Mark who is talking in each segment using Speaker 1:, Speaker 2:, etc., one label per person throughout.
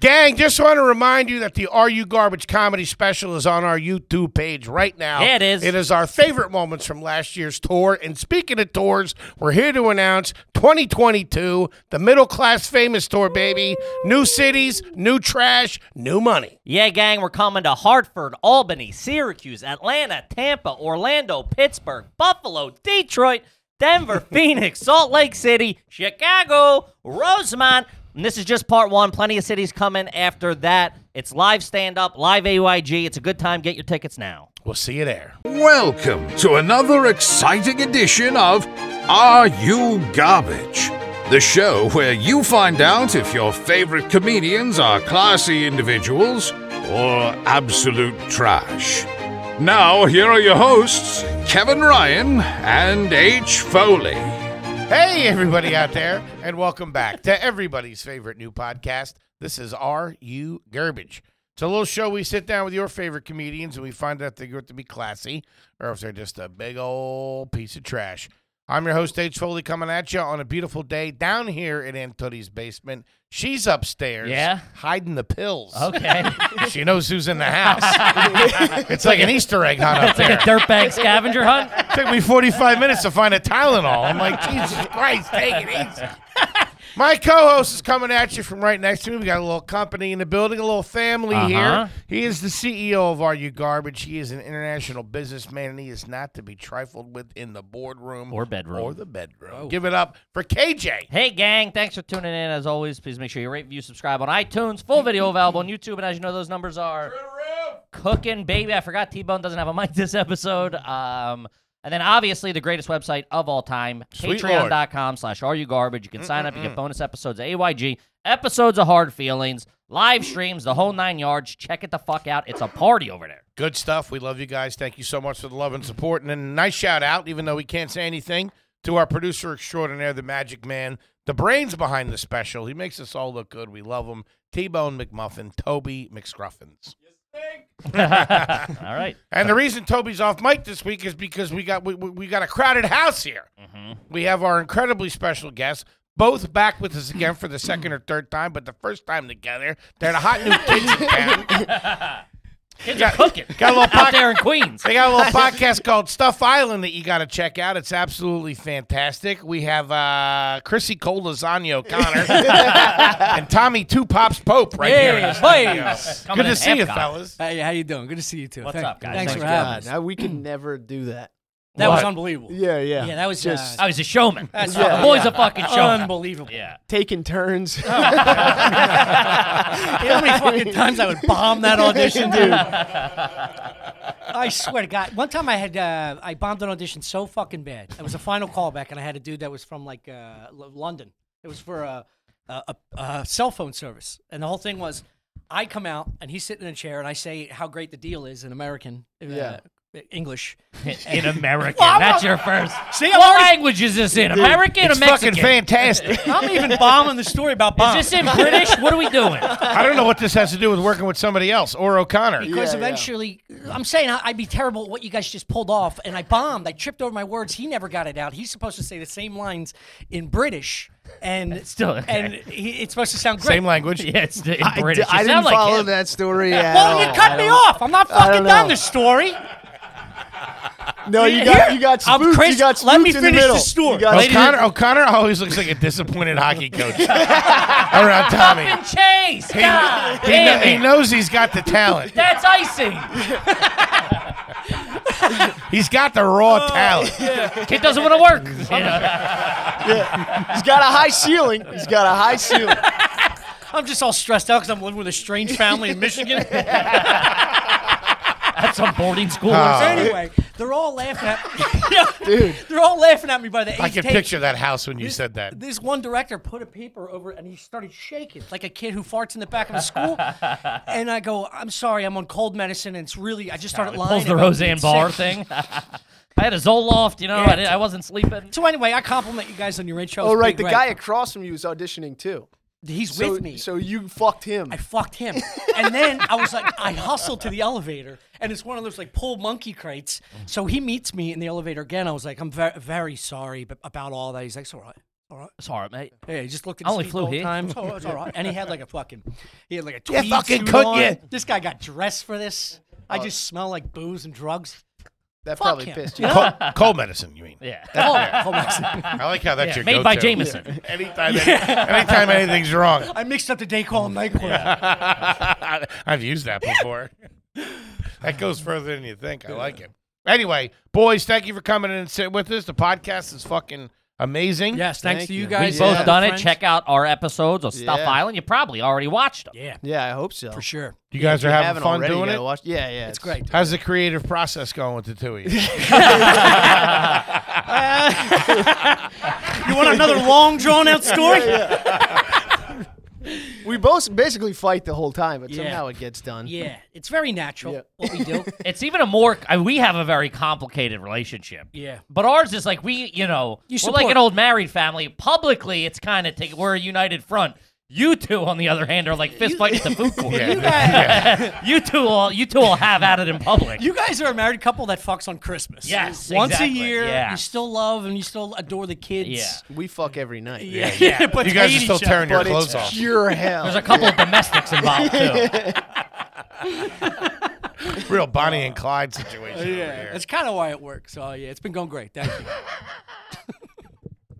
Speaker 1: Gang, just want to remind you that the Are You Garbage comedy special is on our YouTube page right now.
Speaker 2: Yeah, it is.
Speaker 1: It is our favorite moments from last year's tour. And speaking of tours, we're here to announce 2022, the Middle Class Famous Tour, baby. New cities, new trash, new money.
Speaker 2: Yeah, gang, we're coming to Hartford, Albany, Syracuse, Atlanta, Tampa, Orlando, Pittsburgh, Buffalo, Detroit, Denver, Phoenix, Salt Lake City, Chicago, Rosemont. And this is just part one. Plenty of cities coming after that. It's live stand up, live AYG. It's a good time. Get your tickets now.
Speaker 1: We'll see you there.
Speaker 3: Welcome to another exciting edition of Are You Garbage? The show where you find out if your favorite comedians are classy individuals or absolute trash. Now, here are your hosts, Kevin Ryan and H. Foley.
Speaker 1: Hey, everybody out there, and welcome back to everybody's favorite new podcast. This is Are You Garbage? It's a little show we sit down with your favorite comedians and we find out if they got to be classy or if they're just a big old piece of trash. I'm your host, H. Foley, coming at you on a beautiful day down here in Aunt Tootie's basement. She's upstairs,
Speaker 2: Yeah?
Speaker 1: hiding the pills.
Speaker 2: Okay.
Speaker 1: She knows who's in the house. it's like an Easter egg hunt up there.
Speaker 2: Dirtbag scavenger hunt.
Speaker 1: Took me 45 minutes to find a Tylenol. I'm like, Jesus Christ, take it easy. My co-host is coming at you from right next to me. We got a little company in the building, a little family
Speaker 2: Uh-huh.
Speaker 1: here. He is the CEO of Are You Garbage. He is an international businessman, and he is not to be trifled with in the boardroom
Speaker 2: Or bedroom. Oh.
Speaker 1: or the bedroom. Give it up for KJ.
Speaker 2: Hey, gang, thanks for tuning in. As always, please make sure you rate, view, subscribe on iTunes. Full video available on YouTube. And as you know, those numbers are cooking, baby. I forgot T Bone doesn't have a mic this episode. Um, and then obviously the greatest website of all time,
Speaker 1: Sweet Lord.
Speaker 2: patreon.com slash are you garbage. You can sign up, you get bonus episodes of AYG, episodes of Hard Feelings, live streams, the whole nine yards. Check it the fuck out. It's a party over there.
Speaker 1: Good stuff. We love you guys. Thank you so much for the love and support. And then a nice shout out, even though we can't say anything, to our producer extraordinaire, the Magic Man, the brains behind the special. He makes us all look good. We love him. T Bone McMuffin, Toby McScruffins.
Speaker 2: All right.
Speaker 1: And the reason Toby's off mic this week is because we got we, we we got a crowded house here.
Speaker 2: Mm-hmm.
Speaker 1: We have our incredibly special guests, both back with us again for the second or third time, but the first time together. They're the hot new kids in town.
Speaker 2: Kids
Speaker 1: Got-
Speaker 2: are cooking
Speaker 1: Got a little
Speaker 2: out
Speaker 1: pocket
Speaker 2: there in Queens.
Speaker 1: They got a little podcast called Stuff Island that you got to check out. It's absolutely fantastic. We have uh, Chrissy Cole Lasagna O'Connor and Tommy Two Pops Pope right here. in the studio. Good
Speaker 2: Coming in
Speaker 1: to see you,
Speaker 2: Epcot.
Speaker 1: fellas.
Speaker 4: Hey, how you doing? Good to see you too.
Speaker 2: What's
Speaker 4: Thank-
Speaker 2: up, guys?
Speaker 4: Thanks,
Speaker 2: Thanks,
Speaker 4: for having us.
Speaker 5: God, I- we can never do that.
Speaker 4: That was
Speaker 1: What?
Speaker 4: unbelievable.
Speaker 5: Yeah, yeah.
Speaker 4: Yeah, that was uh,
Speaker 5: Just-
Speaker 4: just
Speaker 2: I was a showman. That's
Speaker 5: Yeah.
Speaker 2: the boy's a fucking showman.
Speaker 4: unbelievable.
Speaker 2: Yeah.
Speaker 5: Taking turns.
Speaker 4: Oh, You know how many fucking times I would bomb that audition, dude? I swear to God, one time I had uh, I bombed an audition so fucking bad. It was a final callback, and I had a dude that was from like uh, L- London. It was for a, a, a, a cell phone service, and the whole thing was I come out and he's sitting in a chair, and I say how great the deal is in American uh,
Speaker 5: Yeah.
Speaker 4: English.
Speaker 2: In American.
Speaker 4: Well, I'm
Speaker 2: That's
Speaker 4: not-
Speaker 2: your first.
Speaker 4: See, I'm
Speaker 2: what
Speaker 4: always-
Speaker 2: language is this in? American
Speaker 1: It's
Speaker 2: or Mexican?
Speaker 1: fucking fantastic.
Speaker 4: I'm even bombing the story about
Speaker 2: Is
Speaker 4: bombs.
Speaker 2: this in British? What are we doing?
Speaker 1: I don't know what this has to do with working with somebody else or O'Connor.
Speaker 4: because
Speaker 5: Yeah, yeah.
Speaker 4: eventually, I'm saying I- I'd be terrible at what you guys just pulled off, and I bombed. I tripped over my words. He never got it out. He's supposed to say the same lines in British, and
Speaker 2: still-
Speaker 4: and he, it's supposed to sound great.
Speaker 1: Same language.
Speaker 2: Yeah, it's in
Speaker 5: I,
Speaker 2: British.
Speaker 5: d- I
Speaker 2: You
Speaker 5: didn't
Speaker 2: sound like
Speaker 5: follow
Speaker 2: him.
Speaker 5: that story. at
Speaker 4: Well, you
Speaker 5: all. I
Speaker 4: cut me
Speaker 5: don't-
Speaker 4: off. I'm not
Speaker 5: I don't
Speaker 4: fucking done
Speaker 5: know.
Speaker 4: the story.
Speaker 5: No, you got you got
Speaker 4: I'm
Speaker 5: spooked. You
Speaker 4: Chris-
Speaker 5: got
Speaker 4: let me
Speaker 5: spooked in
Speaker 4: finish the
Speaker 5: middle.
Speaker 4: story.
Speaker 5: You got spooked.
Speaker 1: O'Connor, O'Connor always looks like a disappointed hockey coach around Tommy.
Speaker 2: Fucking Chase. God
Speaker 1: He, kno-
Speaker 2: damn
Speaker 1: he
Speaker 2: it.
Speaker 1: knows he's got the talent.
Speaker 2: That's icing.
Speaker 1: He's got the
Speaker 2: Oh.
Speaker 1: raw talent.
Speaker 2: Kid doesn't want to work. You know?
Speaker 5: He's got a high ceiling. He's got a high ceiling.
Speaker 4: I'm just all stressed out because I'm living with a strange family in Michigan.
Speaker 2: That's some boarding school.
Speaker 4: anyway, they're all laughing at me. they're all laughing at me by the eighth
Speaker 1: I can
Speaker 4: take.
Speaker 1: picture that house when you said that.
Speaker 4: This one director put a paper over it and he started shaking like a kid who farts in the back of a school. and I go, I'm sorry, I'm on cold medicine. And it's really, I just started lying.
Speaker 2: Pulls the
Speaker 4: about
Speaker 2: Roseanne
Speaker 4: being
Speaker 2: Barr thing.
Speaker 4: sick.
Speaker 2: I had a Zoloft, you know. I, did, I wasn't sleeping.
Speaker 4: So anyway, I compliment you guys on your intro.
Speaker 5: Oh right, the
Speaker 4: Big
Speaker 5: guy
Speaker 4: Red.
Speaker 5: across from you was auditioning too.
Speaker 4: he's
Speaker 5: So,
Speaker 4: with me.
Speaker 5: so you fucked him.
Speaker 4: I fucked him. and then I was like, I hustled to the elevator, and it's one of those like pull monkey crates. So he meets me in the elevator again. I was like, I'm very, very sorry b- about all that. He's like, it's all right. All all right.
Speaker 2: It's all right, mate.
Speaker 4: Yeah, he just looked at
Speaker 2: I
Speaker 4: his
Speaker 2: only
Speaker 4: feet
Speaker 2: flew
Speaker 4: the whole
Speaker 2: here.
Speaker 4: time. It's all right, it's all right. And he had like a fucking, he had like a
Speaker 1: You
Speaker 4: tweed
Speaker 1: fucking
Speaker 4: suit
Speaker 1: could,
Speaker 4: on.
Speaker 1: yeah.
Speaker 4: This guy got dressed for this. I just smell like booze and drugs.
Speaker 5: That
Speaker 4: Fuck
Speaker 5: probably
Speaker 4: him.
Speaker 5: pissed you.
Speaker 4: You know?
Speaker 1: Cold, cold medicine, you mean?
Speaker 2: Yeah.
Speaker 1: Yeah.
Speaker 4: Oh, my-
Speaker 1: I like how that's your
Speaker 2: made
Speaker 1: go-to.
Speaker 2: by Jameson.
Speaker 1: Anytime, any- anytime anything's wrong,
Speaker 4: I mixed up the day call and night call.
Speaker 1: I've used that before. that goes further than you think. I like it. Anyway, boys, thank you for coming in and sitting with us. The podcast is fucking amazing.
Speaker 4: Yes, thanks
Speaker 5: Thank
Speaker 4: to you,
Speaker 5: you.
Speaker 4: guys.
Speaker 2: We've
Speaker 5: Yeah.
Speaker 2: both
Speaker 4: uh,
Speaker 2: done it.
Speaker 4: friends.
Speaker 2: Check out our episodes of Stuff
Speaker 5: Yeah.
Speaker 2: Island. You probably already watched them.
Speaker 4: Yeah,
Speaker 5: Yeah, I hope so.
Speaker 4: for sure.
Speaker 1: You guys
Speaker 5: If
Speaker 1: are
Speaker 5: you
Speaker 1: having
Speaker 5: haven't
Speaker 1: fun
Speaker 5: already, you
Speaker 1: doing
Speaker 5: gotta
Speaker 1: it.
Speaker 5: Watch. Yeah, yeah.
Speaker 4: It's great.
Speaker 1: How's the creative process going with the two of you?
Speaker 4: You want another long, drawn out story?
Speaker 5: We both basically fight the whole time, but
Speaker 4: Yeah.
Speaker 5: somehow it gets done.
Speaker 4: Yeah, it's very natural
Speaker 5: Yeah.
Speaker 4: what we do.
Speaker 2: It's even a more. I we have a very complicated relationship.
Speaker 4: Yeah.
Speaker 2: But ours is like we, you know,
Speaker 4: You
Speaker 2: we're like
Speaker 4: support-
Speaker 2: an old married family. Publicly, it's kind of take, we're a united front. You two, on the other hand, are like fist fighting at the food court.
Speaker 1: Yeah.
Speaker 2: you two all, you two all have at it in public.
Speaker 4: You guys are a married couple that fucks on Christmas.
Speaker 2: Yes,
Speaker 4: once
Speaker 2: exactly,
Speaker 4: a year.
Speaker 2: yeah.
Speaker 4: You still love and you still adore the kids.
Speaker 2: Yeah.
Speaker 5: We fuck every night.
Speaker 4: Yeah,
Speaker 1: Yeah.
Speaker 4: yeah, but
Speaker 1: you guys are
Speaker 4: hate
Speaker 1: still
Speaker 4: each other.
Speaker 1: tearing your
Speaker 5: But
Speaker 1: clothes
Speaker 5: it's
Speaker 1: off.
Speaker 5: pure hell.
Speaker 2: There's a couple of domestics involved too.
Speaker 1: Real Bonnie and Clyde situation over
Speaker 4: Yeah,
Speaker 1: here.
Speaker 4: that's kind of why it works. So yeah, it's been going great. Thank you.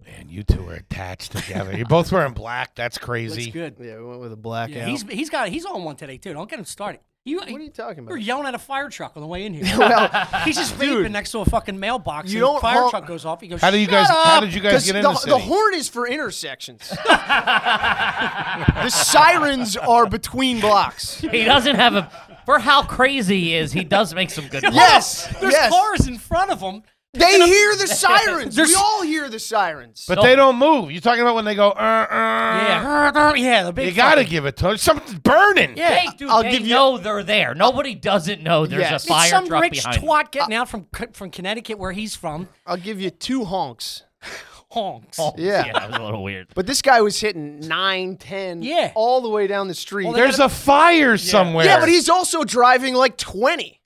Speaker 1: Man, you two are attached together. You're both wearing black. That's
Speaker 4: It's
Speaker 1: crazy.
Speaker 4: good.
Speaker 5: yeah, we went with a blackout.
Speaker 4: He's he's got he's on one today too. Don't get him started. You,
Speaker 5: what are you talking
Speaker 4: you were
Speaker 5: about?
Speaker 4: yelling at a fire truck on the way in here.
Speaker 5: well,
Speaker 4: he's just vaping next to a fucking mailbox.
Speaker 5: You
Speaker 4: and
Speaker 5: don't
Speaker 4: the fire
Speaker 5: honk-
Speaker 4: truck goes off. He goes.
Speaker 1: How do you
Speaker 4: "Shut
Speaker 1: guys?
Speaker 4: up."
Speaker 1: How did you guys
Speaker 5: Because
Speaker 1: get in
Speaker 5: the,
Speaker 1: the city?
Speaker 5: the horn is for intersections. the sirens are between blocks.
Speaker 2: He doesn't have a. For how crazy he is, he does make some good. ones.
Speaker 5: Yes,
Speaker 4: There's
Speaker 5: yes.
Speaker 4: cars in front of him.
Speaker 5: They hear the sirens.
Speaker 4: There's-
Speaker 5: we all hear the sirens.
Speaker 1: but they don't move. You're talking about when they go. Uh, uh,
Speaker 4: Yeah, yeah. The big
Speaker 1: You gotta
Speaker 4: fucking-
Speaker 1: give it to Something's burning.
Speaker 2: They do.
Speaker 5: I'll
Speaker 2: they
Speaker 5: give you-
Speaker 2: know they're there. Nobody doesn't know there's
Speaker 5: Yes.
Speaker 2: a
Speaker 5: It's
Speaker 2: fire
Speaker 4: it's some
Speaker 2: truck
Speaker 4: rich
Speaker 2: behind. them.
Speaker 4: twat
Speaker 1: Uh,
Speaker 4: getting out from C- from Connecticut where he's from.
Speaker 5: I'll give you two honks.
Speaker 4: Honks.
Speaker 2: Oh,
Speaker 5: Yeah.
Speaker 2: that was a little weird.
Speaker 5: But this guy was hitting nine, ten,
Speaker 4: Yeah.
Speaker 5: all the way down the street.
Speaker 4: Well, they
Speaker 1: There's a fire somewhere.
Speaker 5: yeah, but he's also driving like 20.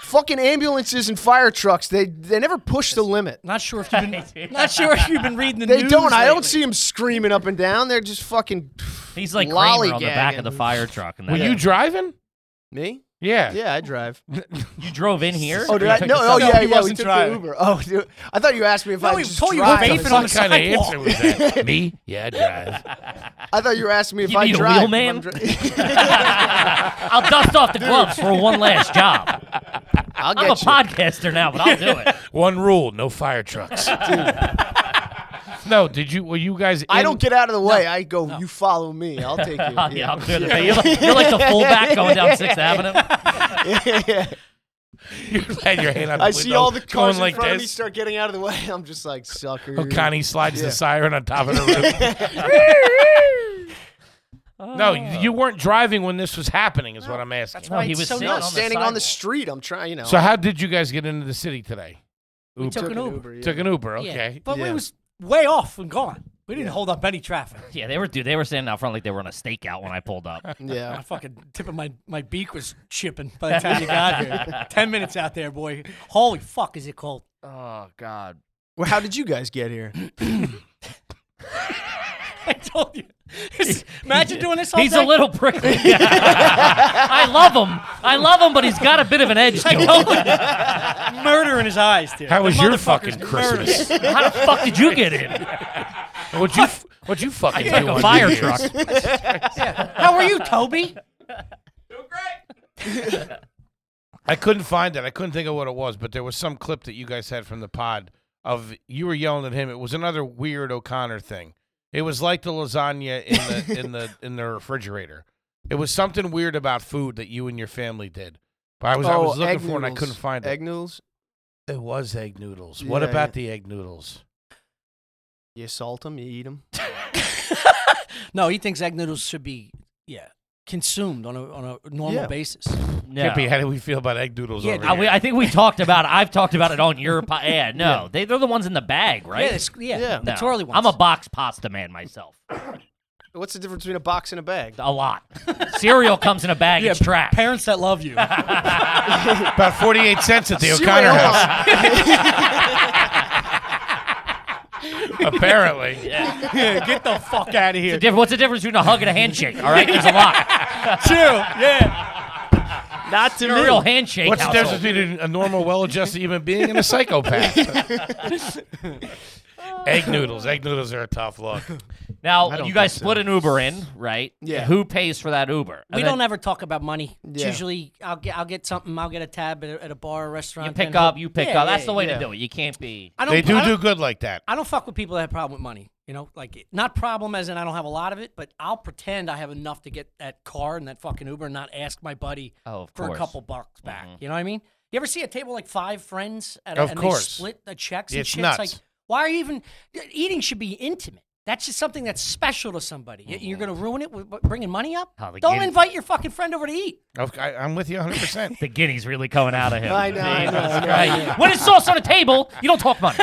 Speaker 5: Fucking ambulances and fire trucks, they they never push the limit.
Speaker 4: Not sure if you've been not sure if you've been reading the
Speaker 5: They
Speaker 4: news.
Speaker 5: don't. I don't
Speaker 4: lately.
Speaker 5: see them screaming up and down. They're just fucking
Speaker 2: He's like Kramer on the back of
Speaker 5: Lollygagging.
Speaker 2: the fire truck. And
Speaker 1: Were you driving?
Speaker 5: me.
Speaker 1: Yeah.
Speaker 5: Yeah, I drive.
Speaker 2: you drove in here?
Speaker 5: Oh, did I?
Speaker 2: You took
Speaker 5: No,
Speaker 2: the
Speaker 5: oh
Speaker 2: sub-
Speaker 4: No,
Speaker 5: yeah,
Speaker 4: he
Speaker 5: yeah. We
Speaker 4: wasn't
Speaker 5: took the
Speaker 4: driving.
Speaker 5: Uber. Oh, dude, I thought you asked me if
Speaker 4: No,
Speaker 5: I
Speaker 4: he
Speaker 5: just
Speaker 4: told you
Speaker 5: drive.
Speaker 4: we're vaping on
Speaker 1: What
Speaker 4: the
Speaker 1: kind of
Speaker 4: sidewalk.
Speaker 1: answer was that? Me? Yeah, I drive.
Speaker 5: I thought you were asking me if
Speaker 2: You
Speaker 5: I
Speaker 2: need a
Speaker 5: drive.
Speaker 2: wheel man?
Speaker 5: if I'm dri-
Speaker 2: I'll dust off the gloves for one last job.
Speaker 5: I'll
Speaker 2: I'm a
Speaker 5: get you.
Speaker 2: podcaster now, but I'll do it.
Speaker 1: One rule: no fire trucks. no, did you? Were you guys?
Speaker 5: I
Speaker 1: in-
Speaker 5: don't get out of the way. I go. You follow me. I'll take you.
Speaker 2: I'll, yeah, I'll clear the bay. You're like, you're like the fullback going down Sixth Avenue.
Speaker 1: You had your hand out the
Speaker 5: I see
Speaker 1: window
Speaker 5: all the
Speaker 1: going
Speaker 5: cars in
Speaker 1: like
Speaker 5: front of me
Speaker 1: this.
Speaker 5: start getting out of the way. I'm just like sucker.
Speaker 1: Oh, Connie slides
Speaker 5: Yeah.
Speaker 1: the siren on top of the roof. no,
Speaker 5: Oh.
Speaker 1: you you weren't driving when this was happening, is what I'm asking.
Speaker 2: No, he was
Speaker 4: so
Speaker 2: sitting
Speaker 5: No,
Speaker 2: on the
Speaker 5: standing on the
Speaker 2: sidewalk.
Speaker 5: street. I'm trying. You know.
Speaker 1: So, how did you guys get into the city today?
Speaker 4: We took an Uber.
Speaker 5: yeah.
Speaker 1: Took an Uber,
Speaker 4: Yeah,
Speaker 1: okay.
Speaker 4: but we
Speaker 5: Yeah.
Speaker 4: was way off and gone. We didn't hold up any traffic.
Speaker 2: Yeah, they were dude. They were standing out front like they were on a stakeout when I pulled up.
Speaker 5: Yeah.
Speaker 4: My fucking tip of my, my beak was chipping by the time you got here. Ten minutes out there, boy. Holy fuck, is it cold?
Speaker 2: oh God.
Speaker 5: Well, how did you guys get here?
Speaker 4: I told you. It's- Imagine doing this all
Speaker 2: He's
Speaker 4: day.
Speaker 2: a little prickly. I love him. I love him, but he's got a bit of an edge to him.
Speaker 4: murder in his eyes, dude.
Speaker 1: How
Speaker 4: The
Speaker 1: was your
Speaker 4: motherfucker's
Speaker 1: fucking
Speaker 4: murdered.
Speaker 1: Christmas?
Speaker 2: How the fuck did you get in?
Speaker 1: What'd you What'd you fucking do?
Speaker 2: Like
Speaker 1: on
Speaker 2: a fire
Speaker 1: New
Speaker 2: truck.
Speaker 1: Year's?
Speaker 4: How are you, Toby?
Speaker 1: I couldn't find it. I couldn't think of what it was, but there was some clip that you guys had from the pod of you were yelling at him. It was another weird O'Connor thing. It was like the lasagna in the in the in the refrigerator. It was something weird about food that you and your family did. But I was I was looking
Speaker 5: Oh, egg
Speaker 1: for it and I
Speaker 5: noodles.
Speaker 1: couldn't find it.
Speaker 5: Egg noodles.
Speaker 1: It was egg noodles. what
Speaker 5: Yeah,
Speaker 1: about
Speaker 5: yeah.
Speaker 1: the egg noodles?
Speaker 5: You salt them. You eat them.
Speaker 4: No, he thinks egg noodles should be yeah consumed on a on a normal
Speaker 5: Yeah.
Speaker 4: basis.
Speaker 2: No.
Speaker 1: Kippy, how do we feel about egg noodles
Speaker 4: Yeah,
Speaker 1: over
Speaker 2: I,
Speaker 1: here?
Speaker 2: we, I think we talked about. I've talked about it on your. Po- yeah, no, they they're the ones in the bag, right?
Speaker 4: Yeah, it's, yeah,
Speaker 5: Yeah.
Speaker 4: the
Speaker 2: No.
Speaker 4: twirly ones.
Speaker 2: I'm a box pasta man myself.
Speaker 5: What's the difference between a box and a bag?
Speaker 2: A lot. Cereal comes in a bag.
Speaker 4: yeah,
Speaker 2: it's trash.
Speaker 4: Parents that love you.
Speaker 1: about forty-eight cents at the
Speaker 5: Cereal
Speaker 1: O'Connor house.
Speaker 5: box.
Speaker 1: Apparently.
Speaker 4: yeah, get the fuck out of here.
Speaker 2: Diff- What's the difference between a hug and a handshake? All right, there's a lot.
Speaker 4: True. Yeah.
Speaker 2: Not to You're a real handshake.
Speaker 1: What's the difference
Speaker 2: household.
Speaker 1: between a normal, well-adjusted human being and a psychopath? egg noodles. Egg noodles are a tough look. I
Speaker 2: Now
Speaker 1: don't
Speaker 2: you guys
Speaker 1: think so.
Speaker 2: split an Uber in, right?
Speaker 5: Yeah.
Speaker 2: Who pays for that Uber? And
Speaker 4: We
Speaker 2: then
Speaker 4: don't ever talk about money. It's
Speaker 5: Yeah.
Speaker 4: usually I'll get I'll get something. I'll get a tab at a, at a bar or restaurant.
Speaker 2: You pick
Speaker 4: then
Speaker 2: up.
Speaker 4: he'll-
Speaker 2: You pick
Speaker 4: Yeah,
Speaker 2: up. That's
Speaker 4: yeah,
Speaker 2: the way
Speaker 4: yeah.
Speaker 2: to do it. You can't be.
Speaker 4: I don't,
Speaker 1: They do
Speaker 4: I
Speaker 1: do
Speaker 4: don't,
Speaker 1: good like that.
Speaker 4: I don't fuck with people that have problem with money. You know, like not problem as in I don't have a lot of it, but I'll pretend I have enough to get that car and that fucking Uber and not ask my buddy
Speaker 2: Oh, of
Speaker 4: for
Speaker 2: course. Mm-hmm.
Speaker 4: a couple bucks back. You know what I mean? You ever see a table like five friends at a,
Speaker 1: Of
Speaker 4: and
Speaker 1: course.
Speaker 4: they split the checks and
Speaker 1: It's
Speaker 4: shit?
Speaker 1: nuts.
Speaker 4: It's like why are you even eating should be intimate. That's just something that's special to somebody. You- You're going to ruin it with with bringing money up?
Speaker 2: Oh, Mm-hmm. they
Speaker 4: Don't
Speaker 2: get it.
Speaker 4: invite your fucking friend over to eat.
Speaker 1: Okay, I, am with you 100. percent
Speaker 2: The guinea's really coming out of him.
Speaker 5: I know, I know,
Speaker 2: Jesus
Speaker 5: I know.
Speaker 2: Christ. When it's sauce on the table, you don't talk money.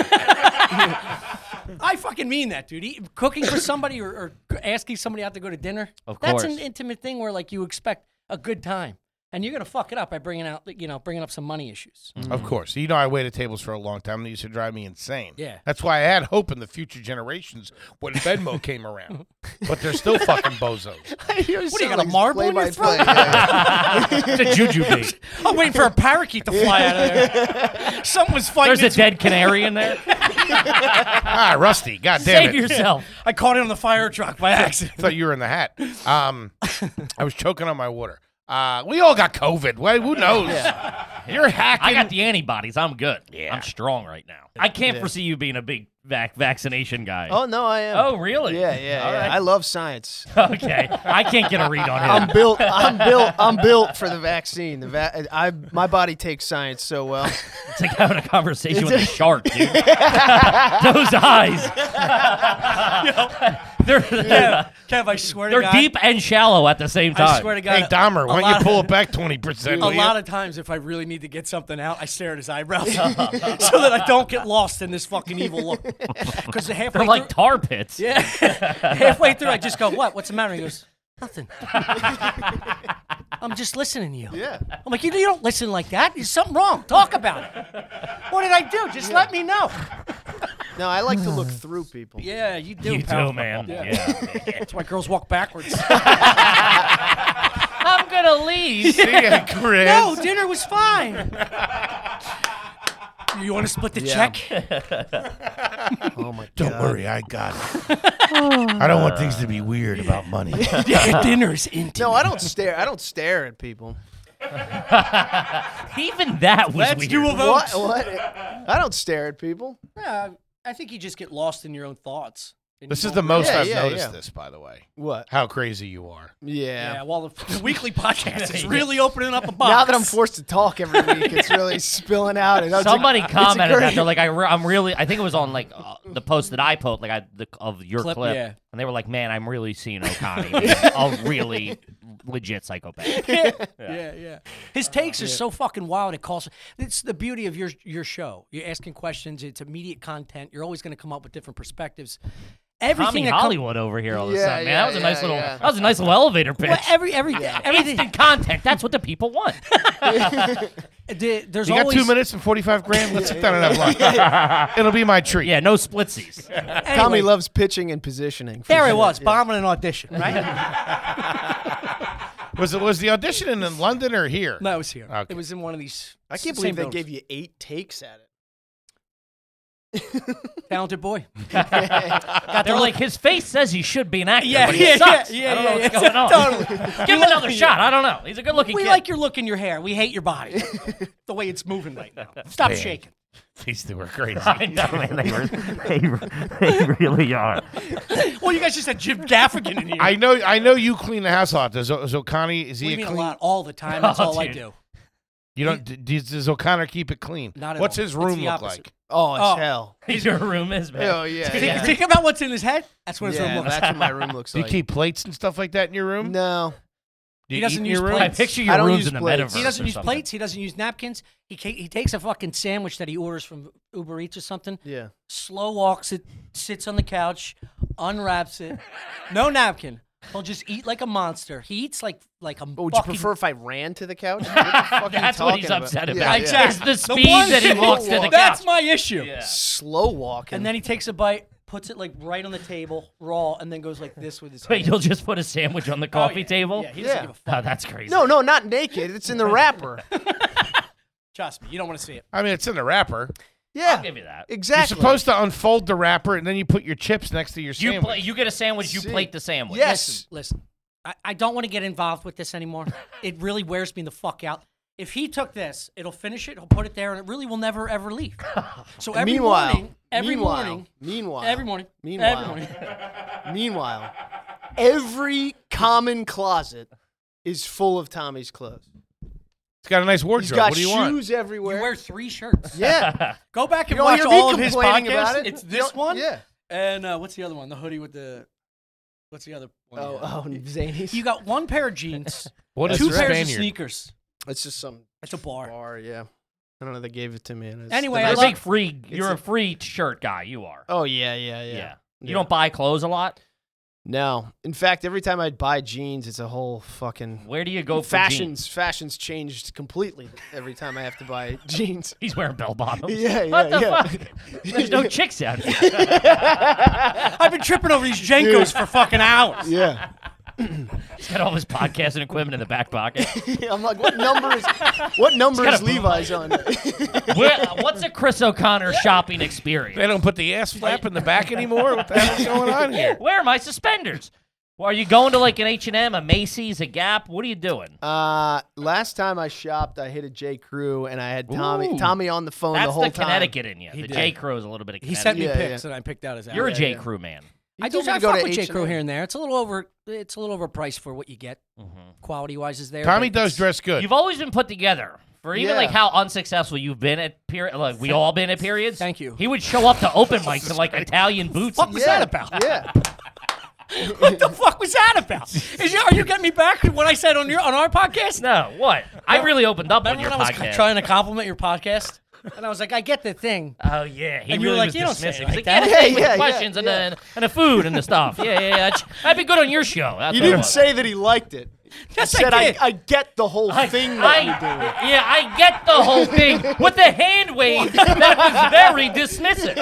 Speaker 4: I fucking mean that, dude. Eat, cooking for somebody or, or asking somebody out to go to dinner.
Speaker 2: Of course.
Speaker 4: That's an intimate thing where like you expect a good time, and you're gonna fuck it up by bringing out you know bringing up some money issues.
Speaker 1: Of course. You know, I waited tables for a long time. and They used to drive me insane.
Speaker 4: Yeah.
Speaker 1: That's why I had hope in the future generations when Venmo came around. But they're still fucking bozos.
Speaker 5: what
Speaker 4: got, a marble in your throat?
Speaker 2: It's a juju bee.
Speaker 4: I'm waiting for a parakeet to fly out of there. Something was fighting.
Speaker 2: There's a
Speaker 4: its-
Speaker 2: dead canary in there.
Speaker 1: Ah, Rusty. God damn
Speaker 2: Save
Speaker 1: it.
Speaker 2: yourself.
Speaker 4: I caught it on the fire truck by accident.
Speaker 1: thought you were in the hat. Um, I was choking on my water. Uh, we all got COVID. Well, who knows? You're hacking.
Speaker 2: I got the antibodies. I'm good. I'm strong right now. I can't foresee you being a big vac- vaccination guy.
Speaker 5: Oh no, I am.
Speaker 2: Oh, really?
Speaker 5: yeah, yeah.
Speaker 2: All
Speaker 5: yeah.
Speaker 2: right.
Speaker 5: I love science.
Speaker 2: okay. I can't get a read on him.
Speaker 5: I'm built. I'm built. I'm built for the vaccine. The va- I my body takes science so well.
Speaker 2: It's like having a conversation with a shark, dude. Those eyes. they're they're,
Speaker 4: Kev, I swear to
Speaker 2: they're
Speaker 4: God.
Speaker 2: deep and shallow at the same time.
Speaker 4: I swear to God.
Speaker 1: Hey, Dahmer, why don't
Speaker 4: lot
Speaker 1: you
Speaker 4: of-
Speaker 1: pull it back 20%?
Speaker 4: A lot of times, if I really need to get something out, I stare at his eyebrows so that I don't get lost in this fucking evil look. Because halfway
Speaker 2: they're like
Speaker 4: through-
Speaker 2: tar pits.
Speaker 4: Yeah. Halfway through, I just go, "What? What's the matter?" He goes, "Nothing." I'm just listening to you.
Speaker 5: Yeah.
Speaker 4: I'm like, you, you don't listen like that. There's something wrong. Talk about it. What did I do? Just let me know.
Speaker 5: No, I like to look through people.
Speaker 4: Yeah, you do.
Speaker 2: You
Speaker 4: pal.
Speaker 2: do, man.
Speaker 4: Yeah.
Speaker 2: Yeah.
Speaker 4: That's why girls walk backwards.
Speaker 2: I'm gonna leave.
Speaker 1: See ya, Chris.
Speaker 4: no, dinner was fine. You want to split the
Speaker 5: Yeah.
Speaker 4: check?
Speaker 5: Oh my
Speaker 1: Don't
Speaker 5: god.
Speaker 1: worry, I got it. I don't want things to be weird about money.
Speaker 4: Yeah, dinner's intimate.
Speaker 5: No, I don't stare. I don't stare at people.
Speaker 2: Even that was weird.
Speaker 5: What? What? I don't stare at people.
Speaker 4: Yeah, I think you just get lost in your own thoughts. And
Speaker 1: This
Speaker 4: you
Speaker 1: is the
Speaker 4: don't-
Speaker 1: most
Speaker 5: Yeah,
Speaker 1: I've
Speaker 5: yeah,
Speaker 1: noticed
Speaker 5: yeah.
Speaker 1: this, by the way.
Speaker 5: What?
Speaker 1: How crazy you are.
Speaker 5: Yeah.
Speaker 4: Yeah, well, the, the weekly podcast is really opening up a box.
Speaker 5: Now that I'm forced to talk every week, it's really spilling out. And I was like,
Speaker 2: Somebody
Speaker 5: it's a
Speaker 2: commented
Speaker 5: great-
Speaker 2: that they're like, I re- I'm really. I think it was on like uh, the post that I put, like I the, of your clip,
Speaker 4: Clip, yeah.
Speaker 2: and they were like, "Man, I'm really seeing Okami, a really legit psychopath."
Speaker 4: yeah, yeah. His takes are so fucking wild. It calls. It's the beauty of your your show. You're asking questions. It's immediate content. You're always going to come up with different perspectives.
Speaker 2: Tommy
Speaker 4: Everything that comes.
Speaker 2: Hollywood over here all of a
Speaker 5: Yeah,
Speaker 2: sudden, man.
Speaker 5: yeah,
Speaker 2: that was a nice
Speaker 5: yeah,
Speaker 2: little.
Speaker 5: yeah.
Speaker 2: That was a nice little elevator pitch.
Speaker 4: Well, every every everything.
Speaker 2: Instant content. That's what the people want.
Speaker 4: the- uh, There's
Speaker 1: You got
Speaker 4: always
Speaker 1: two minutes and 45 grand? Let's sit down and have lunch. It'll be my treat.
Speaker 2: yeah, no splitsies.
Speaker 4: anyway,
Speaker 5: Tommy loves pitching and positioning. for
Speaker 4: There I
Speaker 5: sure.
Speaker 4: was bombing an audition, right?
Speaker 1: Was it was the audition in London or here?
Speaker 4: no, it was here.
Speaker 1: Okay.
Speaker 4: It was in one of these.
Speaker 5: I can't believe they gave you eight takes at it.
Speaker 4: talented boy.
Speaker 2: They're like, his face says he should be an actor,
Speaker 4: Yeah,
Speaker 2: but he
Speaker 4: yeah,
Speaker 2: sucks.
Speaker 4: yeah, yeah,
Speaker 2: I don't know
Speaker 4: yeah,
Speaker 2: what's
Speaker 4: yeah.
Speaker 2: going on.
Speaker 4: Totally.
Speaker 2: Give him another shot. I don't know. He's a good-looking
Speaker 4: We
Speaker 2: kid.
Speaker 4: like your look in your hair. We hate your body. the way it's moving right now. Stop
Speaker 1: Man.
Speaker 4: shaking.
Speaker 1: These two were crazy.
Speaker 2: I know, man. They, were, they, they really are.
Speaker 4: Well, you guys just had Jim Gaffigan in here.
Speaker 1: I know I know you clean the house a lot. Does, does O'Connor, is he
Speaker 4: we
Speaker 1: a
Speaker 4: mean a
Speaker 1: clean?
Speaker 4: lot all the time. That's
Speaker 2: Oh,
Speaker 4: all I
Speaker 2: dude.
Speaker 4: do.
Speaker 1: You don't, d- does, does O'Connor keep it clean?
Speaker 4: Not at
Speaker 1: What's
Speaker 4: all.
Speaker 1: his
Speaker 4: It's
Speaker 1: room
Speaker 4: the
Speaker 1: look
Speaker 4: opposite.
Speaker 1: like?
Speaker 5: Oh, it's
Speaker 4: Oh.
Speaker 5: hell.
Speaker 2: He's your room is, man.
Speaker 5: Oh yeah.
Speaker 4: Think,
Speaker 5: yeah.
Speaker 4: think about what's in his head. That's what his
Speaker 5: Yeah,
Speaker 4: room looks.
Speaker 5: that's what my room looks
Speaker 1: Do you
Speaker 5: like.
Speaker 1: keep plates and stuff like that in your room?
Speaker 5: no.
Speaker 1: Do you
Speaker 4: He
Speaker 1: eat
Speaker 4: doesn't
Speaker 1: in
Speaker 4: use
Speaker 1: your room?
Speaker 2: I
Speaker 4: plates.
Speaker 2: picture
Speaker 5: I
Speaker 2: your
Speaker 5: don't
Speaker 2: rooms
Speaker 5: use
Speaker 2: in the
Speaker 5: plates.
Speaker 2: metaverse.
Speaker 4: He
Speaker 2: or
Speaker 4: doesn't use
Speaker 2: something.
Speaker 4: plates. He doesn't use napkins. He ca- he takes a fucking sandwich that he orders from Uber Eats or something.
Speaker 5: Yeah.
Speaker 4: Slow walks it, sits on the couch, unwraps it. No napkin. He'll just eat like a monster. He eats like like a.
Speaker 5: But would
Speaker 4: fucking,
Speaker 5: you prefer if I ran to the couch? What the fuck are you
Speaker 2: That's what he's
Speaker 5: talking
Speaker 2: upset
Speaker 5: Yeah,
Speaker 2: about.
Speaker 5: yeah.
Speaker 4: Exactly.
Speaker 2: It's the
Speaker 4: The
Speaker 2: speed
Speaker 4: one
Speaker 2: that he
Speaker 4: thing-
Speaker 2: walks to the couch.
Speaker 4: That's my issue.
Speaker 5: Slow walking.
Speaker 4: And then he takes a bite, puts it like right on the table, raw, and then goes like this with his
Speaker 2: Wait,
Speaker 4: hand.
Speaker 2: you'll just put a sandwich on the
Speaker 4: Oh, yeah.
Speaker 2: coffee table?
Speaker 4: Yeah, he doesn't
Speaker 5: Yeah.
Speaker 4: give a fuck.
Speaker 2: Oh, that's crazy.
Speaker 5: No, no, not naked. It's in the wrapper.
Speaker 4: Trust me, you don't want to see it.
Speaker 1: I mean, it's in the wrapper.
Speaker 2: I'll
Speaker 5: Yeah,
Speaker 2: give you that.
Speaker 1: You're
Speaker 5: exactly.
Speaker 1: supposed to unfold the wrapper and then you put your chips next to your
Speaker 2: You
Speaker 1: sandwich.
Speaker 2: pla- you get a sandwich, you
Speaker 5: See.
Speaker 2: plate the sandwich.
Speaker 5: Yes.
Speaker 4: Listen, listen. I, I don't want to get involved with this anymore. It really wears me the fuck out. If he took this, it'll finish it, he'll put it there, and it really will never ever leave. So every
Speaker 5: meanwhile,
Speaker 4: morning, every
Speaker 5: meanwhile,
Speaker 4: morning,
Speaker 5: meanwhile,
Speaker 4: every morning,
Speaker 5: Meanwhile.
Speaker 4: every morning.
Speaker 5: meanwhile, every common closet is full of Tommy's clothes.
Speaker 1: It's got a nice wardrobe.
Speaker 5: He's got
Speaker 1: what do you
Speaker 5: shoes
Speaker 1: want?
Speaker 5: everywhere.
Speaker 4: You wear three shirts.
Speaker 5: yeah,
Speaker 4: Go back and
Speaker 5: You don't
Speaker 4: watch
Speaker 5: hear me
Speaker 4: all of his
Speaker 5: complaining
Speaker 4: podcasts.
Speaker 5: about it.
Speaker 4: It's
Speaker 5: You
Speaker 4: this
Speaker 5: don't-
Speaker 4: one.
Speaker 5: yeah.
Speaker 4: And uh, what's the other one? The hoodie with the. What's the other one? you have?
Speaker 5: Oh, oh, Zanies.
Speaker 4: You got one pair of jeans,
Speaker 1: What is
Speaker 4: two
Speaker 1: a
Speaker 4: pairs
Speaker 1: Spaniard?
Speaker 4: of sneakers.
Speaker 5: It's just some
Speaker 4: It's a bar.
Speaker 5: bar. Yeah, I don't know. They gave it to me. And it's
Speaker 4: Anyway,
Speaker 5: the
Speaker 2: You're
Speaker 4: I
Speaker 2: a
Speaker 5: best-
Speaker 4: love-
Speaker 2: big free. You're
Speaker 5: a-
Speaker 2: a free shirt guy. You are.
Speaker 5: oh yeah, yeah, yeah.
Speaker 2: yeah. You don't buy clothes a lot.
Speaker 5: No, in fact, every time I'd buy jeans, it's a whole fucking
Speaker 2: Where do you go for jeans?
Speaker 5: Oh, fashions. Fashions changed completely every time I have to buy jeans.
Speaker 2: He's wearing bell bottoms.
Speaker 5: Yeah, yeah,
Speaker 2: What the
Speaker 5: yeah.
Speaker 2: fuck? There's no chicks out here.
Speaker 4: I've been tripping over these Jenkos for fucking hours.
Speaker 5: Yeah,
Speaker 2: He's got all his podcasting equipment in the back pocket.
Speaker 5: I'm like, what number is what number
Speaker 2: got
Speaker 5: is
Speaker 2: a boom.
Speaker 5: Levi's on?
Speaker 2: Where, uh, what's a Chris O'Connor shopping experience?
Speaker 1: They don't put the ass flap in the back anymore. What the hell's going on here?
Speaker 2: Where are my suspenders? Well, are you going to like an H and M, a Macy's, a Gap? What are you doing?
Speaker 5: Uh, last time I shopped, I hit a J Crew, and I had Tommy
Speaker 2: Ooh.
Speaker 5: Tommy on the phone
Speaker 2: That's
Speaker 5: the
Speaker 2: the,
Speaker 5: whole time.
Speaker 2: Connecticut in you.
Speaker 4: He
Speaker 2: the
Speaker 4: did.
Speaker 2: J Crow's a little bit of
Speaker 4: He
Speaker 2: Connecticut.
Speaker 4: sent me
Speaker 5: Yeah,
Speaker 4: pics, and I picked out his.
Speaker 2: You're a J
Speaker 4: outfit.
Speaker 2: Crew man.
Speaker 5: He
Speaker 4: I do.
Speaker 5: told me
Speaker 4: I
Speaker 5: to go
Speaker 4: fuck
Speaker 5: to
Speaker 4: with J Crew
Speaker 5: H&M.
Speaker 4: here and there. It's a little over. It's a little overpriced for what you get. Quality wise, is there.
Speaker 1: Mm-hmm. Tommy
Speaker 4: but
Speaker 1: does
Speaker 4: it's-
Speaker 1: dress good.
Speaker 2: You've always been put together. For even
Speaker 5: Yeah.
Speaker 2: like how unsuccessful you've been at period, like we all been at periods.
Speaker 4: Thank you.
Speaker 2: He would show up to open mics in like Italian boots.
Speaker 4: Fuck
Speaker 2: and
Speaker 4: was
Speaker 5: yeah,
Speaker 4: that about?
Speaker 5: Yeah,
Speaker 4: What the fuck was that about? Is you, are you getting me back with what I said on your on our podcast?
Speaker 2: No, what? I really opened up on
Speaker 4: Remember
Speaker 2: your
Speaker 4: when I was
Speaker 2: podcast.
Speaker 4: trying to compliment your podcast, and I was like, I get the thing.
Speaker 2: oh yeah, he
Speaker 4: And you
Speaker 2: really
Speaker 4: were like,
Speaker 2: was
Speaker 4: "You don't say it
Speaker 2: dismissive.
Speaker 4: like
Speaker 2: He's like,
Speaker 4: that."
Speaker 2: yeah,
Speaker 5: Yeah,
Speaker 2: with
Speaker 5: yeah, yeah,
Speaker 2: questions and
Speaker 5: yeah.
Speaker 2: the and the food and the stuff. Yeah, yeah, yeah. I'd- I'd be good on your show. That's
Speaker 5: you
Speaker 2: what it
Speaker 5: didn't
Speaker 2: was.
Speaker 5: say that he liked it.
Speaker 4: Yes,
Speaker 5: you said
Speaker 4: I did.
Speaker 5: I, I get the whole thing that
Speaker 2: I,
Speaker 5: you're doing.
Speaker 2: yeah, I get the whole thing with the hand wave. That was very dismissive.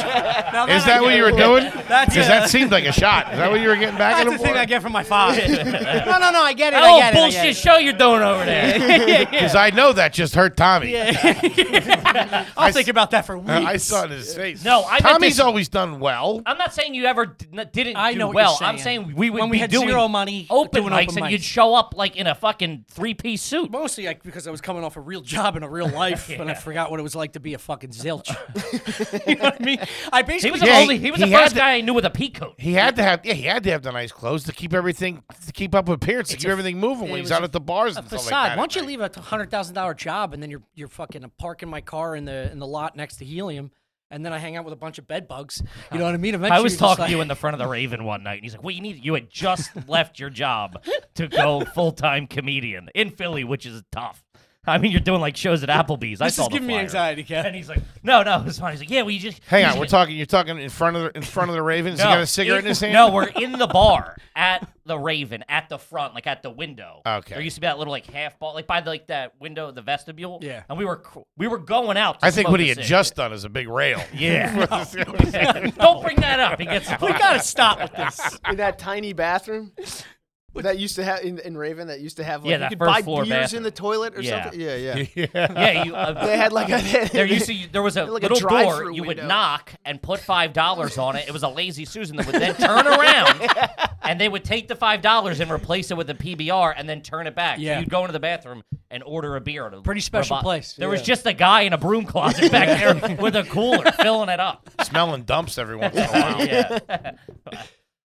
Speaker 4: Now
Speaker 1: Is that
Speaker 4: I get
Speaker 1: what
Speaker 4: it.
Speaker 1: you were doing?
Speaker 4: That's
Speaker 1: Because
Speaker 4: it.
Speaker 1: that seemed like a shot. Is that what you were getting back at him
Speaker 4: That's the thing I
Speaker 1: for? Oh,
Speaker 4: get from my father. no, no, no. I get it. I
Speaker 2: That
Speaker 4: get
Speaker 2: old
Speaker 4: it, I
Speaker 2: bullshit
Speaker 4: get it.
Speaker 2: show you're doing over there. yeah, yeah.
Speaker 1: Because I know that just hurt Tommy.
Speaker 4: I'll think about that for weeks.
Speaker 1: I saw it in his face.
Speaker 2: No, I meant
Speaker 1: Tommy's
Speaker 2: this-
Speaker 1: always done well.
Speaker 2: I'm not saying you ever did, not- didn't
Speaker 4: I
Speaker 2: do
Speaker 4: know what
Speaker 2: well.
Speaker 4: you're
Speaker 2: I'm
Speaker 4: saying.
Speaker 2: saying we would
Speaker 4: When we
Speaker 2: be
Speaker 4: had
Speaker 2: doing
Speaker 4: zero money,
Speaker 2: open
Speaker 4: doing
Speaker 2: mics,
Speaker 4: open
Speaker 2: and you'd
Speaker 4: mics.
Speaker 2: show up like in a fucking three piece suit.
Speaker 4: Mostly like, because I was coming off a real job in a real life, and I forgot what it was like to be a fucking zilch. you know what I mean? I
Speaker 2: He
Speaker 4: basically
Speaker 2: was the
Speaker 1: Yeah,
Speaker 2: only. He was the
Speaker 1: he had
Speaker 2: first
Speaker 1: the-
Speaker 2: guy I knew with a pea coat.
Speaker 1: He had to have yeah, he had to have the nice clothes to keep everything to keep up with appearance, to keep
Speaker 4: a-
Speaker 1: everything moving
Speaker 4: it
Speaker 1: when he's
Speaker 4: was
Speaker 1: out
Speaker 4: a-
Speaker 1: at the bars
Speaker 4: a
Speaker 1: and stuff
Speaker 4: facade.
Speaker 1: like that. at
Speaker 4: Why don't you
Speaker 1: night.
Speaker 4: leave a hundred thousand dollar job and then you're you're fucking parking my car in the in the lot next to helium, and then I hang out with a bunch of bed bugs. You know what I mean? Eventually,
Speaker 2: I was
Speaker 4: you're just
Speaker 2: talking
Speaker 4: like-
Speaker 2: to you in the front of the Raven one night, and he's like, "Well, you need you had just left your job to go full time comedian in Philly, which is tough. I mean, you're doing like shows at Applebee's. I
Speaker 4: This
Speaker 2: saw
Speaker 4: is
Speaker 2: the
Speaker 4: giving me
Speaker 2: flyer.
Speaker 4: anxiety, Kev.
Speaker 2: And he's like, "No, no, it's fine." He's like, "Yeah, well, you just
Speaker 1: Hang
Speaker 2: you
Speaker 1: on,
Speaker 2: just-
Speaker 1: we're talking. You're talking in front of the in front of the Ravens.
Speaker 2: No,
Speaker 1: he got a cigarette in
Speaker 2: it-
Speaker 1: his hand.
Speaker 2: No, we're in the bar at the Raven, at the front, like at the window.
Speaker 1: Okay.
Speaker 2: There used to be that little like half ball, like by the, like that window, of the vestibule.
Speaker 4: Yeah.
Speaker 2: And we were cr- we were going out. To
Speaker 1: I think
Speaker 2: smoke
Speaker 1: what
Speaker 2: a
Speaker 1: he had
Speaker 2: cig.
Speaker 1: just done is a big rail.
Speaker 2: Yeah. Don't bring that up. He gets.
Speaker 4: We gotta stop with this.
Speaker 5: in that tiny bathroom that used to have in, in Raven that used to have like
Speaker 2: Yeah,
Speaker 5: you
Speaker 2: that
Speaker 5: could
Speaker 2: first
Speaker 5: buy
Speaker 2: floor
Speaker 5: beers in
Speaker 2: bathroom.
Speaker 5: the toilet or
Speaker 2: Yeah.
Speaker 5: something. Yeah, yeah.
Speaker 2: Yeah. You, uh,
Speaker 5: They had like a
Speaker 2: There used to there was a
Speaker 5: Like a
Speaker 2: little door
Speaker 5: drive-through
Speaker 2: you would
Speaker 5: window.
Speaker 2: knock and put five dollars on it. It was a lazy Susan that would then turn around and they would take the five dollars and replace it with a PBR and then turn it back. So
Speaker 4: Yeah.
Speaker 2: you'd go into the bathroom and order a beer. At a
Speaker 4: Pretty special
Speaker 2: revi-
Speaker 4: place,
Speaker 2: There was just a guy in a broom closet back there with a cooler filling it up.
Speaker 1: Smelling dumps every once in a while.
Speaker 2: Yeah.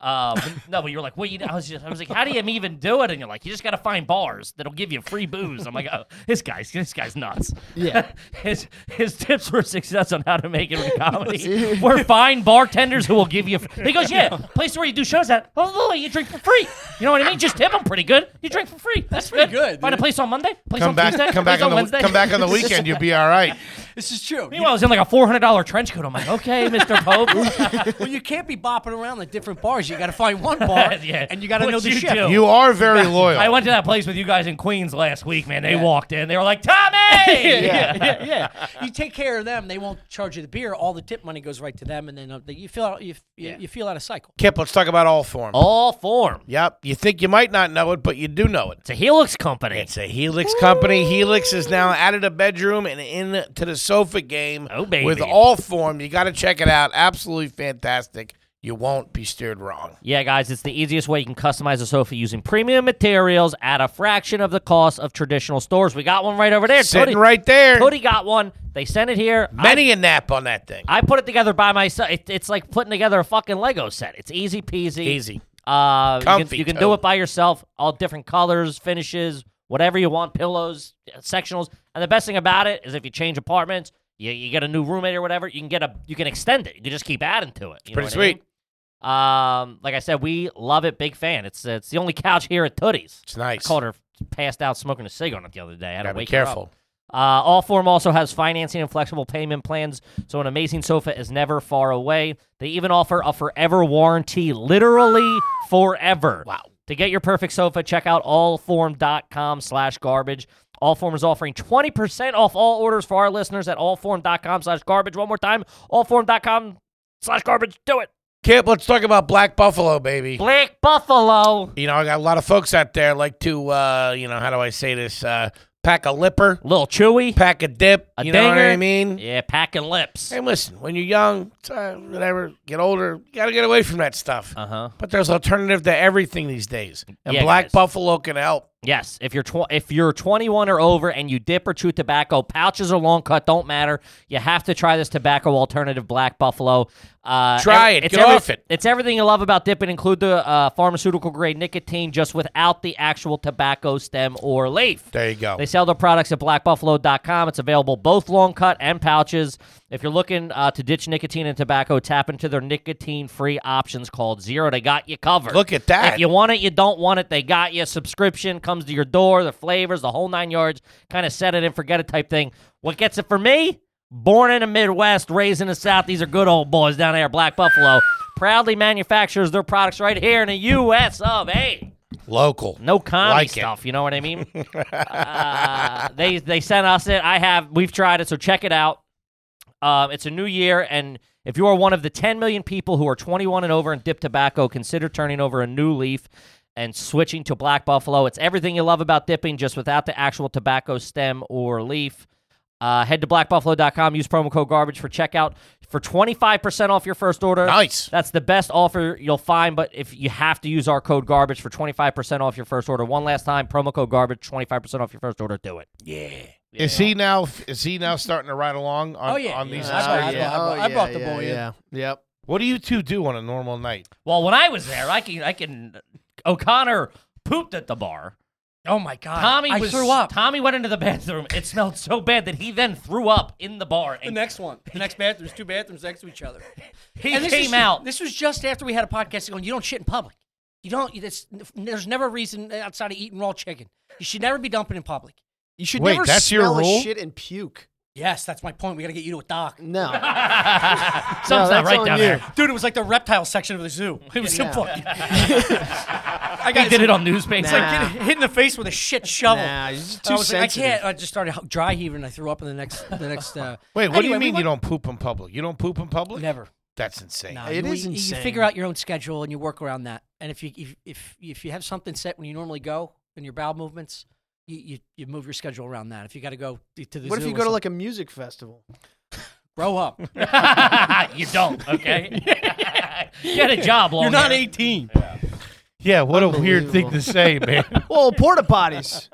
Speaker 2: Um, no, but you were like, what? You, I was just, I was like, how do you even do it? And you're like, you just gotta find bars that'll give you free booze. I'm like, oh, this guy's this guy's nuts.
Speaker 5: Yeah.
Speaker 2: his his tips for success on how to make it with comedy were find bartenders who will give you. Fr- he goes, yeah, place where you do shows at. Oh, Louis, you drink for free. You know what I mean? Just tip them pretty good. You drink for free. That's
Speaker 4: pretty
Speaker 2: good.
Speaker 4: good,
Speaker 2: Find a
Speaker 4: dude.
Speaker 2: place on Monday. Place
Speaker 1: Come
Speaker 2: on
Speaker 1: back,
Speaker 2: Tuesday.
Speaker 1: come
Speaker 2: place
Speaker 1: back on the
Speaker 2: Wednesday.
Speaker 1: come back on the weekend. You'll be all right.
Speaker 4: This is true. You,
Speaker 2: Meanwhile, I was in like a four hundred dollar trench coat. I'm like, okay, Mr. Pope.
Speaker 4: well, you can't be bopping around the different bars. You gotta find one bar,
Speaker 2: Yeah.
Speaker 4: and you gotta
Speaker 2: What
Speaker 4: know the
Speaker 2: you
Speaker 4: ship.
Speaker 2: do.
Speaker 1: You are very loyal.
Speaker 2: I went to that place with you guys in Queens last week, man. They walked in. They were like, Tommy! Hey!
Speaker 4: yeah, yeah, yeah. You take care of them; they won't charge you the beer. All the tip money goes right to them, and then uh, they- you feel out, you, f- you, you feel out of cycle.
Speaker 1: Kip, let's talk about all form.
Speaker 2: All form.
Speaker 1: Yep. You think you might not know it, but you do know it.
Speaker 2: It's a Helix company.
Speaker 1: It's a Helix company. Helix is now out of the bedroom and into the sofa game
Speaker 2: Oh, baby.
Speaker 1: with all form. You got to check it out. Absolutely fantastic. You won't be steered wrong.
Speaker 2: Yeah, guys, it's the easiest way you can customize a sofa using premium materials at a fraction of the cost of traditional stores. We got one right over there.
Speaker 1: Sitting
Speaker 2: Tony,
Speaker 1: right there.
Speaker 2: Tony got one. They sent it here.
Speaker 1: Many a nap on that thing.
Speaker 2: I, I put it together by myself. It, it's like putting together a fucking Lego set. It's easy peasy.
Speaker 1: Easy.
Speaker 2: Uh, you can-
Speaker 1: Comfy,
Speaker 2: you can,
Speaker 1: too.
Speaker 2: do it by yourself. All different colors, finishes, whatever you want. Pillows, uh, sectionals, and the best thing about it is if you change apartments, you, you get a new roommate or whatever. You can get a you can extend it. You can just keep adding to it. You know
Speaker 1: Pretty
Speaker 2: what I mean?
Speaker 1: sweet.
Speaker 2: Um, like I said, we love it. Big fan. It's it's the only couch here at Tootie's.
Speaker 1: It's nice.
Speaker 2: I called her passed out smoking a cig on it the other day. I had
Speaker 1: Gotta
Speaker 2: to
Speaker 1: be
Speaker 2: wake her up.
Speaker 1: careful.
Speaker 2: Uh, Allform also has financing and flexible payment plans, so an amazing sofa is never far away. They even offer a forever warranty, literally forever. Wow. To get your perfect sofa, check out allform.com slash garbage. Allform is offering 20% off all orders for our listeners at allform.com slash garbage. One more time, allform.com slash garbage. Do it.
Speaker 1: Kip, let's talk about Black Buffalo, baby.
Speaker 2: Black Buffalo.
Speaker 1: You know, I got a lot of folks out there like to, uh, you know, how do I say this? Uh, pack a lipper,
Speaker 2: Little chewy.
Speaker 1: pack a dip.
Speaker 2: A
Speaker 1: you know what
Speaker 2: dinger.
Speaker 1: I mean?
Speaker 2: Yeah, packing lips.
Speaker 1: Hey, listen, when you're young, it's, uh, whatever, get older, you got to get away from that stuff.
Speaker 2: Uh-huh.
Speaker 1: But there's alternative to everything these days, and
Speaker 2: Yeah,
Speaker 1: Black
Speaker 2: guys.
Speaker 1: Buffalo can help.
Speaker 2: Yes, if you're tw- if you're 21 or over and you dip or chew tobacco, pouches or long cut don't matter. You have to try this tobacco alternative, Black Buffalo. Uh,
Speaker 1: Try
Speaker 2: ev-
Speaker 1: it. Get off it.
Speaker 2: It's everything you love about dipping, include the uh, pharmaceutical grade nicotine, just without the actual tobacco stem or leaf.
Speaker 1: There you go.
Speaker 2: They sell their products at blackbuffalo.com. It's available both long cut and pouches. If you're looking uh, to ditch nicotine and tobacco, tap into their nicotine free options called Zero. They got you covered.
Speaker 1: Look at that.
Speaker 2: If you want it, you don't want it, they got you. Subscription comes to your door, the flavors, the whole nine yards, kind of set it and forget it type thing. What gets it for me? Born in the Midwest, raised in the South. These are good old boys down there, Black Buffalo. Proudly manufactures their products right here in the U.S. of A.
Speaker 1: Local.
Speaker 2: No comedy
Speaker 1: Like it.
Speaker 2: stuff. You know what I mean? uh, they they sent us it. I have. We've tried it. So check it out. Um, it's a new year, and if you are one of the 10 million people who are 21 and over and dip tobacco, consider turning over a new leaf and switching to Black Buffalo. It's everything you love about dipping, just without the actual tobacco stem or leaf. Uh, head to blackbuffalo.com. Use promo code garbage for checkout for 25% off your first order.
Speaker 1: Nice.
Speaker 2: That's the best offer you'll find, but if you have to use our code garbage for 25% off your first order. One last time, promo code garbage, 25% off your first order. Do it.
Speaker 1: Is he now? Is he now starting to ride along on,
Speaker 4: Oh, yeah,
Speaker 1: on
Speaker 4: yeah.
Speaker 1: these?
Speaker 4: I
Speaker 1: hours?
Speaker 4: brought- I brought- I brought- I brought the
Speaker 5: yeah,
Speaker 4: boy in.
Speaker 5: yeah. Yep.
Speaker 1: What do you two do on a normal night?
Speaker 2: Well, when I was there, I can I can O'Connor pooped at the bar.
Speaker 4: Oh my god!
Speaker 2: Tommy
Speaker 4: I
Speaker 2: was
Speaker 4: threw up.
Speaker 2: Tommy went into the bathroom. It smelled so bad that he then threw up in the bar.
Speaker 4: the
Speaker 2: And
Speaker 4: next one, the next bathroom, there's two bathrooms next to each other.
Speaker 2: he
Speaker 4: And this
Speaker 2: came
Speaker 4: is-
Speaker 2: out.
Speaker 4: This was just after we had a podcast going. You don't shit in public. You don't. It's, there's never a reason outside of eating raw chicken. You should never be dumping in public.
Speaker 5: You should
Speaker 1: Wait,
Speaker 5: never
Speaker 1: that's your
Speaker 5: smell a
Speaker 1: rule?
Speaker 5: shit and puke.
Speaker 4: Yes, that's my point. We got to get you to a doc.
Speaker 5: No.
Speaker 2: Something's not
Speaker 5: that's
Speaker 2: right
Speaker 5: on
Speaker 2: down
Speaker 5: you.
Speaker 2: there.
Speaker 4: Dude, it was like the reptile section of the zoo. It was
Speaker 5: Yeah.
Speaker 4: so fucking. I
Speaker 2: He did it on newspaper.
Speaker 4: It's like getting hit in the face with a shit shovel.
Speaker 5: Nah, it's
Speaker 4: I
Speaker 5: too
Speaker 4: was like, I
Speaker 5: sensitive.
Speaker 4: can't. I just started h- dry heaving. and I threw up in the next. The next. Uh,
Speaker 1: Wait, what do you
Speaker 4: Anyway, we
Speaker 1: mean you don't
Speaker 4: went-
Speaker 1: poop in public? You don't poop in public?
Speaker 4: Never.
Speaker 1: That's insane.
Speaker 4: No,
Speaker 5: It
Speaker 4: you,
Speaker 5: is
Speaker 4: you- You
Speaker 5: insane.
Speaker 4: figure out your own schedule and you work around that. And if you if if, if you have something set when you normally go in your bowel movements, you you, you move your schedule around that. If you got to go t- to the
Speaker 5: What if
Speaker 4: zoo
Speaker 5: you
Speaker 4: or
Speaker 5: go to
Speaker 4: something,
Speaker 5: like a music festival?
Speaker 4: grow up?
Speaker 2: you don't, okay? Get a job, long
Speaker 4: You're not
Speaker 2: hair.
Speaker 4: 18.
Speaker 1: Yeah, what a weird thing to say, man.
Speaker 5: Well, porta potties.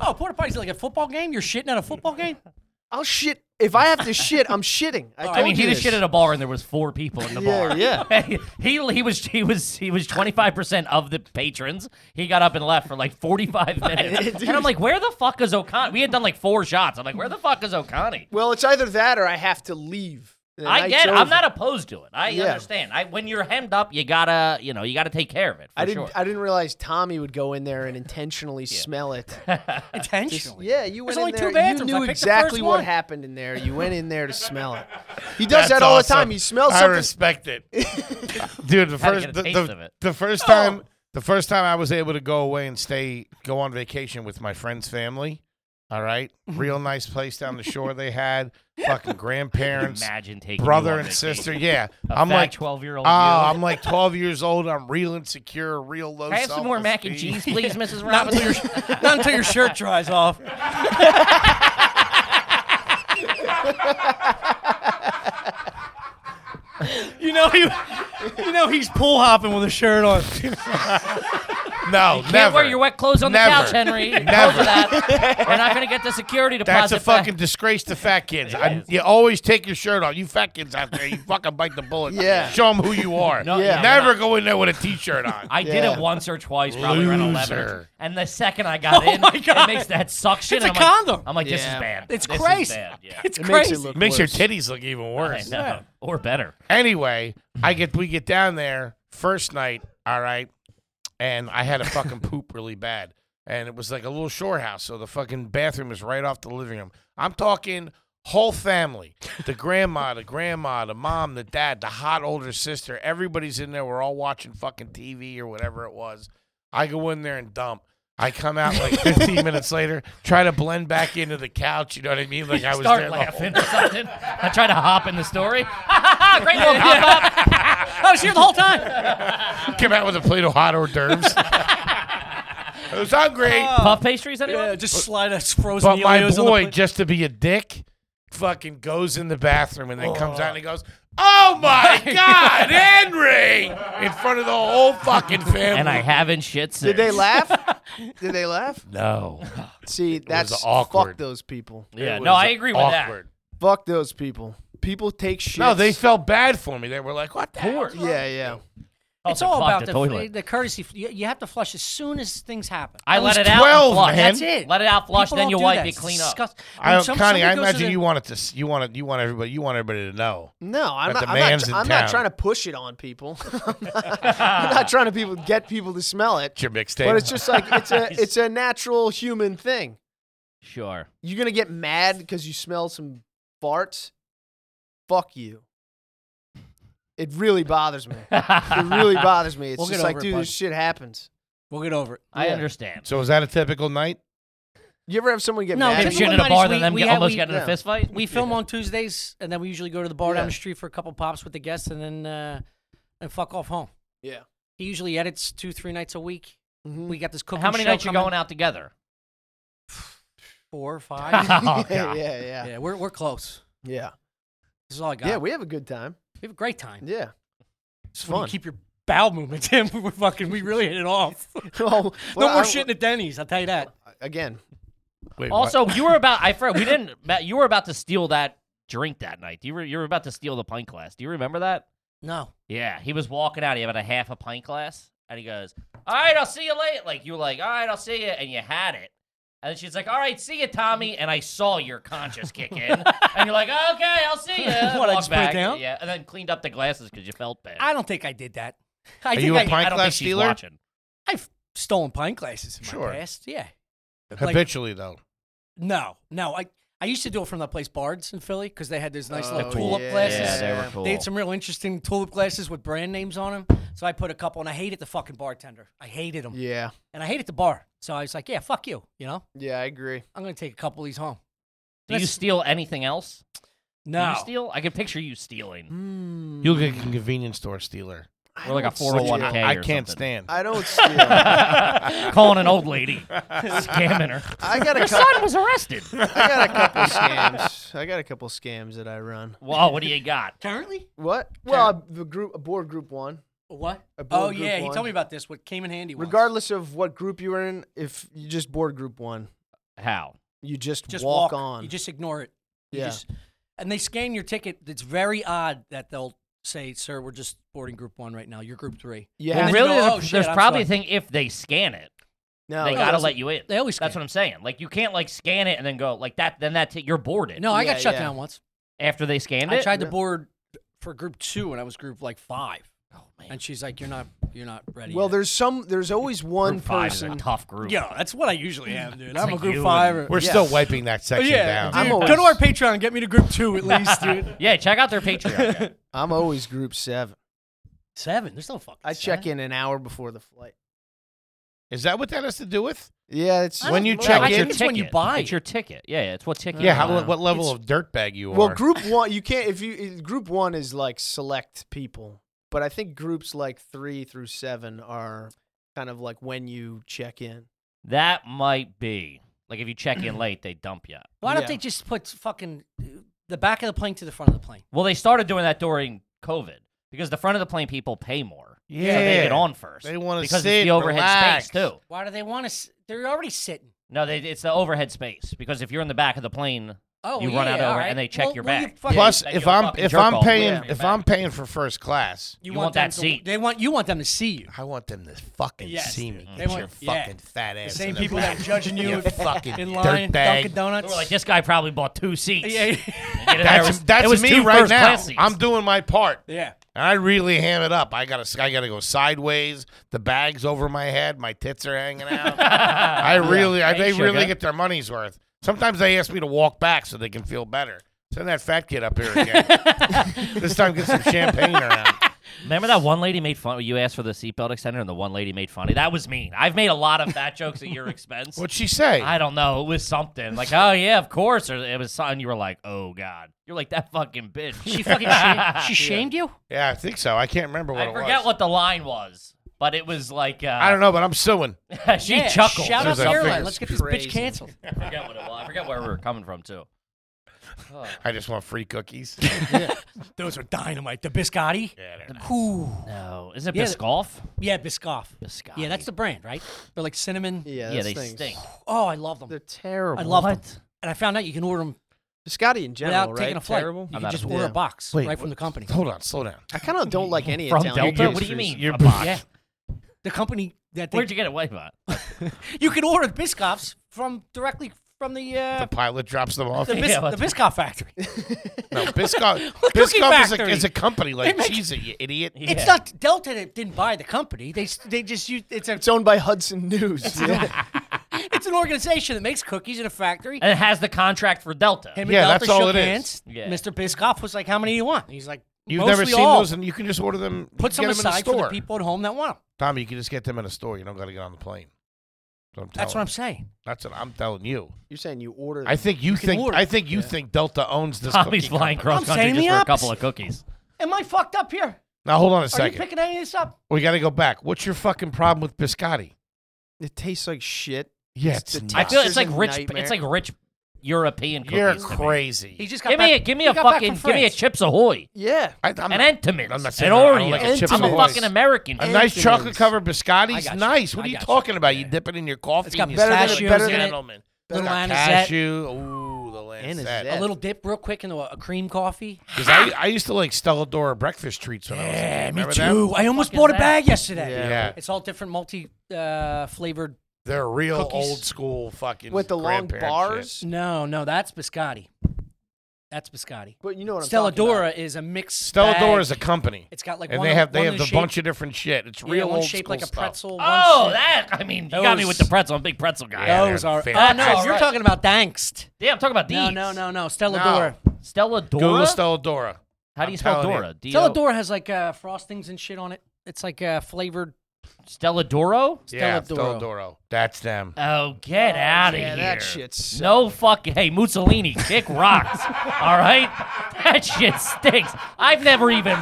Speaker 4: Oh, porta potties like a football game. You're shitting at a football game.
Speaker 5: I'll shit. If I have to shit, I'm shitting. I, told
Speaker 2: I mean,
Speaker 5: you
Speaker 2: he just
Speaker 5: this.
Speaker 2: shit at a bar, and there was four people in the
Speaker 5: Yeah,
Speaker 2: bar.
Speaker 5: yeah.
Speaker 2: he he was he was he was twenty five percent of the patrons. He got up and left for like forty five minutes, and I'm like, where the fuck is O'Connor? We had done like four shots. I'm like, where the fuck is O'Connor?
Speaker 5: Well, it's either that or I have to leave. The
Speaker 2: I
Speaker 5: night's
Speaker 2: get. it.
Speaker 5: over.
Speaker 2: I'm not opposed to it. I
Speaker 5: Yeah.
Speaker 2: understand. I when you're hemmed up, you gotta you know you gotta take care of it. For
Speaker 5: I didn't.
Speaker 2: Sure.
Speaker 5: I didn't realize Tommy would go in there and intentionally smell it.
Speaker 4: Intentionally.
Speaker 5: Yeah, you went
Speaker 4: There's only
Speaker 5: in
Speaker 4: two
Speaker 5: there.
Speaker 4: bathrooms. I
Speaker 5: You
Speaker 4: picked
Speaker 5: knew
Speaker 4: the
Speaker 5: exactly
Speaker 4: first
Speaker 5: what
Speaker 4: one.
Speaker 5: happened in there. You went in there to smell it. He
Speaker 1: That's
Speaker 5: does that all
Speaker 1: awesome.
Speaker 5: the time. He smells
Speaker 1: I
Speaker 5: something.
Speaker 1: respect it, dude. The
Speaker 2: Had to
Speaker 1: first,
Speaker 2: get a
Speaker 1: the,
Speaker 2: taste
Speaker 1: the-
Speaker 2: of it.
Speaker 1: the first time, the first time I was able to go away and stay, go on vacation with my friend's family, All right.
Speaker 5: Mm-hmm.
Speaker 1: Real nice place down the shore they had. Fucking grandparents,
Speaker 2: Imagine taking you
Speaker 1: brother
Speaker 2: on
Speaker 1: and
Speaker 2: vacation.
Speaker 1: sister. Yeah.
Speaker 2: A
Speaker 1: I'm
Speaker 2: fat
Speaker 1: like, oh,
Speaker 2: 12 year old.
Speaker 1: I'm like 12 years old. I'm real insecure, real low.
Speaker 2: Can I have some more mac and
Speaker 1: self-esteem.
Speaker 2: cheese, please, Mrs.
Speaker 4: Not until,
Speaker 2: Robinson?
Speaker 4: your, not until your shirt dries off. you know he, you know he's pool hopping with a shirt on.
Speaker 1: No,
Speaker 2: Can't
Speaker 1: never.
Speaker 2: wear your wet clothes on
Speaker 1: Never.
Speaker 2: the couch, Henry. Never.
Speaker 1: Never.
Speaker 2: That. We're not going to get the security deposit.
Speaker 1: That's a
Speaker 2: back.
Speaker 1: fucking disgrace to fat kids. I, you always take your shirt off. You fat kids out there, you fucking bite the bullet.
Speaker 5: Yeah.
Speaker 1: Show them who you are.
Speaker 2: No,
Speaker 5: Yeah.
Speaker 1: Never go in there with a t-shirt on.
Speaker 2: I did
Speaker 5: Yeah.
Speaker 2: it once or twice, probably around eleven.
Speaker 1: Loser.
Speaker 2: And the second I got
Speaker 4: Oh
Speaker 2: in,
Speaker 4: my
Speaker 2: it
Speaker 4: God.
Speaker 2: makes that suction.
Speaker 4: It's
Speaker 2: and
Speaker 4: a
Speaker 2: I'm like-
Speaker 4: condom.
Speaker 2: I'm like, this is
Speaker 5: Yeah.
Speaker 2: bad.
Speaker 4: It's
Speaker 2: This is
Speaker 4: crazy.
Speaker 2: bad, Yeah.
Speaker 4: It's
Speaker 5: It
Speaker 4: crazy.
Speaker 5: makes it look
Speaker 1: Makes your
Speaker 5: worse.
Speaker 1: titties look even
Speaker 2: I
Speaker 1: worse.
Speaker 2: know. Or better.
Speaker 1: Anyway, I
Speaker 2: Mm-hmm.
Speaker 1: get we get down there first night, all right, and I had a fucking poop really bad, and it was like a little shore house, so the fucking bathroom is right off the living room. I'm talking whole family, the grandma, the grandma, the mom, the dad, the hot older sister, everybody's in there. We're all watching fucking TV or whatever it was. I go in there and dump. I come out like 15 minutes later, try to blend back into the couch. You know what I mean? Like I was there
Speaker 2: Start
Speaker 1: the whole
Speaker 2: laughing or something. I try to hop in the story. Great little hop up.
Speaker 4: I was here the whole time.
Speaker 1: Came out with a plate of hot hors d'oeuvres. I was hungry,
Speaker 2: Puff pastries, anyone?
Speaker 4: Yeah, just slide us frozen
Speaker 1: but my
Speaker 4: Oreos on the
Speaker 1: boy,
Speaker 4: plate.
Speaker 1: just to be a dick, fucking goes in the bathroom and then comes out and he goes, "Oh my god, Henry!" in front of the whole fucking family.
Speaker 2: And I haven't shit since.
Speaker 5: Did they laugh? Did they laugh?
Speaker 1: no.
Speaker 5: See, that's
Speaker 1: awkward.
Speaker 5: Fuck those people.
Speaker 2: Yeah,
Speaker 1: It
Speaker 2: no,
Speaker 1: was
Speaker 2: I agree with
Speaker 1: awkward.
Speaker 5: Fuck those people. People take shit.
Speaker 1: No, they felt bad for me. They were like, "What the hell?"
Speaker 5: Yeah, yeah.
Speaker 2: that.
Speaker 4: It's
Speaker 2: Also
Speaker 4: all
Speaker 2: clogged
Speaker 4: about
Speaker 2: the
Speaker 4: the,
Speaker 2: toilet.
Speaker 4: the courtesy. You, you have to flush as soon as things happen.
Speaker 2: I
Speaker 4: That
Speaker 2: let
Speaker 4: was
Speaker 2: it out.
Speaker 1: 12,
Speaker 2: and flush.
Speaker 1: man.
Speaker 4: That's it.
Speaker 2: Let it out, flush,
Speaker 4: People
Speaker 2: then
Speaker 4: don't
Speaker 2: you
Speaker 4: do
Speaker 2: wipe,
Speaker 4: that.
Speaker 2: you
Speaker 4: It's
Speaker 2: clean up.
Speaker 4: disgust-
Speaker 1: I
Speaker 4: When
Speaker 1: don't,
Speaker 4: some-
Speaker 1: Connie,
Speaker 4: somebody
Speaker 1: I
Speaker 4: goes to
Speaker 1: imagine
Speaker 4: the-
Speaker 1: you wanted to. s- You wanted. You want everybody. You want everybody to know.
Speaker 5: No, I'm
Speaker 1: But
Speaker 5: not.
Speaker 1: the
Speaker 5: I'm, not,
Speaker 1: man's
Speaker 5: tr-
Speaker 1: in
Speaker 5: I'm not
Speaker 1: town.
Speaker 5: trying to push it on people. I'm not, I'm not trying to people get people to smell it.
Speaker 1: It's your mixtape.
Speaker 5: But it's just like it's a it's a natural human thing.
Speaker 2: Sure.
Speaker 5: You're gonna get mad because you smell some farts. Fuck you. It really bothers me. It really bothers me. It's
Speaker 4: We'll get
Speaker 5: just like,
Speaker 4: over it,
Speaker 5: dude, this
Speaker 4: bud.
Speaker 5: shit happens.
Speaker 4: We'll get over it.
Speaker 2: I
Speaker 5: Yeah.
Speaker 2: understand.
Speaker 1: so. Is that a typical night?
Speaker 5: You ever have someone get
Speaker 4: No,
Speaker 5: mad?
Speaker 4: just
Speaker 5: at you?
Speaker 2: Dipshit at
Speaker 4: one
Speaker 2: a
Speaker 4: night
Speaker 2: bar,
Speaker 4: is
Speaker 2: then
Speaker 4: we-
Speaker 2: them
Speaker 4: we
Speaker 2: get-
Speaker 4: had-
Speaker 2: almost
Speaker 4: we-
Speaker 2: got in a
Speaker 5: yeah.
Speaker 2: fist fight.
Speaker 4: We film on Tuesdays, and then we usually go to the bar down
Speaker 5: Yeah.
Speaker 4: the street for a couple pops with the guests, and then uh, and fuck off home.
Speaker 5: Yeah.
Speaker 4: He usually edits two, three nights a week.
Speaker 5: Mhm.
Speaker 4: We got this cooking.
Speaker 2: How many
Speaker 4: show
Speaker 2: nights you
Speaker 4: coming.
Speaker 2: going out together?
Speaker 4: Four or five.
Speaker 2: Oh,
Speaker 5: yeah,
Speaker 2: God.
Speaker 5: yeah, yeah,
Speaker 4: yeah, we're we're close.
Speaker 5: yeah,
Speaker 4: This is all I got.
Speaker 5: yeah. We have a good time.
Speaker 4: we have a great time.
Speaker 5: Yeah, it's
Speaker 4: When you
Speaker 5: fun.
Speaker 4: keep your bowel movements in, we're fucking. We really hit it off.
Speaker 5: Well,
Speaker 4: no more
Speaker 5: I-
Speaker 4: shitting at Denny's. I'll tell you that.
Speaker 5: Again,
Speaker 1: Wait, what?
Speaker 2: Also, you were about I forgot we didn't Matt, you were about to steal that drink that night. You were you were about to steal the pint glass. Do you remember that?
Speaker 4: No.
Speaker 2: Yeah, he was walking out. He had about a half a pint glass, and he goes, "All right, I'll see you later." Like you were like, "All right, I'll see you," and you had it. And she's like, "All right, see you, Tommy." And I saw your conscience kick in, and you're like, "Okay, I'll see you."
Speaker 4: What, I just put it down?
Speaker 2: Yeah, and then cleaned up the glasses because you felt bad.
Speaker 4: I don't think I did that. I
Speaker 1: Are
Speaker 4: think
Speaker 1: you a
Speaker 4: I,
Speaker 1: pint
Speaker 2: I don't
Speaker 1: glass
Speaker 2: think she's
Speaker 1: stealer?
Speaker 2: watching.
Speaker 4: I've stolen pint glasses in my
Speaker 1: Sure.
Speaker 4: past. Yeah. like-
Speaker 1: habitually though.
Speaker 4: No, no. I, I used to do it from that place Bards in Philly because they had those nice little
Speaker 5: Oh,
Speaker 4: tulip
Speaker 5: yeah.
Speaker 4: glasses.
Speaker 5: Yeah, they
Speaker 2: cool.
Speaker 4: They had some real interesting tulip glasses with brand names on them. So I put a couple, and I hated the fucking bartender. I hated him,
Speaker 5: yeah,
Speaker 4: and I hated the bar. So I was like, "Yeah, fuck you." You know,
Speaker 5: yeah, I agree.
Speaker 4: I'm gonna take a couple of these home.
Speaker 2: Do you
Speaker 4: That's-
Speaker 2: steal anything else? Do
Speaker 4: No,
Speaker 2: you steal? I can picture you stealing.
Speaker 5: Mm,
Speaker 1: You'll get a convenience store stealer.
Speaker 5: I
Speaker 2: Or like a
Speaker 5: don't steal.
Speaker 2: 401k.
Speaker 1: I, I
Speaker 2: or
Speaker 1: can't
Speaker 2: something.
Speaker 1: stand.
Speaker 5: I don't steal.
Speaker 2: Calling an old lady, scamming her.
Speaker 5: I got a
Speaker 2: Your
Speaker 5: couple.
Speaker 2: son was arrested.
Speaker 5: I got a couple scams. I got a couple scams that I run.
Speaker 2: Wow, what do you got?
Speaker 4: currently
Speaker 5: What? Well, the group, a board group one.
Speaker 4: what?
Speaker 5: A board
Speaker 4: Oh
Speaker 5: group
Speaker 4: yeah, he
Speaker 5: one.
Speaker 4: told me about this. What came in handy. once.
Speaker 5: Regardless of what group you were in, if you just board group one,
Speaker 2: How?
Speaker 5: you just,
Speaker 4: just
Speaker 5: walk, on.
Speaker 4: You just ignore it. You
Speaker 5: Yeah.
Speaker 4: just- and they scan your ticket. It's very odd that they'll say, "Sir, we're just boarding group one right now. You're group three.
Speaker 5: You
Speaker 4: And
Speaker 2: Well,
Speaker 5: have
Speaker 4: then
Speaker 2: really,
Speaker 4: you go,
Speaker 2: there's,
Speaker 4: "Oh, shit,
Speaker 2: there's
Speaker 4: I'm
Speaker 2: probably a
Speaker 4: sorry."
Speaker 2: thing if they scan it,
Speaker 5: no,
Speaker 2: they
Speaker 5: it
Speaker 2: gotta
Speaker 5: doesn't-
Speaker 2: let you in.
Speaker 4: They always
Speaker 2: That's what
Speaker 4: scan.
Speaker 2: I'm saying. Like you can't like scan it and then go like that. Then that t- you're boarded.
Speaker 4: No, I
Speaker 5: Yeah,
Speaker 4: got shut
Speaker 5: yeah.
Speaker 4: down once.
Speaker 2: after they scanned
Speaker 4: I
Speaker 2: it.
Speaker 4: tried to
Speaker 5: Yeah.
Speaker 4: board for group two, and I was group like five.
Speaker 2: oh man,
Speaker 4: And she's like, "You're not, you're not ready."
Speaker 5: Well,
Speaker 4: yet."
Speaker 5: there's some. There's always one
Speaker 2: group five is a
Speaker 5: person.
Speaker 2: tough group.
Speaker 4: yeah, that's what I usually am, dude. I'm
Speaker 2: like
Speaker 4: a group
Speaker 2: you
Speaker 4: five.
Speaker 2: and-
Speaker 4: Or,
Speaker 1: We're
Speaker 5: Yeah.
Speaker 1: still wiping that section
Speaker 4: Oh, yeah,
Speaker 1: down.
Speaker 5: I'm
Speaker 4: dude,
Speaker 5: always-
Speaker 4: go to our Patreon. and Get me to group two at least, dude.
Speaker 2: Yeah, check out their Patreon. guys.
Speaker 5: I'm always group seven.
Speaker 4: Seven. There's no fucking.
Speaker 5: I check in an hour before the flight.
Speaker 1: Is that what that has to do with?
Speaker 5: Yeah, it's
Speaker 1: When you
Speaker 5: well,
Speaker 1: check
Speaker 2: That's
Speaker 1: in-
Speaker 2: your
Speaker 4: It's
Speaker 2: ticket.
Speaker 4: when you buy
Speaker 2: It's
Speaker 4: it.
Speaker 2: your ticket. Yeah, yeah, it's what ticket.
Speaker 1: yeah,
Speaker 2: you
Speaker 1: how,
Speaker 2: buy.
Speaker 1: what level of dirtbag you
Speaker 5: Well,
Speaker 1: are?
Speaker 5: group one, you can't if you group one is like select people, but I think groups like three through seven are kind of like when you check in.
Speaker 2: That might be like if you check in late, they dump you.
Speaker 4: Why don't
Speaker 5: Yeah.
Speaker 4: they just put fucking the back of the plane to the front of the plane?
Speaker 2: Well, they started doing that during COVID because the front of the plane people pay more, so they
Speaker 1: Yeah.
Speaker 2: get on first.
Speaker 1: They wanna
Speaker 2: because
Speaker 1: sit,
Speaker 2: it's the overhead
Speaker 1: relax.
Speaker 2: space too.
Speaker 4: Why do they want to? They're already sitting.
Speaker 2: No, they, it's the overhead space because if you're in the back of the plane,
Speaker 4: Oh,
Speaker 2: you
Speaker 4: yeah,
Speaker 2: run out
Speaker 4: all
Speaker 2: over
Speaker 4: right.
Speaker 2: and they check
Speaker 4: Well,
Speaker 2: your
Speaker 4: will you
Speaker 2: back.
Speaker 4: fucking-
Speaker 1: Plus,
Speaker 2: Yeah,
Speaker 1: if
Speaker 2: you're a
Speaker 1: I'm
Speaker 2: fucking
Speaker 1: if
Speaker 2: jerk
Speaker 1: I'm
Speaker 2: off.
Speaker 1: paying
Speaker 5: Yeah.
Speaker 1: if I'm paying for first class,
Speaker 2: you want
Speaker 4: them
Speaker 2: that
Speaker 4: to-
Speaker 2: seat.
Speaker 4: They want you want them to see you.
Speaker 1: I want them to fucking
Speaker 4: Yes,
Speaker 1: see me.
Speaker 4: they
Speaker 1: Get
Speaker 4: want-
Speaker 1: your
Speaker 4: yeah.
Speaker 1: fucking fat ass.
Speaker 4: same
Speaker 1: in the
Speaker 4: people that
Speaker 1: back,
Speaker 4: are judging you
Speaker 1: you fucking
Speaker 4: in line, Dunkin'
Speaker 1: dirtbag.
Speaker 4: Donuts.
Speaker 2: They were like, this guy probably bought two seats.
Speaker 4: yeah,
Speaker 2: And it-
Speaker 1: That's
Speaker 2: it was,
Speaker 1: that's
Speaker 2: it was
Speaker 1: me
Speaker 2: two
Speaker 1: right
Speaker 2: first
Speaker 1: now.
Speaker 2: class seats.
Speaker 1: I'm doing my part.
Speaker 4: yeah.
Speaker 1: And I really ham it up. I gotta I gotta go sideways. The bag's over my head. My tits are hanging out. I really I, they
Speaker 2: Hey,
Speaker 1: really
Speaker 2: sugar.
Speaker 1: get their money's worth. Sometimes they ask me to walk back so they can feel better. Send that fat kid up here again. this time get some champagne around.
Speaker 2: Remember that one lady made fun. You asked for the seatbelt extender, and the one lady made funny. That was mean. I've made a lot of fat jokes at your expense.
Speaker 1: What'd she say?
Speaker 2: I don't know. It was something like, oh yeah, of course. Or it was something you were like, oh god. You're like that fucking bitch.
Speaker 4: She fucking shamed, she shamed you.
Speaker 1: yeah, I think so. I can't remember what
Speaker 2: I
Speaker 1: it
Speaker 2: forget
Speaker 1: was.
Speaker 2: what the line was, but it was like uh,
Speaker 1: I don't know, but I'm suing.
Speaker 2: know. she
Speaker 4: Yeah,
Speaker 2: chuckled.
Speaker 4: Shout
Speaker 2: or
Speaker 1: There's
Speaker 4: out to
Speaker 1: a
Speaker 2: something.
Speaker 4: airline.
Speaker 1: figure.
Speaker 4: Let's get this
Speaker 5: Crazy.
Speaker 4: bitch canceled.
Speaker 2: I forget what it was. I forget where we were coming from too. Oh,
Speaker 1: I just want free cookies.
Speaker 4: Those are dynamite. The biscotti.
Speaker 1: Yeah, they're
Speaker 4: Ooh.
Speaker 2: No, is it
Speaker 4: Yeah,
Speaker 2: Biscoff?
Speaker 4: Yeah, Biscoff.
Speaker 2: Biscotti.
Speaker 4: Yeah, that's the brand, right? They're like cinnamon.
Speaker 5: Yeah,
Speaker 2: yeah.
Speaker 5: those
Speaker 2: They
Speaker 5: things.
Speaker 2: stink.
Speaker 4: Oh, I love them.
Speaker 5: They're terrible.
Speaker 4: I love them. And I found out you can order them
Speaker 5: Scotty in general,
Speaker 4: without
Speaker 5: right?
Speaker 4: taking a flight.
Speaker 5: Terrible.
Speaker 4: You
Speaker 2: I'm out
Speaker 4: can just
Speaker 2: of-
Speaker 4: order
Speaker 5: Yeah.
Speaker 4: a box
Speaker 1: Wait,
Speaker 4: right from the company.
Speaker 1: Hold on, slow down.
Speaker 5: I kind of don't like any
Speaker 2: From
Speaker 5: Italian.
Speaker 2: Delta?
Speaker 5: food.
Speaker 2: What do you mean?
Speaker 1: You're-
Speaker 2: a box?
Speaker 4: Yeah. The company that they
Speaker 2: Where'd you get it? Wait, what?
Speaker 4: You can order Biscoffs from directly from the uh,
Speaker 1: The pilot drops them off.
Speaker 4: the, Bis-
Speaker 2: Yeah, what
Speaker 4: the Biscoff factory.
Speaker 1: No, Biscoff,
Speaker 4: Cookie
Speaker 1: Biscoff is, a,
Speaker 4: Factory.
Speaker 1: is a company like
Speaker 4: They make-
Speaker 1: cheese it, you idiot.
Speaker 2: Yeah.
Speaker 4: It's not Delta that didn't buy the company. They s- they just use it's a
Speaker 5: It's owned by Hudson News. Yeah.
Speaker 4: it's an organization that makes cookies in a factory.
Speaker 2: And it has the contract for Delta.
Speaker 4: Him
Speaker 1: Yeah,
Speaker 4: and Delta
Speaker 1: that's all
Speaker 4: shook
Speaker 1: it is.
Speaker 4: hands.
Speaker 2: Yeah.
Speaker 4: Mr. Biscoff was like, "How many do you want?" And he's like,
Speaker 1: You've
Speaker 4: "Mostly
Speaker 1: never seen
Speaker 4: all.
Speaker 1: those, and you can just order them.
Speaker 4: Put
Speaker 1: you
Speaker 4: some
Speaker 1: can get them in the
Speaker 4: aside for
Speaker 1: store.
Speaker 4: the people at home that want them.
Speaker 1: Tommy, you can just get them in a store. You don't got to get on the plane.
Speaker 4: That's what I'm saying.
Speaker 1: That's what I'm telling you.
Speaker 5: You're saying you order.
Speaker 1: I think you,
Speaker 4: can
Speaker 1: think.
Speaker 4: order.
Speaker 1: I think you think Delta owns this.
Speaker 2: Tommy's
Speaker 1: cookie
Speaker 2: flying
Speaker 1: company.
Speaker 2: cross country
Speaker 4: saying
Speaker 2: just
Speaker 4: the
Speaker 2: for a couple of
Speaker 4: opposite.
Speaker 2: cookies.
Speaker 4: Am I fucked up here?
Speaker 1: Now hold on a
Speaker 4: Are you
Speaker 1: second.
Speaker 4: picking any of this up?
Speaker 1: we got to go back. What's your fucking problem with biscotti?
Speaker 5: it tastes like shit.
Speaker 1: Yeah,
Speaker 5: It's
Speaker 1: it's
Speaker 5: the
Speaker 1: not.
Speaker 2: I feel it's
Speaker 5: Monsters
Speaker 2: like
Speaker 5: and
Speaker 2: rich.
Speaker 5: Nightmare.
Speaker 2: It's like rich European cookies.
Speaker 1: You're
Speaker 2: to me.
Speaker 4: He
Speaker 1: crazy.
Speaker 4: just got
Speaker 2: Give
Speaker 4: back,
Speaker 2: me a give me
Speaker 4: he
Speaker 2: a
Speaker 4: got back
Speaker 2: fucking
Speaker 4: from
Speaker 2: give me a
Speaker 4: France.
Speaker 2: Chips Ahoy,
Speaker 5: Yeah.
Speaker 1: I, I'm
Speaker 2: an
Speaker 1: not-
Speaker 2: Entenmann's,
Speaker 1: I'm not
Speaker 2: an
Speaker 1: saying I don't
Speaker 2: Oreo.
Speaker 1: like
Speaker 5: Entenmann's.
Speaker 1: a chips
Speaker 2: I'm a
Speaker 1: Ahoy.
Speaker 2: fucking American.
Speaker 1: A nice
Speaker 5: Entenmann's.
Speaker 1: chocolate covered biscotti
Speaker 4: I
Speaker 1: is
Speaker 4: got you.
Speaker 1: nice. What
Speaker 4: I
Speaker 1: are you
Speaker 4: got you.
Speaker 1: talking about? You
Speaker 4: Yeah.
Speaker 1: dip it in your coffee.
Speaker 4: It's got
Speaker 1: and you smash
Speaker 5: pistachios
Speaker 1: it better
Speaker 5: in
Speaker 1: than
Speaker 5: it,
Speaker 1: Gentleman.
Speaker 4: little
Speaker 1: Got
Speaker 4: anisette.
Speaker 1: cashew. Ooh, the anisette.
Speaker 5: Anisette.
Speaker 4: A little dip, real quick, into a, a cream coffee.
Speaker 1: 'Cause I, I used to like Stella Dora breakfast treats when I was a kid. Remember them?
Speaker 4: I almost
Speaker 2: Fucking
Speaker 4: bought a
Speaker 2: that.
Speaker 4: bag yesterday.
Speaker 5: Yeah.
Speaker 1: Yeah.
Speaker 4: It's all different, multi uh, flavored.
Speaker 1: They're real
Speaker 4: Cookies.
Speaker 1: old school fucking
Speaker 5: With the long
Speaker 1: grandparent
Speaker 5: bars.
Speaker 1: shit.
Speaker 4: No, no, that's biscotti. That's biscotti.
Speaker 5: But you know what I'm
Speaker 4: Stella
Speaker 5: talking about.
Speaker 4: Dora is a mixed.
Speaker 1: Stella Dora is a
Speaker 4: bag.
Speaker 1: company.
Speaker 4: It's got like
Speaker 1: and
Speaker 4: one
Speaker 1: they
Speaker 4: of-
Speaker 1: have they
Speaker 4: one
Speaker 1: have
Speaker 4: of
Speaker 1: a
Speaker 4: the
Speaker 1: bunch of different shit. It's
Speaker 4: yeah,
Speaker 1: real
Speaker 4: one
Speaker 1: old
Speaker 4: shaped
Speaker 1: school
Speaker 4: like a
Speaker 1: stuff.
Speaker 4: pretzel.
Speaker 2: Oh,
Speaker 4: one shaped-
Speaker 2: that I mean, you got me
Speaker 4: Those-
Speaker 2: with the pretzel. I'm a big pretzel guy.
Speaker 1: Yeah,
Speaker 4: those
Speaker 1: they're
Speaker 4: are.
Speaker 1: fantastic.
Speaker 4: Oh no, you're
Speaker 2: Right.
Speaker 4: talking about Dangst.
Speaker 2: Yeah, I'm talking about these.
Speaker 4: No, no, no, no. Stella
Speaker 1: No.
Speaker 4: Dora.
Speaker 2: Stella
Speaker 1: Google
Speaker 2: Dora.
Speaker 1: Stella Dora.
Speaker 2: How do
Speaker 1: I'm
Speaker 2: you spell
Speaker 1: telling you.
Speaker 2: Dora? D O-
Speaker 4: Stella Dora has like uh, frostings and shit on it. It's like uh, flavored.
Speaker 2: Stella Doro.
Speaker 1: yeah,
Speaker 4: Stella
Speaker 1: Stella
Speaker 4: Doro.
Speaker 1: Doro. That's them.
Speaker 2: Oh, get out of
Speaker 5: yeah,
Speaker 2: here.
Speaker 5: that shit's
Speaker 2: No fucking. Hey, Mussolini, kick rocks. all right? That shit stinks. I've never even.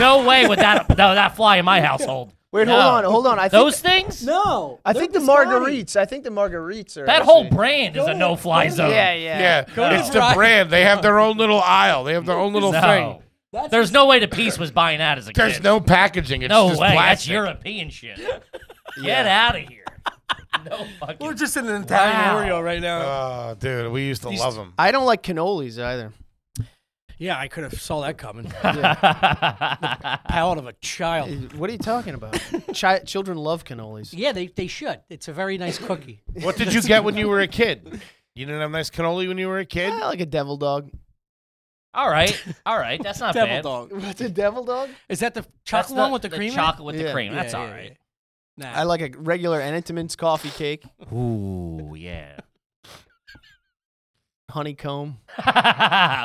Speaker 2: No way would that no, that fly in my household.
Speaker 5: Wait,
Speaker 2: No.
Speaker 5: hold on, hold on. I think
Speaker 2: Those things?
Speaker 4: No,
Speaker 5: I think the margaritas. I think the margaritas are
Speaker 2: That whole
Speaker 5: actually-
Speaker 2: brand is a no fly zone.
Speaker 1: Yeah,
Speaker 4: to
Speaker 1: it's the
Speaker 4: Verizon.
Speaker 1: brand. They have their own little aisle. They have their own little thing.
Speaker 2: No.
Speaker 4: That's
Speaker 2: There's no way the piece was buying that as a
Speaker 1: There's
Speaker 2: kid.
Speaker 1: no packaging. It's
Speaker 2: No way.
Speaker 1: just plastic.
Speaker 2: That's European shit. Get out of here. No fucking.
Speaker 4: We're just in an
Speaker 2: Italian
Speaker 4: Italian
Speaker 2: Wow.
Speaker 4: Oreo right now.
Speaker 1: Oh, dude, we used to love them.
Speaker 5: I don't like cannolis either.
Speaker 4: yeah, I could have saw that coming. Palate of a child.
Speaker 5: What are you talking about? Chi- children love cannolis.
Speaker 4: Yeah, they, they should. It's a very nice cookie.
Speaker 1: What did you get when you were a kid? You didn't have nice cannoli when you were a kid?
Speaker 5: Yeah, like a devil dog.
Speaker 2: all right. All right. That's not
Speaker 4: Devil
Speaker 2: bad.
Speaker 4: dog.
Speaker 5: What's a devil dog?
Speaker 4: Is that the
Speaker 2: That's
Speaker 4: chocolate one with the, cream? in it?
Speaker 2: Chocolate with the
Speaker 5: Yeah.
Speaker 2: cream.
Speaker 4: Yeah,
Speaker 2: That's
Speaker 4: yeah,
Speaker 2: all
Speaker 4: yeah.
Speaker 2: right.
Speaker 4: Nah.
Speaker 5: I like a regular Entenmann's coffee cake,
Speaker 2: Ooh, yeah.
Speaker 5: honeycomb.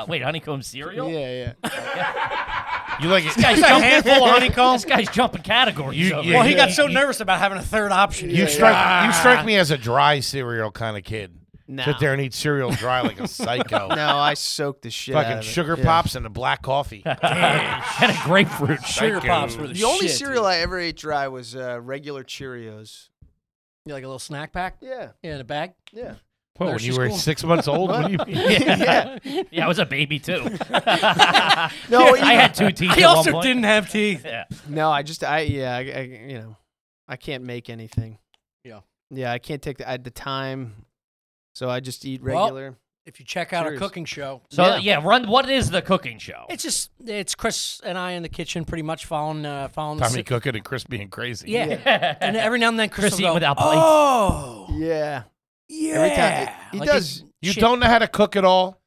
Speaker 2: Wait, honeycomb cereal?
Speaker 5: Yeah, yeah.
Speaker 1: You like it?
Speaker 2: This guy's handful of honeycomb. This guy's jumping categories.
Speaker 1: You-
Speaker 2: over
Speaker 1: yeah,
Speaker 2: here.
Speaker 4: Well, he got so nervous about having a third option.
Speaker 1: You strike you strike me as a dry cereal kind of kid.
Speaker 5: No.
Speaker 1: Sit there and eat cereal dry like a psycho.
Speaker 5: No, I soaked the shit. out
Speaker 1: Fucking
Speaker 5: of it.
Speaker 1: sugar
Speaker 5: Yeah.
Speaker 1: pops and a black coffee.
Speaker 2: and a grapefruit.
Speaker 4: Sugar
Speaker 1: Psycho.
Speaker 4: pops were the,
Speaker 5: The only
Speaker 4: shit,
Speaker 5: cereal
Speaker 4: dude.
Speaker 5: I ever ate dry was uh, regular Cheerios.
Speaker 4: You like a little snack pack?
Speaker 5: Yeah,
Speaker 4: Yeah, in a bag.
Speaker 5: yeah.
Speaker 1: What, when
Speaker 4: Nursery
Speaker 1: you were
Speaker 4: school.
Speaker 1: six months old? what do you mean?
Speaker 5: Yeah.
Speaker 2: Yeah, I was a baby too.
Speaker 5: No,
Speaker 2: I had two teeth.
Speaker 4: I
Speaker 2: at one
Speaker 4: also
Speaker 2: point.
Speaker 4: didn't have teeth.
Speaker 2: Yeah.
Speaker 5: No, I just I yeah, I, I- you know, I can't make anything.
Speaker 4: Yeah.
Speaker 5: Yeah, I can't take the, I, the time, so I just eat
Speaker 4: Well-
Speaker 5: regular.
Speaker 4: If you check out
Speaker 5: Serious.
Speaker 4: our cooking show,
Speaker 2: So yeah.
Speaker 5: Yeah.
Speaker 2: run. What is the cooking show?
Speaker 4: it's just it's Chris and I in the kitchen, pretty much following uh, following.
Speaker 1: Tommy
Speaker 4: the,
Speaker 1: cooking and crispy and crazy.
Speaker 4: yeah. and every now and then
Speaker 2: Chris
Speaker 4: Chris, will
Speaker 2: eating
Speaker 4: go,
Speaker 2: without plates.
Speaker 4: Oh,
Speaker 5: yeah.
Speaker 4: yeah.
Speaker 5: Every time he
Speaker 4: Like
Speaker 5: does.
Speaker 1: You
Speaker 4: shit.
Speaker 1: don't know how to cook at all.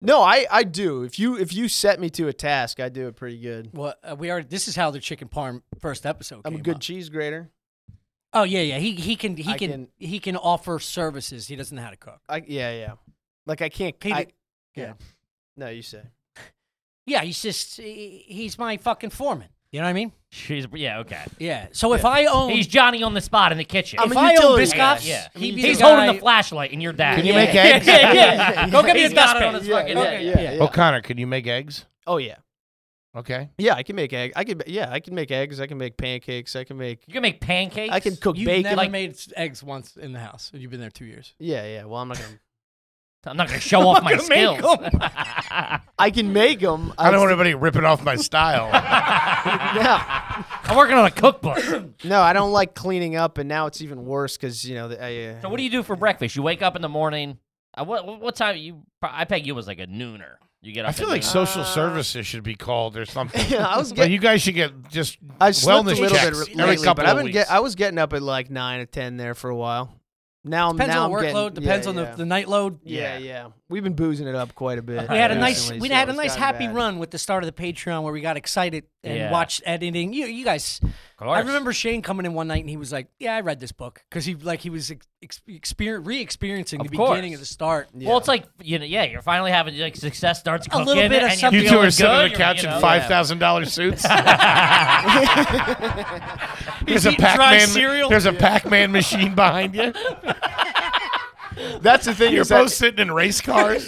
Speaker 5: no, I I do. If you if you set me to a task, I do it pretty good.
Speaker 4: Well, uh, we are. This is how the chicken parm first episode.
Speaker 5: I'm a
Speaker 4: came
Speaker 5: good
Speaker 4: up.
Speaker 5: cheese grater.
Speaker 4: oh yeah, yeah. He he can he
Speaker 5: I
Speaker 4: can,
Speaker 5: can-
Speaker 4: he can offer services. He doesn't know how to cook.
Speaker 5: I yeah yeah. Like I can't.
Speaker 4: He
Speaker 5: I,
Speaker 4: did-
Speaker 5: yeah. No, you say.
Speaker 4: Yeah, he's just he- he's my fucking foreman. You know what I mean?
Speaker 2: She's yeah okay.
Speaker 4: Yeah. So if I own,
Speaker 2: He's Johnny on the spot in the kitchen.
Speaker 5: I'm
Speaker 4: if
Speaker 5: a
Speaker 4: I own
Speaker 5: utility guy.
Speaker 4: Biscoffs,
Speaker 2: Yeah.
Speaker 4: he'd be
Speaker 2: He's
Speaker 4: the
Speaker 2: holding
Speaker 4: guy-
Speaker 2: the flashlight, and you're dad.
Speaker 1: Can you
Speaker 5: Yeah.
Speaker 1: make eggs?
Speaker 4: Yeah, yeah. Go get me
Speaker 2: He's
Speaker 4: his
Speaker 2: got it
Speaker 4: dustpan.
Speaker 2: on his
Speaker 5: Yeah,
Speaker 2: fucking
Speaker 5: yeah,
Speaker 2: head.
Speaker 5: yeah, yeah.
Speaker 1: O'Connor, can you make eggs?
Speaker 5: Oh yeah.
Speaker 1: Okay.
Speaker 5: Yeah, I can make egg. I can yeah, I can make eggs. I can make pancakes. I can make.
Speaker 2: You can make pancakes.
Speaker 5: I can cook
Speaker 4: You've
Speaker 5: bacon.
Speaker 4: never
Speaker 2: like-
Speaker 4: made s- eggs once in the house, and you've been there two years.
Speaker 5: yeah, yeah. Well, I'm not gonna.
Speaker 2: I'm not gonna show off my
Speaker 4: gonna make
Speaker 2: skills.
Speaker 4: 'em.
Speaker 5: I can make them.
Speaker 1: I don't want anybody ripping off my style.
Speaker 5: No,
Speaker 2: I'm working on a cookbook. so
Speaker 5: no, I don't like cleaning up, and now it's even worse because you know. the- I, uh,
Speaker 2: what do you do for breakfast? You wake up in the morning. Uh, what what time you? I peg you as like a nooner. You get up.
Speaker 1: I feel
Speaker 2: at
Speaker 1: like
Speaker 2: noon.
Speaker 1: social services should be called or something.
Speaker 5: Yeah, I was
Speaker 1: But
Speaker 5: getting.
Speaker 1: you guys should get just
Speaker 5: I slept a
Speaker 1: wellness
Speaker 5: little bit
Speaker 1: checks
Speaker 5: re-
Speaker 1: every
Speaker 5: lately,
Speaker 1: couple
Speaker 5: but I've
Speaker 1: of
Speaker 5: been
Speaker 1: weeks.
Speaker 5: get, I was getting up at like nine or ten there for a while. Now I'm
Speaker 4: Depends
Speaker 5: now
Speaker 4: on the
Speaker 5: I'm getting-
Speaker 4: workload. Depends
Speaker 5: yeah,
Speaker 4: on
Speaker 5: yeah.
Speaker 4: the, the night load.
Speaker 5: yeah, yeah. We've been boozing it up quite a bit.
Speaker 4: We had a
Speaker 1: Yeah.
Speaker 4: nice
Speaker 5: recently,
Speaker 4: we
Speaker 5: so
Speaker 4: had a
Speaker 5: it's
Speaker 4: nice
Speaker 5: gotten
Speaker 4: happy
Speaker 5: bad.
Speaker 4: run with the start of the Patreon where we got excited and
Speaker 2: Yeah.
Speaker 4: watched editing. You you guys,
Speaker 2: Of course.
Speaker 4: I remember Shane coming in one night and he was like, "Yeah, I read this book" because he like he was ex- exper- re-experiencing
Speaker 2: Of
Speaker 4: the
Speaker 2: course.
Speaker 4: beginning of the start.
Speaker 2: Well, it's like you know, yeah, you're finally having like success starts
Speaker 4: A
Speaker 2: cooking.
Speaker 4: little bit of
Speaker 2: and you're
Speaker 4: something.
Speaker 1: You two
Speaker 2: feeling
Speaker 1: are sitting on
Speaker 2: good,
Speaker 1: the
Speaker 2: you're,
Speaker 1: couch
Speaker 2: you
Speaker 1: in
Speaker 2: know,
Speaker 1: five thousand dollars suits. there's a
Speaker 4: eating dry
Speaker 1: Pac-Man.
Speaker 4: cereal.
Speaker 1: There's a Pac-Man machine behind you.
Speaker 5: That's the thing.
Speaker 1: You're
Speaker 5: is that-
Speaker 1: both sitting in race cars.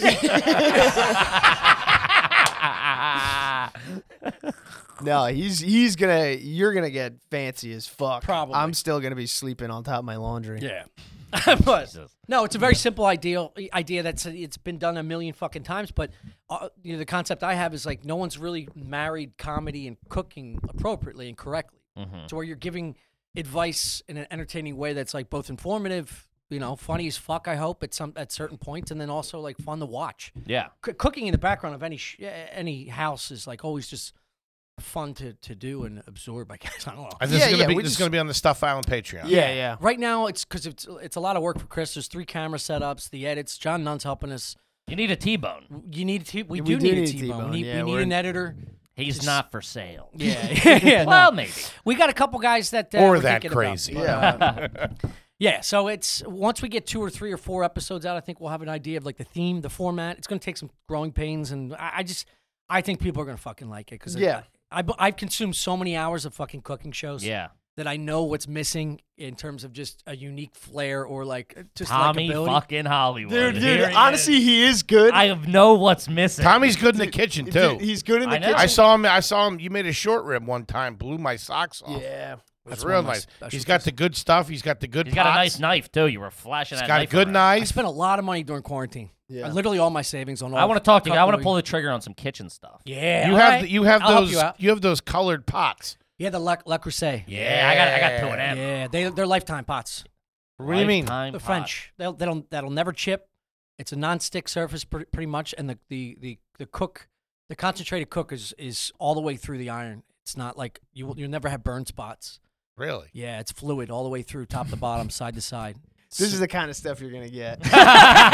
Speaker 5: No, he's he's gonna. You're gonna get fancy as fuck.
Speaker 4: Probably.
Speaker 5: I'm still gonna be sleeping on top of my laundry.
Speaker 4: Yeah. but no, it's a very simple ideal idea that's it's been done a million fucking times. But uh, you know the concept I have is like no one's really married comedy and cooking appropriately and correctly,
Speaker 2: Mm-hmm.
Speaker 4: to where you're giving advice in an entertaining way that's like both informative, you know, funny as fuck. I hope at some at certain points, and then also like fun to watch.
Speaker 2: Yeah.
Speaker 4: C- cooking in the background of any sh- eh, any house is like always just fun to to do and absorb. I guess I don't know.
Speaker 1: And this
Speaker 5: Yeah,
Speaker 1: is gonna
Speaker 5: yeah,
Speaker 1: be
Speaker 5: we
Speaker 1: this is
Speaker 5: just-
Speaker 1: gonna be on the Stuff Island Patreon.
Speaker 5: yeah, yeah.
Speaker 4: Right now, it's because it's it's a lot of work for Chris. There's three camera setups, the edits. John Nunn's helping us.
Speaker 2: You need a T-bone.
Speaker 4: You need to. We,
Speaker 5: We
Speaker 4: do,
Speaker 5: do
Speaker 4: need,
Speaker 5: need
Speaker 4: a T-bone.
Speaker 5: T-bone,
Speaker 4: We need,
Speaker 5: yeah,
Speaker 4: we
Speaker 5: we're
Speaker 4: need an
Speaker 5: in-
Speaker 4: editor.
Speaker 2: He's not for sale.
Speaker 4: Yeah, yeah, yeah, no.
Speaker 2: Well, maybe.
Speaker 4: we got a couple guys that uh,
Speaker 1: Or
Speaker 4: we're
Speaker 1: that
Speaker 4: thinking about,
Speaker 1: crazy.
Speaker 4: but, uh, yeah. So it's once we get two or three or four episodes out, I think we'll have an idea of like the theme, the format. It's going to take some growing pains, and I, I just I think people are going to fucking like it because
Speaker 5: Yeah.
Speaker 4: I, I, have consumed so many hours of fucking cooking shows.
Speaker 2: Yeah.
Speaker 4: That I know what's missing in terms of just a unique flair or like just
Speaker 2: Tommy
Speaker 4: likability.
Speaker 2: fucking Hollywood.
Speaker 5: Dude, dude.
Speaker 2: Here he
Speaker 5: Honestly,
Speaker 2: is.
Speaker 5: he is good.
Speaker 2: I have know what's missing.
Speaker 1: Tommy's good in the kitchen too.
Speaker 5: Dude, he's good in the
Speaker 2: I know.
Speaker 5: kitchen.
Speaker 1: I saw him. I saw him. You made a short rib one time. Blew my socks off.
Speaker 5: Yeah.
Speaker 1: That's
Speaker 4: one
Speaker 1: real
Speaker 4: of my
Speaker 1: nice.
Speaker 4: specialties.
Speaker 1: He's got the good stuff. He's got the good.
Speaker 2: He's got a
Speaker 1: pots.
Speaker 2: nice knife too. You were flashing
Speaker 1: He's
Speaker 2: that
Speaker 1: got a
Speaker 2: knife
Speaker 1: good
Speaker 2: around.
Speaker 1: knife.
Speaker 4: I spent a lot of money during quarantine.
Speaker 5: Yeah.
Speaker 4: I literally all my savings on all.
Speaker 2: I want to talk to you. I want to
Speaker 4: cutlery.
Speaker 2: pull the trigger on some kitchen stuff.
Speaker 4: Yeah,
Speaker 1: You
Speaker 4: all
Speaker 1: have
Speaker 4: right.
Speaker 1: the- you have
Speaker 4: I'll help
Speaker 1: those
Speaker 4: you
Speaker 1: you,
Speaker 4: out.
Speaker 1: have those colored pots.
Speaker 4: Yeah, the Le, Le Creuset. Yeah.
Speaker 2: Yeah, I got I got two of them.
Speaker 4: they they're lifetime pots.
Speaker 1: What do you mean?
Speaker 2: Lifetime
Speaker 4: They're
Speaker 2: pot.
Speaker 4: French. They'll they don't that'll never chip. It's a non-stick surface pretty, pretty much, and the, the the the cook, the concentrated cook is is all the way through the iron. It's not like you will, you'll never have burn spots.
Speaker 1: Really?
Speaker 4: Yeah, it's fluid all the way through, top to bottom, side to side.
Speaker 5: This is the kind of stuff you're gonna get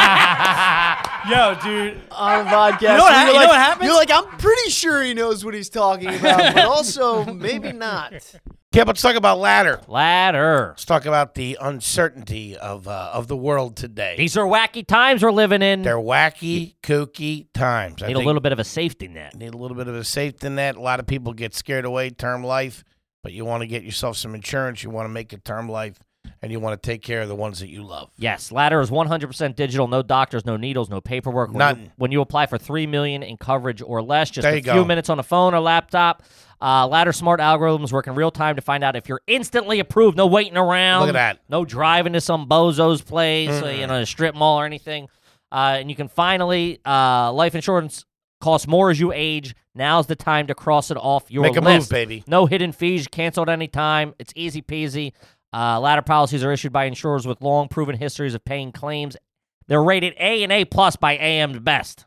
Speaker 4: Yo, dude.
Speaker 5: on a podcast.
Speaker 4: You know what hap- you
Speaker 5: You're
Speaker 4: know
Speaker 5: like-
Speaker 4: what happens?
Speaker 5: You're like, I'm pretty sure he knows what he's talking about, but also maybe not.
Speaker 1: Yeah, but let's talk about ladder.
Speaker 2: Ladder.
Speaker 1: Let's talk about the uncertainty of uh, of the world today.
Speaker 2: These are wacky times we're living in.
Speaker 1: They're wacky, kooky times. I
Speaker 2: Need a
Speaker 1: think
Speaker 2: little bit of a safety net.
Speaker 1: need a little bit of a safety net. A lot of people get scared away term life, but you want to get yourself some insurance. You want to make it term life, and you want to take care of the ones that you love.
Speaker 2: Yes, Ladder is 100% digital. No doctors, no needles, no paperwork. When
Speaker 1: None.
Speaker 2: You, when you apply for three million in coverage or less, just
Speaker 1: There
Speaker 2: a
Speaker 1: you
Speaker 2: few
Speaker 1: go.
Speaker 2: minutes on a phone or laptop. Uh, Ladder smart algorithms work in real time to find out if you're instantly approved. No waiting around.
Speaker 1: Look at that.
Speaker 2: No driving to some bozo's place, uh, you know, a strip mall or anything. Uh, and you can finally uh, life insurance costs more as you age. Now's the time to cross it off your
Speaker 1: Make a move,
Speaker 2: list.
Speaker 1: baby.
Speaker 2: No hidden fees, canceled anytime. It's easy peasy. Uh, ladder policies are issued by insurers with long proven histories of paying claims. They're rated A and A plus by AM's best.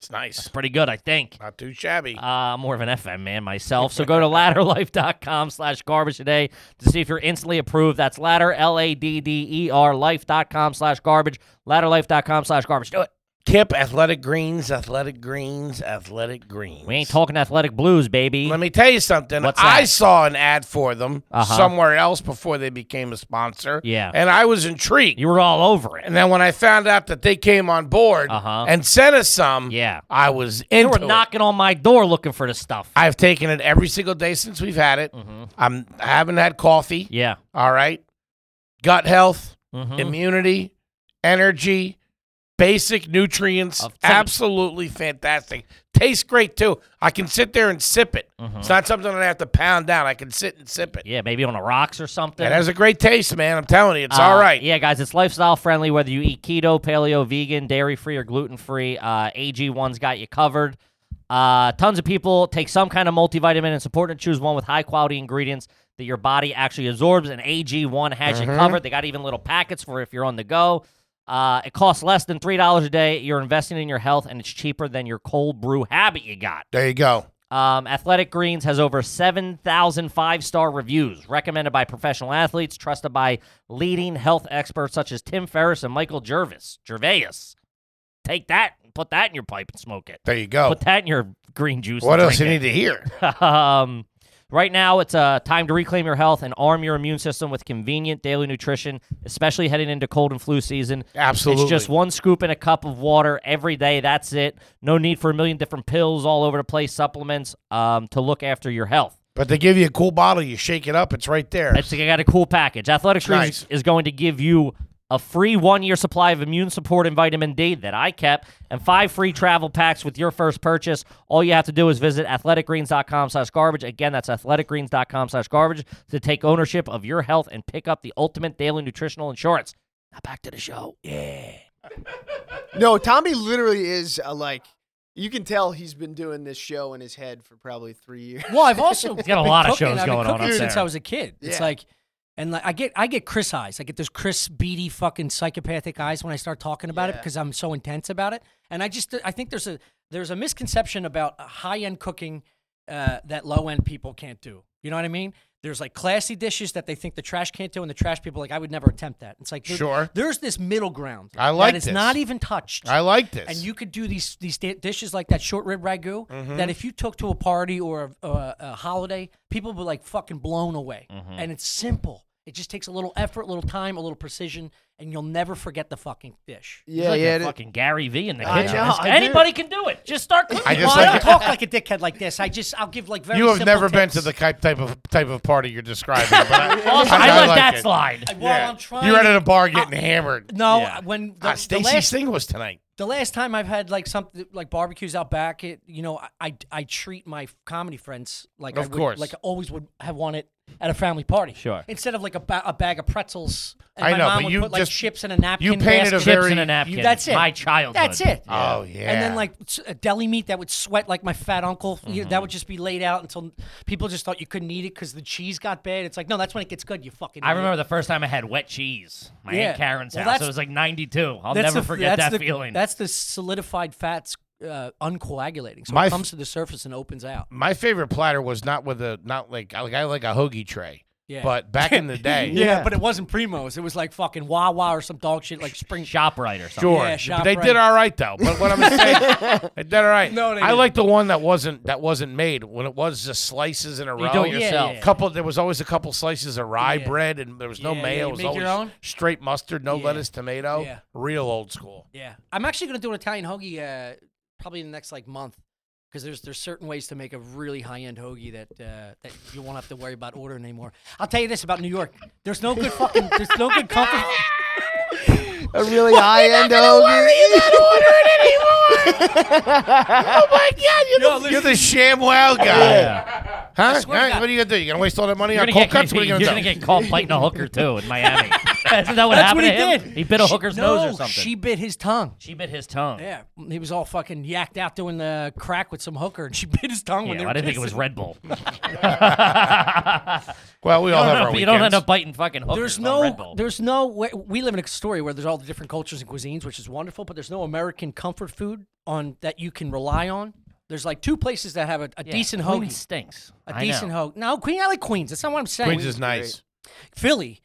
Speaker 1: It's nice,
Speaker 2: Pretty good, I think.
Speaker 1: not too shabby.
Speaker 2: Uh, I'm more of an FM man myself. So go to ladderlife.com slash garbage today to see if you're instantly approved. That's ladder, L A D D E R, life.com slash garbage. Ladderlife.com slash garbage. Do it.
Speaker 1: Kip, athletic greens, athletic greens, athletic greens.
Speaker 2: We ain't talking athletic blues, baby.
Speaker 1: Let me tell you something.
Speaker 2: What's
Speaker 1: I
Speaker 2: that?
Speaker 1: saw an ad for them
Speaker 2: Uh-huh.
Speaker 1: somewhere else before they became a sponsor.
Speaker 2: Yeah.
Speaker 1: And I was intrigued.
Speaker 2: you were all over it.
Speaker 1: and then when I found out that they came on board
Speaker 2: Uh-huh.
Speaker 1: and sent us some,
Speaker 2: Yeah.
Speaker 1: I was
Speaker 2: You
Speaker 1: into
Speaker 2: were
Speaker 1: it.
Speaker 2: knocking on my door looking for the stuff. Mm-hmm.
Speaker 1: I've taken it every single day since we've had it. I'm I haven't had coffee.
Speaker 2: yeah.
Speaker 1: All right. Gut health,
Speaker 2: Mhm.
Speaker 1: immunity, energy, basic nutrients.
Speaker 2: Of course.
Speaker 1: Absolutely fantastic. Tastes great too. I can sit there and sip it. It's not something that I have to pound down. I can sit and sip it.
Speaker 2: mm-hmm. Mm. Yeah, maybe on the rocks or something.
Speaker 1: It has a great taste, man. I'm telling you, it's all
Speaker 2: Uh,
Speaker 1: right.
Speaker 2: Yeah, guys, it's lifestyle friendly whether you eat keto, paleo, vegan, dairy free, or gluten free. Uh, AG1's got you covered. Uh, tons of people take some kind of multivitamin. It's important to choose one with high quality ingredients that your body actually absorbs, and AG1 has
Speaker 1: Mm-hmm.
Speaker 2: you covered. They got even little packets for if you're on the go. Uh, it costs less than $3 a day. You're investing in your health, and it's cheaper than your cold brew habit you got.
Speaker 1: There you go.
Speaker 2: Um, Athletic Greens has over 7,000 five star reviews, recommended by professional athletes, trusted by leading health experts such as Tim Ferriss and Michael Jervis. Gervais. Take that, and put that in your pipe and smoke it.
Speaker 1: There you go.
Speaker 2: Put that in your green juice.
Speaker 1: Oh. What
Speaker 2: and
Speaker 1: else you
Speaker 2: drink
Speaker 1: need to hear?
Speaker 2: it. um, right now, it's uh, time to reclaim your health and arm your immune system with convenient daily nutrition, especially heading into cold and flu season.
Speaker 1: Absolutely.
Speaker 2: It's just one scoop in a cup of water every day. That's it. No need for a million different pills all over the place, supplements um, to look after your health.
Speaker 1: But they give you a cool bottle. You shake it up. It's right there.
Speaker 2: It's I got a cool package. Athletic Greens
Speaker 1: Nice.
Speaker 2: is going to give you a free one-year supply of immune support and vitamin D that I kept, and five free travel packs with your first purchase. All you have to do is visit athleticgreens.com/garbage. Again, that's athleticgreens.com/garbage to take ownership of your health and pick up the ultimate daily nutritional insurance. Now back to the show.
Speaker 5: No, Tommy literally is uh, like you can tell he's been doing this show in his head for probably three years.
Speaker 4: Well, I've also
Speaker 2: got a lot of shows
Speaker 4: I've been
Speaker 2: going on
Speaker 4: cooking
Speaker 2: up
Speaker 4: since
Speaker 2: there.
Speaker 4: I was a kid. It's
Speaker 5: Yeah.
Speaker 4: like, and like I get I get Chris eyes. I get those Chris beady fucking psychopathic eyes when I start talking about it
Speaker 5: Yeah.
Speaker 4: because I'm so intense about it. And I just I think there's a there's a misconception about high end cooking uh, that low end people can't do. You know what I mean? There's like classy dishes that they think the trash can't do, and the trash people are like I would never attempt that. It's like dude,
Speaker 1: Sure.
Speaker 4: There's this middle ground.
Speaker 1: I like
Speaker 4: that is
Speaker 1: this.
Speaker 4: not even touched.
Speaker 1: I like this.
Speaker 4: And you could do these these di- dishes like that short rib ragu
Speaker 1: Mm-hmm.
Speaker 4: that if you took to a party or a, a, a holiday, people were like fucking blown away.
Speaker 1: Mm-hmm.
Speaker 4: And it's simple. It just takes a little effort, a little time, a little precision, and you'll never forget the fucking dish.
Speaker 5: yeah,
Speaker 2: like
Speaker 5: yeah.
Speaker 2: a fucking Gary V in the
Speaker 5: I
Speaker 2: kitchen.
Speaker 5: know,
Speaker 2: It's-
Speaker 5: I do.
Speaker 2: Anybody can do it. Just start cooking.
Speaker 1: I just
Speaker 4: well, I
Speaker 1: like
Speaker 4: don't talk like a dickhead like this. I just I'll give like very.
Speaker 1: You have
Speaker 4: simple
Speaker 1: never been to
Speaker 4: tips.
Speaker 1: the type type of type of party you're describing. But I,
Speaker 2: Also,
Speaker 1: I-
Speaker 2: I,
Speaker 1: I
Speaker 2: let
Speaker 1: like
Speaker 2: that
Speaker 1: it.
Speaker 2: slide.
Speaker 4: While
Speaker 1: Yeah.
Speaker 4: I'm trying.
Speaker 1: You're out
Speaker 4: to-
Speaker 1: at a bar getting hammered.
Speaker 4: No,
Speaker 1: Yeah.
Speaker 4: when the,
Speaker 1: Ah,
Speaker 4: the
Speaker 1: Stacy
Speaker 4: last
Speaker 1: Singh was tonight.
Speaker 4: the last time I've had like something like barbecues out back, it, you know, I, I I treat my comedy friends like I
Speaker 1: Of
Speaker 4: would,
Speaker 1: course.
Speaker 4: like I always would have wanted at a family party.
Speaker 2: Sure.
Speaker 4: Instead of like a, ba- a bag of pretzels. And
Speaker 1: I
Speaker 4: my
Speaker 1: know,
Speaker 4: mom
Speaker 1: but
Speaker 4: would
Speaker 1: you
Speaker 4: put like
Speaker 1: just-
Speaker 4: chips in a napkin.
Speaker 1: painted a
Speaker 4: basket.
Speaker 1: very-
Speaker 2: Chips in a
Speaker 1: you-
Speaker 2: napkin.
Speaker 4: that's it.
Speaker 2: My childhood.
Speaker 4: That's it.
Speaker 1: Oh yeah.
Speaker 4: And then like s- a deli meat that would sweat like my fat uncle. You know, that would
Speaker 1: Mm-hmm.
Speaker 4: just be laid out until people just thought you couldn't eat it because the cheese got bad. It's like no, that's when it gets good. You fucking.
Speaker 2: I
Speaker 4: idiot.
Speaker 2: remember the first time I had wet cheese. My
Speaker 4: Yeah.
Speaker 2: aunt Karen's
Speaker 4: Well,
Speaker 2: house.
Speaker 4: that's-
Speaker 2: It was like 92. I'll
Speaker 4: That's
Speaker 2: never
Speaker 4: the-
Speaker 2: forget
Speaker 4: that's
Speaker 2: that
Speaker 4: the-
Speaker 2: feeling.
Speaker 4: That's the solidified fats uh, uncoagulating, so
Speaker 1: My
Speaker 4: it
Speaker 1: f-
Speaker 4: comes to the surface and opens out.
Speaker 1: my favorite platter was not with a not like I like I like a hoagie tray.
Speaker 4: Yeah.
Speaker 1: But back in the day,
Speaker 4: yeah,
Speaker 5: Yeah.
Speaker 4: but it wasn't Primos. It was like fucking Wawa or some dog shit, like Spring
Speaker 2: Shop right or something.
Speaker 1: Sure,
Speaker 4: Yeah,
Speaker 1: but
Speaker 4: shop
Speaker 1: they
Speaker 4: right.
Speaker 1: did all right though. But what I'm saying, they did all right.
Speaker 4: No, they
Speaker 1: I
Speaker 4: didn't.
Speaker 1: like the one that wasn't that wasn't made when it was just slices in a row.
Speaker 2: do it
Speaker 1: Yeah,
Speaker 2: yourself.
Speaker 1: yeah, Couple, there was always a couple slices of rye
Speaker 4: Yeah.
Speaker 1: bread, and there was no
Speaker 4: Yeah,
Speaker 1: mayo.
Speaker 4: yeah,
Speaker 1: it
Speaker 4: you
Speaker 1: was
Speaker 4: make
Speaker 1: always
Speaker 4: your own?
Speaker 1: straight mustard, no
Speaker 4: Yeah.
Speaker 1: lettuce, tomato.
Speaker 4: Yeah.
Speaker 1: Real old school.
Speaker 4: Yeah, I'm actually gonna do an Italian hoagie uh, probably in the next like month because there's there's certain ways to make a really high end hoagie that uh, that you won't have to worry about ordering anymore. I'll tell you this about New York: there's no good fucking there's no good comfort.
Speaker 5: A really high end hoagie.
Speaker 1: Oh You're the ShamWow guy, huh?
Speaker 4: swear to
Speaker 1: Huh?
Speaker 4: God.
Speaker 1: What are you gonna do? You gonna waste all that money
Speaker 2: You're
Speaker 1: on
Speaker 2: gonna,
Speaker 1: cold
Speaker 2: get,
Speaker 1: cuts? What are you
Speaker 2: you're
Speaker 1: gonna
Speaker 2: gonna
Speaker 1: do?
Speaker 2: get caught biting a hooker too in Miami. Isn't that what
Speaker 4: That's
Speaker 2: happened
Speaker 4: what he
Speaker 2: to him?
Speaker 4: did.
Speaker 2: He bit a
Speaker 4: She-
Speaker 2: hooker's
Speaker 4: no,
Speaker 2: nose or something.
Speaker 4: She bit his tongue.
Speaker 2: She bit his tongue.
Speaker 4: Yeah, he was all fucking yacked out doing the crack with some hooker, and she bit his tongue
Speaker 2: Yeah,
Speaker 4: when they
Speaker 2: well,
Speaker 4: were
Speaker 2: I didn't think it was
Speaker 4: kissing.
Speaker 2: Red Bull.
Speaker 1: Well, we all have our
Speaker 2: you don't end
Speaker 1: weekends.
Speaker 2: up biting fucking hookers
Speaker 4: Therest
Speaker 2: on
Speaker 4: no,
Speaker 2: Red Bull.
Speaker 4: there's no. We we live in a story where there's all the different cultures and cuisines, which is wonderful. But there's no American comfort food on that you can rely on. There's like two places that have a, a
Speaker 2: Yeah,
Speaker 4: decent
Speaker 2: Queen
Speaker 4: hoagie.
Speaker 2: stinks.
Speaker 4: A
Speaker 2: I
Speaker 4: decent
Speaker 2: know.
Speaker 4: hoagie. No, Queen. I like Queens. That's not what I'm saying.
Speaker 1: Queens is nice.
Speaker 4: Philly.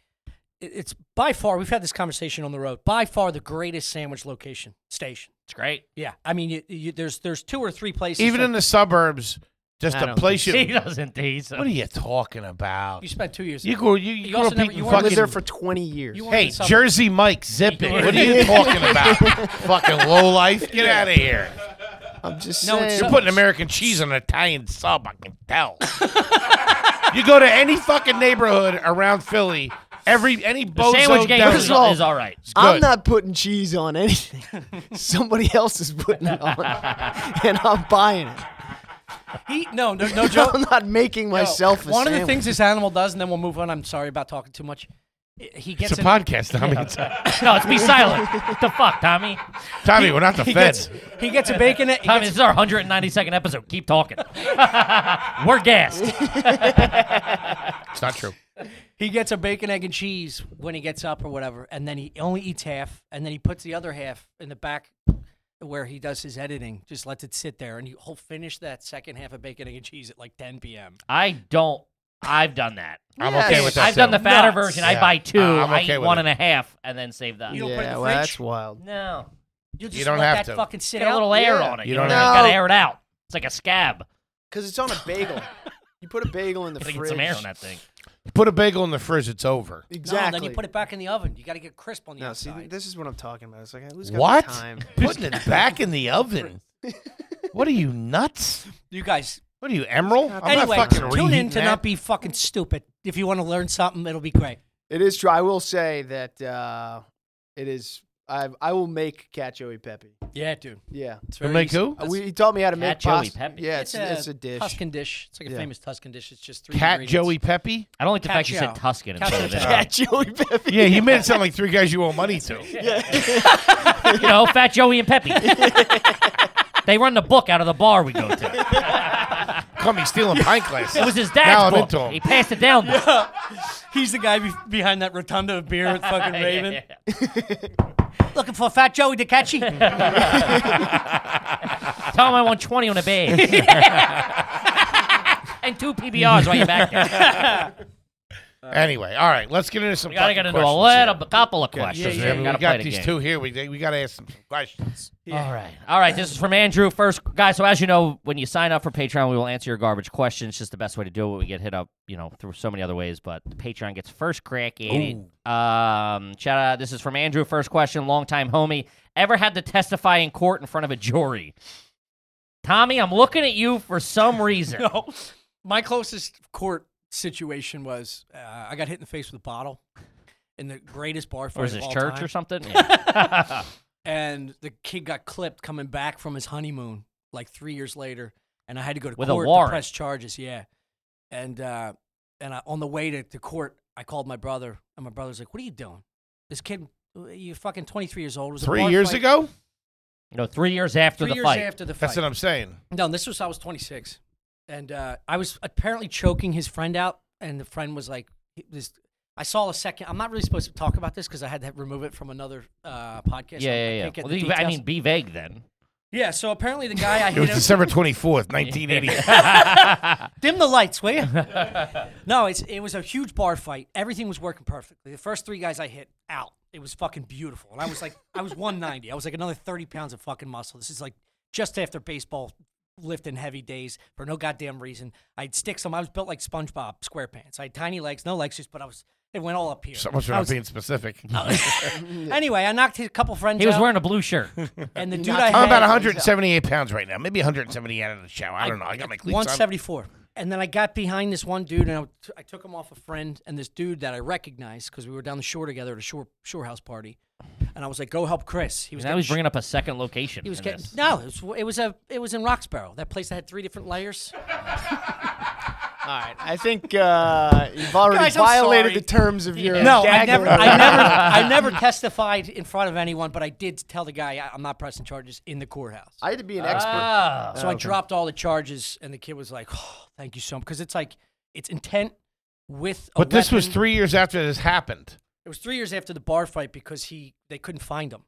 Speaker 4: it- It's by far. We've had this conversation on the road. By far the greatest sandwich location station.
Speaker 2: It's great.
Speaker 4: Yeah, I mean, you, you, there's there's two or three places.
Speaker 1: Even
Speaker 4: like-
Speaker 1: in the suburbs, just
Speaker 5: I
Speaker 1: a
Speaker 5: don't
Speaker 1: place
Speaker 2: She
Speaker 1: you.
Speaker 2: doesn't taste.
Speaker 1: What are you talking about?
Speaker 4: you spent two years.
Speaker 1: You go. You, you,
Speaker 4: You
Speaker 1: grew
Speaker 4: also
Speaker 1: up
Speaker 4: never-
Speaker 1: eating
Speaker 4: you weren't-
Speaker 5: I
Speaker 1: fucking
Speaker 5: lived there for 20 years.
Speaker 4: You
Speaker 1: Hey,
Speaker 4: Fucking suburb.
Speaker 1: Jersey Mike, zip it. What are you talking about? fucking low life. Get out of here.
Speaker 5: I'm just
Speaker 4: No, it's
Speaker 5: saying.
Speaker 1: You're putting American cheese on an Italian sub. I can tell. you go to any fucking neighborhood around Philly, every any
Speaker 2: The
Speaker 1: bozo
Speaker 2: sandwich game
Speaker 1: down-
Speaker 2: is,
Speaker 5: all-
Speaker 2: is all right.
Speaker 1: It's
Speaker 5: I'm
Speaker 1: good.
Speaker 5: not putting cheese on anything. Somebody else is putting it on, and I'm buying it.
Speaker 4: He, no, no, no joke.
Speaker 5: I'm not making myself a
Speaker 4: One
Speaker 5: sandwich.
Speaker 4: of the things this animal does, and then we'll move on. I'm sorry about talking too much. I- He gets
Speaker 1: It's a
Speaker 4: in-
Speaker 1: podcast, Tommy. It's-
Speaker 2: No, it's be silent. what the fuck, Tommy?
Speaker 1: Tommy, we're not the
Speaker 4: He
Speaker 1: feds.
Speaker 4: gets, he gets a bacon. e, He
Speaker 2: Tommy, this
Speaker 4: gets,
Speaker 2: is our 192nd episode. Keep talking. We're gassed.
Speaker 1: It's not true.
Speaker 4: he gets a bacon, egg, and cheese when he gets up or whatever, and then he only eats half, and then he puts the other half in the back where he does his editing. Just lets it sit there, and he'll finish that second half of bacon, egg, and cheese at like 10 p.m.
Speaker 2: I don't. I've done that.
Speaker 1: I'm
Speaker 5: Yes.
Speaker 1: okay with that.
Speaker 2: I've done the
Speaker 1: too.
Speaker 2: fatter
Speaker 4: Nuts.
Speaker 2: version.
Speaker 1: Yeah.
Speaker 2: I buy two.
Speaker 1: Uh, I'm
Speaker 2: I
Speaker 1: okay
Speaker 2: eat
Speaker 1: with
Speaker 2: one
Speaker 1: it.
Speaker 2: and a half, and then save that.
Speaker 4: You don't put it in
Speaker 5: yeah,
Speaker 4: the
Speaker 5: well,
Speaker 4: fridge.
Speaker 5: that's wild.
Speaker 2: No.
Speaker 4: You'll just
Speaker 1: don't
Speaker 4: let
Speaker 1: have
Speaker 4: that
Speaker 1: to.
Speaker 4: fucking sit
Speaker 2: Get a
Speaker 4: out.
Speaker 2: little air
Speaker 5: Yeah.
Speaker 2: on it.
Speaker 1: You
Speaker 2: You,
Speaker 1: don't
Speaker 2: know,
Speaker 5: have-
Speaker 2: it's gotta
Speaker 5: No.
Speaker 2: air it out. It's like a scab.
Speaker 5: Because it's on a bagel. you put a bagel in the
Speaker 2: Gotta get
Speaker 5: fridge.
Speaker 2: some air on that thing.
Speaker 1: Put a bagel in the fridge. It's over.
Speaker 5: Exactly.
Speaker 4: No, then you put it back in the oven. You got to get crisp on the
Speaker 5: No, see,
Speaker 4: outside.
Speaker 5: th- this is what I'm talking about. It's like, who's got
Speaker 1: What?
Speaker 5: the time?
Speaker 1: Putting it back in the oven. What are you nuts?
Speaker 4: you guys.
Speaker 1: What are you, Emerald? I'm
Speaker 4: anyway,
Speaker 1: not fucking
Speaker 4: tune in
Speaker 1: reheating
Speaker 4: to
Speaker 1: that.
Speaker 4: not be fucking stupid. If you want to learn something, it'll be great.
Speaker 5: It is true. I will say that uh, it is. I I will make cacio e pepe.
Speaker 4: Yeah, dude.
Speaker 5: Yeah.
Speaker 4: It's
Speaker 1: You
Speaker 4: very
Speaker 1: make
Speaker 4: easy.
Speaker 1: who?
Speaker 5: Uh, we, he taught me how to make
Speaker 2: Cacio e
Speaker 5: pasta.
Speaker 2: pepe.
Speaker 5: Yeah, it's, it's, a, dish.
Speaker 4: Tuscan dish. It's like a
Speaker 5: Yeah.
Speaker 4: famous Tuscan dish. It's just three.
Speaker 1: Cat
Speaker 4: ingredients.
Speaker 1: Joey Pepe?
Speaker 2: I don't like the fact you said
Speaker 4: Cacio.
Speaker 2: Tuscan instead of
Speaker 4: Cacio.
Speaker 2: it.
Speaker 5: Cacio e pepe.
Speaker 1: Yeah, you made it sound like three guys you owe money to.
Speaker 2: you know, Fat Joey and Peppy. they run the book out of the bar we go to.
Speaker 1: Come, he's stealing pint glasses.
Speaker 2: It was his
Speaker 1: Now I'm
Speaker 2: dad's
Speaker 1: into him.
Speaker 2: book. He passed it down. Yeah,
Speaker 4: He's the guy be- behind that rotunda of beer with fucking
Speaker 2: yeah,
Speaker 4: Raven.
Speaker 2: yeah.
Speaker 4: Looking for Fat Joey DeCacci.
Speaker 2: Tell him I want 20 on a bag. and two PBRs while you're back there.
Speaker 1: Anyway, all right, let's get into some.
Speaker 2: We gotta
Speaker 1: fucking
Speaker 2: get into a
Speaker 1: questions
Speaker 2: little,
Speaker 1: here.
Speaker 2: a couple of
Speaker 1: Because
Speaker 2: questions.
Speaker 1: we-
Speaker 2: here.
Speaker 1: we
Speaker 2: We gotta play
Speaker 1: got
Speaker 2: the
Speaker 1: these
Speaker 2: game.
Speaker 1: two here. We they- we got to ask some questions.
Speaker 2: All right. All right. This is from Andrew. First, guys, so as you know, when you sign up for Patreon, we will answer your garbage questions. It's just the best way to do it. We get hit up, you know, through so many other ways, but the Patreon gets first crack at it. Um, shout out. This is from Andrew. First question, longtime homie. Ever had to testify in court in front of a jury? Tommy, I'm looking at you for some reason.
Speaker 4: no, my closest court situation was uh, I got hit in the face with a bottle in the greatest bar fight
Speaker 2: Or is
Speaker 4: of
Speaker 2: this
Speaker 4: all
Speaker 2: church
Speaker 4: time.
Speaker 2: or something? Yeah.
Speaker 4: and the kid got clipped coming back from his honeymoon like three years later, and I had to go to
Speaker 2: With a
Speaker 4: court
Speaker 2: warrant.
Speaker 4: to press charges. Yeah, and uh, and I, on the way to, to court, I called my brother, and my brother's like, "What are you doing? This kid, you fucking twenty three years old. It was a
Speaker 1: Three
Speaker 4: bar
Speaker 1: years
Speaker 4: fight."
Speaker 1: ago?
Speaker 2: no, three years after
Speaker 4: Three
Speaker 2: the
Speaker 4: years
Speaker 2: fight.
Speaker 4: after the fight.
Speaker 1: That's what I'm saying.
Speaker 4: No, this was I was 26, and uh, I was apparently choking his friend out, and the friend was like, "This." I saw a second. I'm not really supposed to talk about this because I had to remove it from another uh, podcast. I-
Speaker 2: yeah,
Speaker 4: I
Speaker 2: yeah,
Speaker 4: can't
Speaker 2: yeah.
Speaker 4: get
Speaker 2: Well,
Speaker 4: the
Speaker 2: you- I
Speaker 4: details.
Speaker 2: mean, be vague then.
Speaker 4: Yeah, so apparently the guy I
Speaker 1: It was
Speaker 4: hit him.
Speaker 1: December 24th, 1980.
Speaker 4: Dim the lights, will you? no, it's, it was a huge bar fight. Everything was working perfectly. The first three guys I hit out, it was fucking beautiful. And I was like, I was 190. I was like another 30 pounds of fucking muscle. This is like just after baseball lifting heavy days for no goddamn reason. I had sticks on. I was built like SpongeBob SquarePants. I had tiny legs, no legs, just- but I was. It went all up here.
Speaker 1: so much for
Speaker 4: I
Speaker 1: not
Speaker 4: was-
Speaker 1: being specific.
Speaker 4: anyway, I knocked his couple friends.
Speaker 2: He was
Speaker 4: out,
Speaker 2: wearing a blue shirt.
Speaker 4: and the dude I
Speaker 1: I'm
Speaker 4: had,
Speaker 1: about 178 pounds right now, maybe 178 out of the shower. I don't know. I got my cleats on.
Speaker 4: 174. And then I got behind this one dude, and I, t- I took him off a friend, and this dude that I recognized because we were down the shore together at a shore shore house party, and I was like, "Go help Chris." He was
Speaker 2: Now
Speaker 4: getting
Speaker 2: he's
Speaker 4: sh-
Speaker 2: bringing up a second location.
Speaker 4: he was
Speaker 2: in
Speaker 4: getting
Speaker 2: this.
Speaker 4: no, it was, it was a it was in Roxborough, that place that had three different layers.
Speaker 5: All right. I think uh, you've already
Speaker 4: Guys, I'm
Speaker 5: violated
Speaker 4: sorry.
Speaker 5: the terms of your
Speaker 4: No, I
Speaker 5: gag
Speaker 4: never,
Speaker 5: order.
Speaker 4: I never, I never testified in front of anyone, but I did tell the guy I, I'm not pressing charges in the courthouse.
Speaker 5: I had to be an expert.
Speaker 2: Ah.
Speaker 4: So I dropped all the charges, and the kid was like, oh, "Thank you so much," because it's like it's intent with. a
Speaker 1: But this was
Speaker 4: weapon.
Speaker 1: three years after this happened.
Speaker 4: It was three years after the bar fight because he they couldn't find him,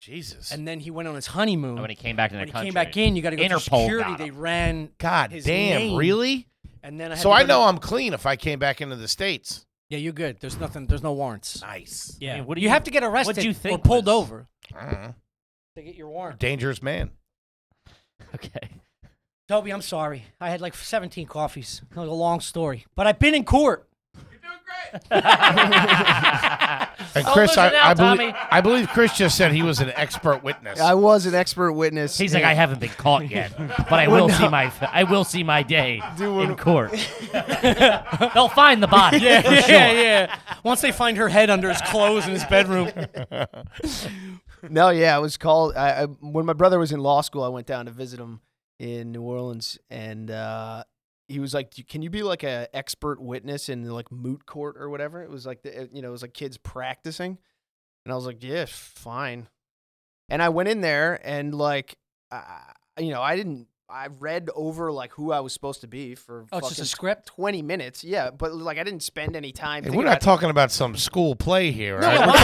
Speaker 1: Jesus.
Speaker 4: and then he went on his honeymoon.
Speaker 2: And when he came back in the
Speaker 4: When he
Speaker 2: country,
Speaker 4: came back in, you got to go through
Speaker 2: Interpol
Speaker 4: security.
Speaker 2: got
Speaker 4: They
Speaker 2: him.
Speaker 4: ran,
Speaker 1: God
Speaker 4: his
Speaker 1: damn,
Speaker 4: name,
Speaker 1: really?
Speaker 4: and then I had
Speaker 1: So
Speaker 4: to
Speaker 1: I
Speaker 4: go to-
Speaker 1: know I'm clean if I came back into the States.
Speaker 4: yeah, you're good. There's nothing. There's no warrants.
Speaker 1: Nice.
Speaker 4: Yeah,
Speaker 2: mean, what do
Speaker 4: you,
Speaker 2: you-
Speaker 4: have to get arrested
Speaker 2: what'd you
Speaker 4: or
Speaker 2: think
Speaker 4: pulled
Speaker 2: was- Mm-hmm.
Speaker 4: over
Speaker 1: Uh-huh.
Speaker 4: to get your warrant.
Speaker 1: Dangerous man.
Speaker 2: Okay.
Speaker 4: Toby, I'm sorry. I had like 17 coffees. It was a long story, but I've been in court.
Speaker 1: And Chris,
Speaker 2: listen
Speaker 1: I,
Speaker 2: now,
Speaker 1: I, believe,
Speaker 2: Tommy.
Speaker 1: I believe Chris just said he was an expert witness.
Speaker 5: I was an expert witness.
Speaker 2: He's like, I haven't been caught yet, but I will see my I will see my day in court. They'll find the body. for sure.
Speaker 4: yeah. Once they find her head under his clothes in his bedroom,
Speaker 5: No, yeah, I was called. I, I, when my brother was in law school, I went down to visit him in New Orleans, and uh, he was like, "Do- "Can you be like a expert witness in like moot court or whatever?" It was like the, it- you know, it was like kids practicing, and I was like, "Yeah, fine." And I went in there, and like, I I- you know, I didn't. I read over like who I was supposed to be for
Speaker 4: oh, it's
Speaker 5: fucking
Speaker 4: just a script.
Speaker 5: twenty minutes. Yeah, but like I didn't spend any time.
Speaker 1: Hey,
Speaker 5: thinking
Speaker 1: we're not
Speaker 5: about-
Speaker 1: talking about some school play here.
Speaker 5: No,
Speaker 1: right?
Speaker 5: no, no,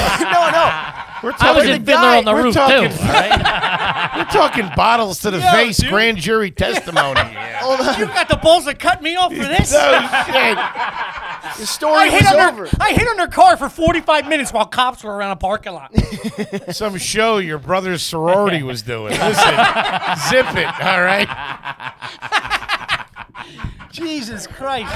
Speaker 5: no.
Speaker 1: We're
Speaker 2: I was
Speaker 1: talking-
Speaker 2: in Fiddler on the
Speaker 1: we're
Speaker 2: Roof
Speaker 1: talking-
Speaker 2: too. all right?
Speaker 1: We're talking bottles to the
Speaker 4: Yo,
Speaker 1: face,
Speaker 4: dude.
Speaker 1: grand jury testimony. Yeah.
Speaker 5: Hold on.
Speaker 4: You got the balls to cut me off for this?
Speaker 5: The story
Speaker 4: I hit
Speaker 5: was
Speaker 4: on
Speaker 5: over.
Speaker 4: her. I hit on her car for 45 minutes while cops were around a parking lot.
Speaker 1: shit. Some show your brother's sorority was doing. Listen, zip it, all right?
Speaker 4: Jesus Christ!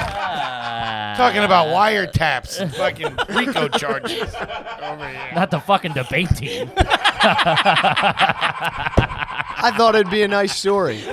Speaker 1: Talking about wiretaps and fucking RICO charges. Over here.
Speaker 2: Not the fucking debate team.
Speaker 5: I thought it'd be a nice story.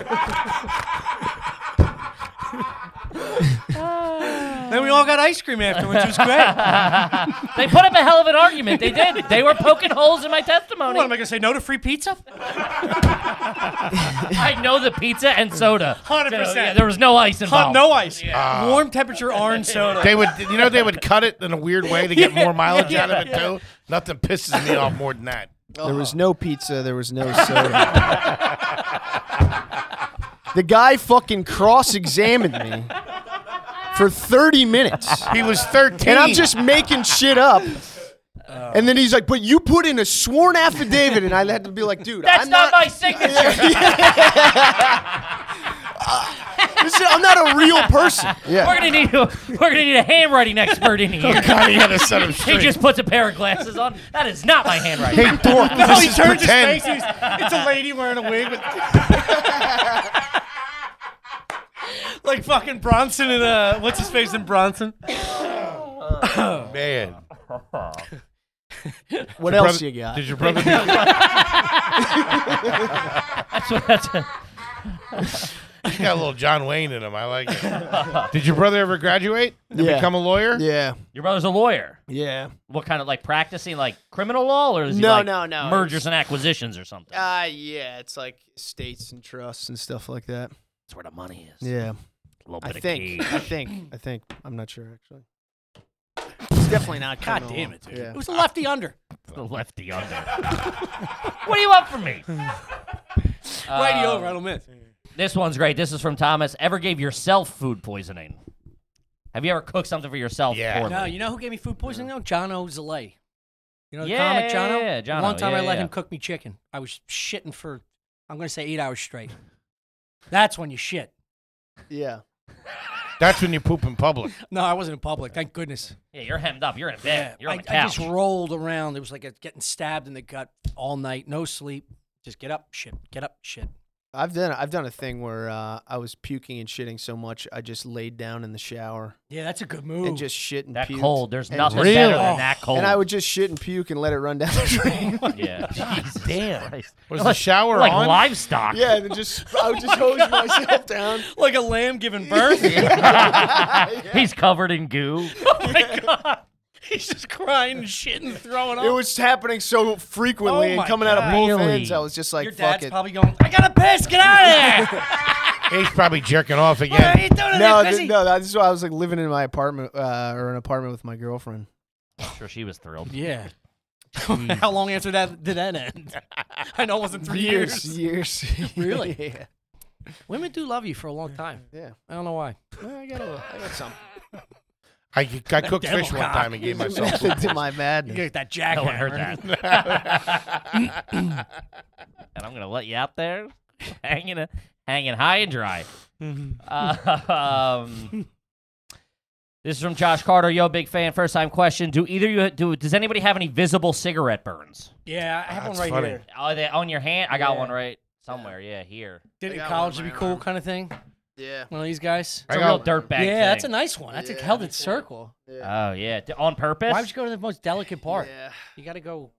Speaker 4: then we all got ice cream after, which was great. what
Speaker 2: They put up a hell of an argument. They did. They were poking holes in my testimony.
Speaker 4: am I gonna say? No to free pizza?
Speaker 2: I know the pizza and soda.
Speaker 4: 100%.
Speaker 2: So, yeah, there was no ice
Speaker 4: Hot,
Speaker 2: involved.
Speaker 4: no ice. Warm temperature orange soda.
Speaker 1: They would, you know, they would cut it in a weird way to get more mileage out of it too. Nothing pisses me off more than that.
Speaker 5: There was no pizza. There was no soda. the guy fucking cross-examined me for 30 minutes,
Speaker 1: He was thirteen.
Speaker 5: and I'm just making shit up. And then he's like, "But you put in a sworn affidavit," and I had to be like, "Dude,
Speaker 2: That's
Speaker 5: I'm
Speaker 2: not,
Speaker 5: not,
Speaker 2: my signature.
Speaker 5: Uh, this is- I'm not a real person." Yeah.
Speaker 2: We're gonna need we're gonna need a handwriting expert in here.
Speaker 1: God, he had a set of
Speaker 2: He
Speaker 1: straight.
Speaker 2: just puts a pair of glasses on. That is not my handwriting.
Speaker 1: Hey, dork, this is pretend.
Speaker 4: His face, he's- it's a lady wearing a wig, with, like fucking Bronson and uh, what's his face in Bronson?
Speaker 1: Man,
Speaker 5: What else
Speaker 1: brother-
Speaker 5: you got?
Speaker 1: did your brother? Do,
Speaker 2: That's what that's.
Speaker 1: he got a little John Wayne in him. I like it. Did your brother ever graduate and
Speaker 5: Yeah.
Speaker 1: become a lawyer?
Speaker 5: Yeah.
Speaker 2: Your brother's a lawyer.
Speaker 5: Yeah.
Speaker 2: What kind of like practicing like criminal law or is he
Speaker 5: No,
Speaker 2: like
Speaker 5: no, no,
Speaker 2: mergers and acquisitions or something?
Speaker 5: Uh, yeah. It's like states and trusts and stuff like that.
Speaker 2: That's where the money is.
Speaker 5: Yeah.
Speaker 2: A little
Speaker 5: I
Speaker 2: bit
Speaker 5: think.
Speaker 2: of
Speaker 5: I think. I think. I'm not sure actually. It's definitely not.
Speaker 4: God
Speaker 5: criminal.
Speaker 4: damn it, dude!
Speaker 5: Yeah.
Speaker 4: It was a lefty under,
Speaker 2: cake. The lefty under. what do you want from me? Um,
Speaker 4: righty over. I don't miss.
Speaker 2: This one's great. This is from Thomas. Ever gave yourself food poisoning? Have you ever cooked something for yourself?
Speaker 1: Yeah.
Speaker 2: poorly?
Speaker 4: No, you know who gave me food poisoning though? John O'Zalay. You know the
Speaker 2: Yeah,
Speaker 4: comic
Speaker 2: yeah,
Speaker 4: John O?
Speaker 2: yeah, yeah, Jono,
Speaker 4: One time
Speaker 2: yeah,
Speaker 4: I let
Speaker 2: yeah.
Speaker 4: him cook me chicken. I was shitting for I'm gonna say eight hours straight. That's when you shit.
Speaker 5: Yeah.
Speaker 1: That's when you poop in public.
Speaker 4: No, I wasn't in public. Thank goodness.
Speaker 2: Yeah, you're hemmed up. You're in a bed. You're on
Speaker 4: I,
Speaker 2: the
Speaker 4: I just
Speaker 2: couch.
Speaker 4: rolled around. It was like a, getting stabbed in the gut all night, no sleep. Just get up, shit. Get up, shit.
Speaker 5: I've done I've done a thing where uh, I was puking and shitting so much I just laid down in the shower
Speaker 4: Yeah, that's a good move.
Speaker 5: and just shit and
Speaker 2: that
Speaker 5: puke.
Speaker 2: cold. There's
Speaker 5: and
Speaker 2: nothing
Speaker 5: just-
Speaker 1: Really?
Speaker 2: better than that cold.
Speaker 5: And I would just shit and puke and let it run down the drain.
Speaker 2: Yeah. Jesus Damn. Christ.
Speaker 1: Was
Speaker 2: You're
Speaker 1: the
Speaker 2: like-
Speaker 1: shower
Speaker 2: you're like
Speaker 1: on?
Speaker 2: livestock.
Speaker 5: yeah, and it just I would just hose myself down.
Speaker 4: like a lamb giving birth.
Speaker 2: He's covered in goo.
Speaker 4: Oh my god. He's just crying, and shit, and throwing up.
Speaker 5: It was happening so frequently
Speaker 4: Oh
Speaker 5: and
Speaker 4: my
Speaker 5: coming out of both
Speaker 2: God. Really?
Speaker 5: ends. I was just like,
Speaker 4: Your
Speaker 5: fuck
Speaker 4: dad's
Speaker 5: it.
Speaker 4: probably going. I gotta piss. Get out of there.
Speaker 1: He's probably jerking off
Speaker 4: What are
Speaker 1: again.
Speaker 4: you doing in
Speaker 5: no,
Speaker 4: there,
Speaker 5: th-
Speaker 4: pussy?
Speaker 5: no, that's why I was like living in my apartment uh, or an apartment with my girlfriend.
Speaker 2: I'm sure she was thrilled.
Speaker 4: Yeah. How long after that did that end? I know it wasn't three years.
Speaker 5: years.
Speaker 4: Really?
Speaker 5: yeah.
Speaker 4: Women do love you for a long time.
Speaker 5: Yeah.
Speaker 4: I don't know why.
Speaker 5: Well, I got a little, I got something.
Speaker 1: I, I cooked
Speaker 4: devil
Speaker 1: fish one
Speaker 4: cock.
Speaker 1: time and gave myself.
Speaker 5: Nothing to my madness.
Speaker 4: Get that jacket.
Speaker 2: No one heard that. and I'm gonna let you out there, hanging, hanging high and dry.
Speaker 4: Mm-hmm.
Speaker 2: Uh, um, this is from Josh Carter. Yo, big fan. First time question. Do either you do? Does anybody have any visible cigarette burns?
Speaker 4: Yeah, I have
Speaker 1: That's
Speaker 4: one right
Speaker 1: funny.
Speaker 4: here.
Speaker 2: Are they on your hand? I got
Speaker 4: Yeah.
Speaker 2: one right somewhere. Yeah, here.
Speaker 4: Did
Speaker 5: I
Speaker 4: it
Speaker 5: got
Speaker 4: college to
Speaker 5: one
Speaker 4: be
Speaker 5: right
Speaker 4: cool
Speaker 5: around.
Speaker 4: kind of thing?
Speaker 5: Yeah.
Speaker 4: One of these guys.
Speaker 1: I
Speaker 2: It's a
Speaker 1: got
Speaker 2: real
Speaker 1: one.
Speaker 2: dirtbag.
Speaker 4: yeah, that's a
Speaker 2: thing.
Speaker 4: nice one. That's a
Speaker 5: Yeah,
Speaker 4: held in
Speaker 5: that's it.
Speaker 4: circle.
Speaker 2: Oh yeah, D- on purpose.
Speaker 4: Why would you go to the most delicate part?
Speaker 5: Yeah.
Speaker 4: You got to go.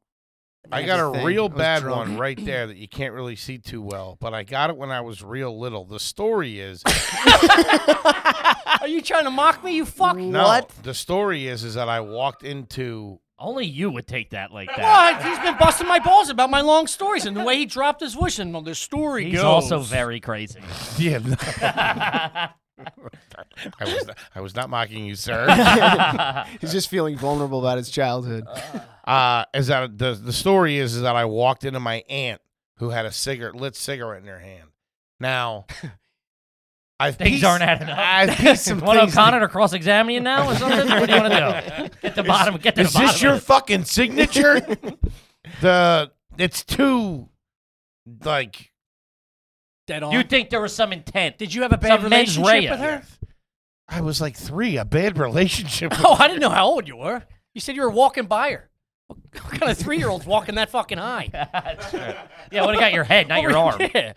Speaker 1: I got a
Speaker 5: Thing. I
Speaker 1: real
Speaker 5: was
Speaker 1: bad
Speaker 5: drunk.
Speaker 1: one right there that you can't really see too well, but I got it when I was real little. The story is
Speaker 4: Are you trying to mock me? You fuck.
Speaker 1: no,
Speaker 5: What?
Speaker 1: The story is is that I walked into
Speaker 2: Only you would take that like that.
Speaker 4: What? He's been busting my balls about my long stories and the way he dropped his wish and the story
Speaker 2: He's
Speaker 4: goes.
Speaker 2: also very crazy.
Speaker 1: Yeah, no. I was not, I was not mocking you, sir.
Speaker 5: He's just feeling vulnerable about his childhood.
Speaker 1: Uh, is that the the story is is that I walked into my aunt who had a cigarette lit cigarette in her hand. Now, I've
Speaker 2: Things
Speaker 1: pieced-
Speaker 2: aren't adding up.
Speaker 1: I've pieced some
Speaker 2: What
Speaker 1: things.
Speaker 2: O'Connor to cross examine you now or something? what do you want to do? Get the bottom. Get to
Speaker 1: is
Speaker 2: the bottom.
Speaker 1: this your
Speaker 2: of
Speaker 1: fucking signature? the it's too like
Speaker 4: dead
Speaker 2: it.
Speaker 4: on.
Speaker 2: You think there was some intent?
Speaker 4: Did you have a bad
Speaker 2: Some mens rea.
Speaker 4: relationship with her?
Speaker 1: I was like three, a bad relationship. with-
Speaker 4: Oh, I didn't know how old you were. You said you were walking by her. What what kind of three-year-old's walking that fucking high?
Speaker 2: That's true. Yeah, would have got your head, not your
Speaker 4: Oh,
Speaker 2: arm.
Speaker 4: yeah.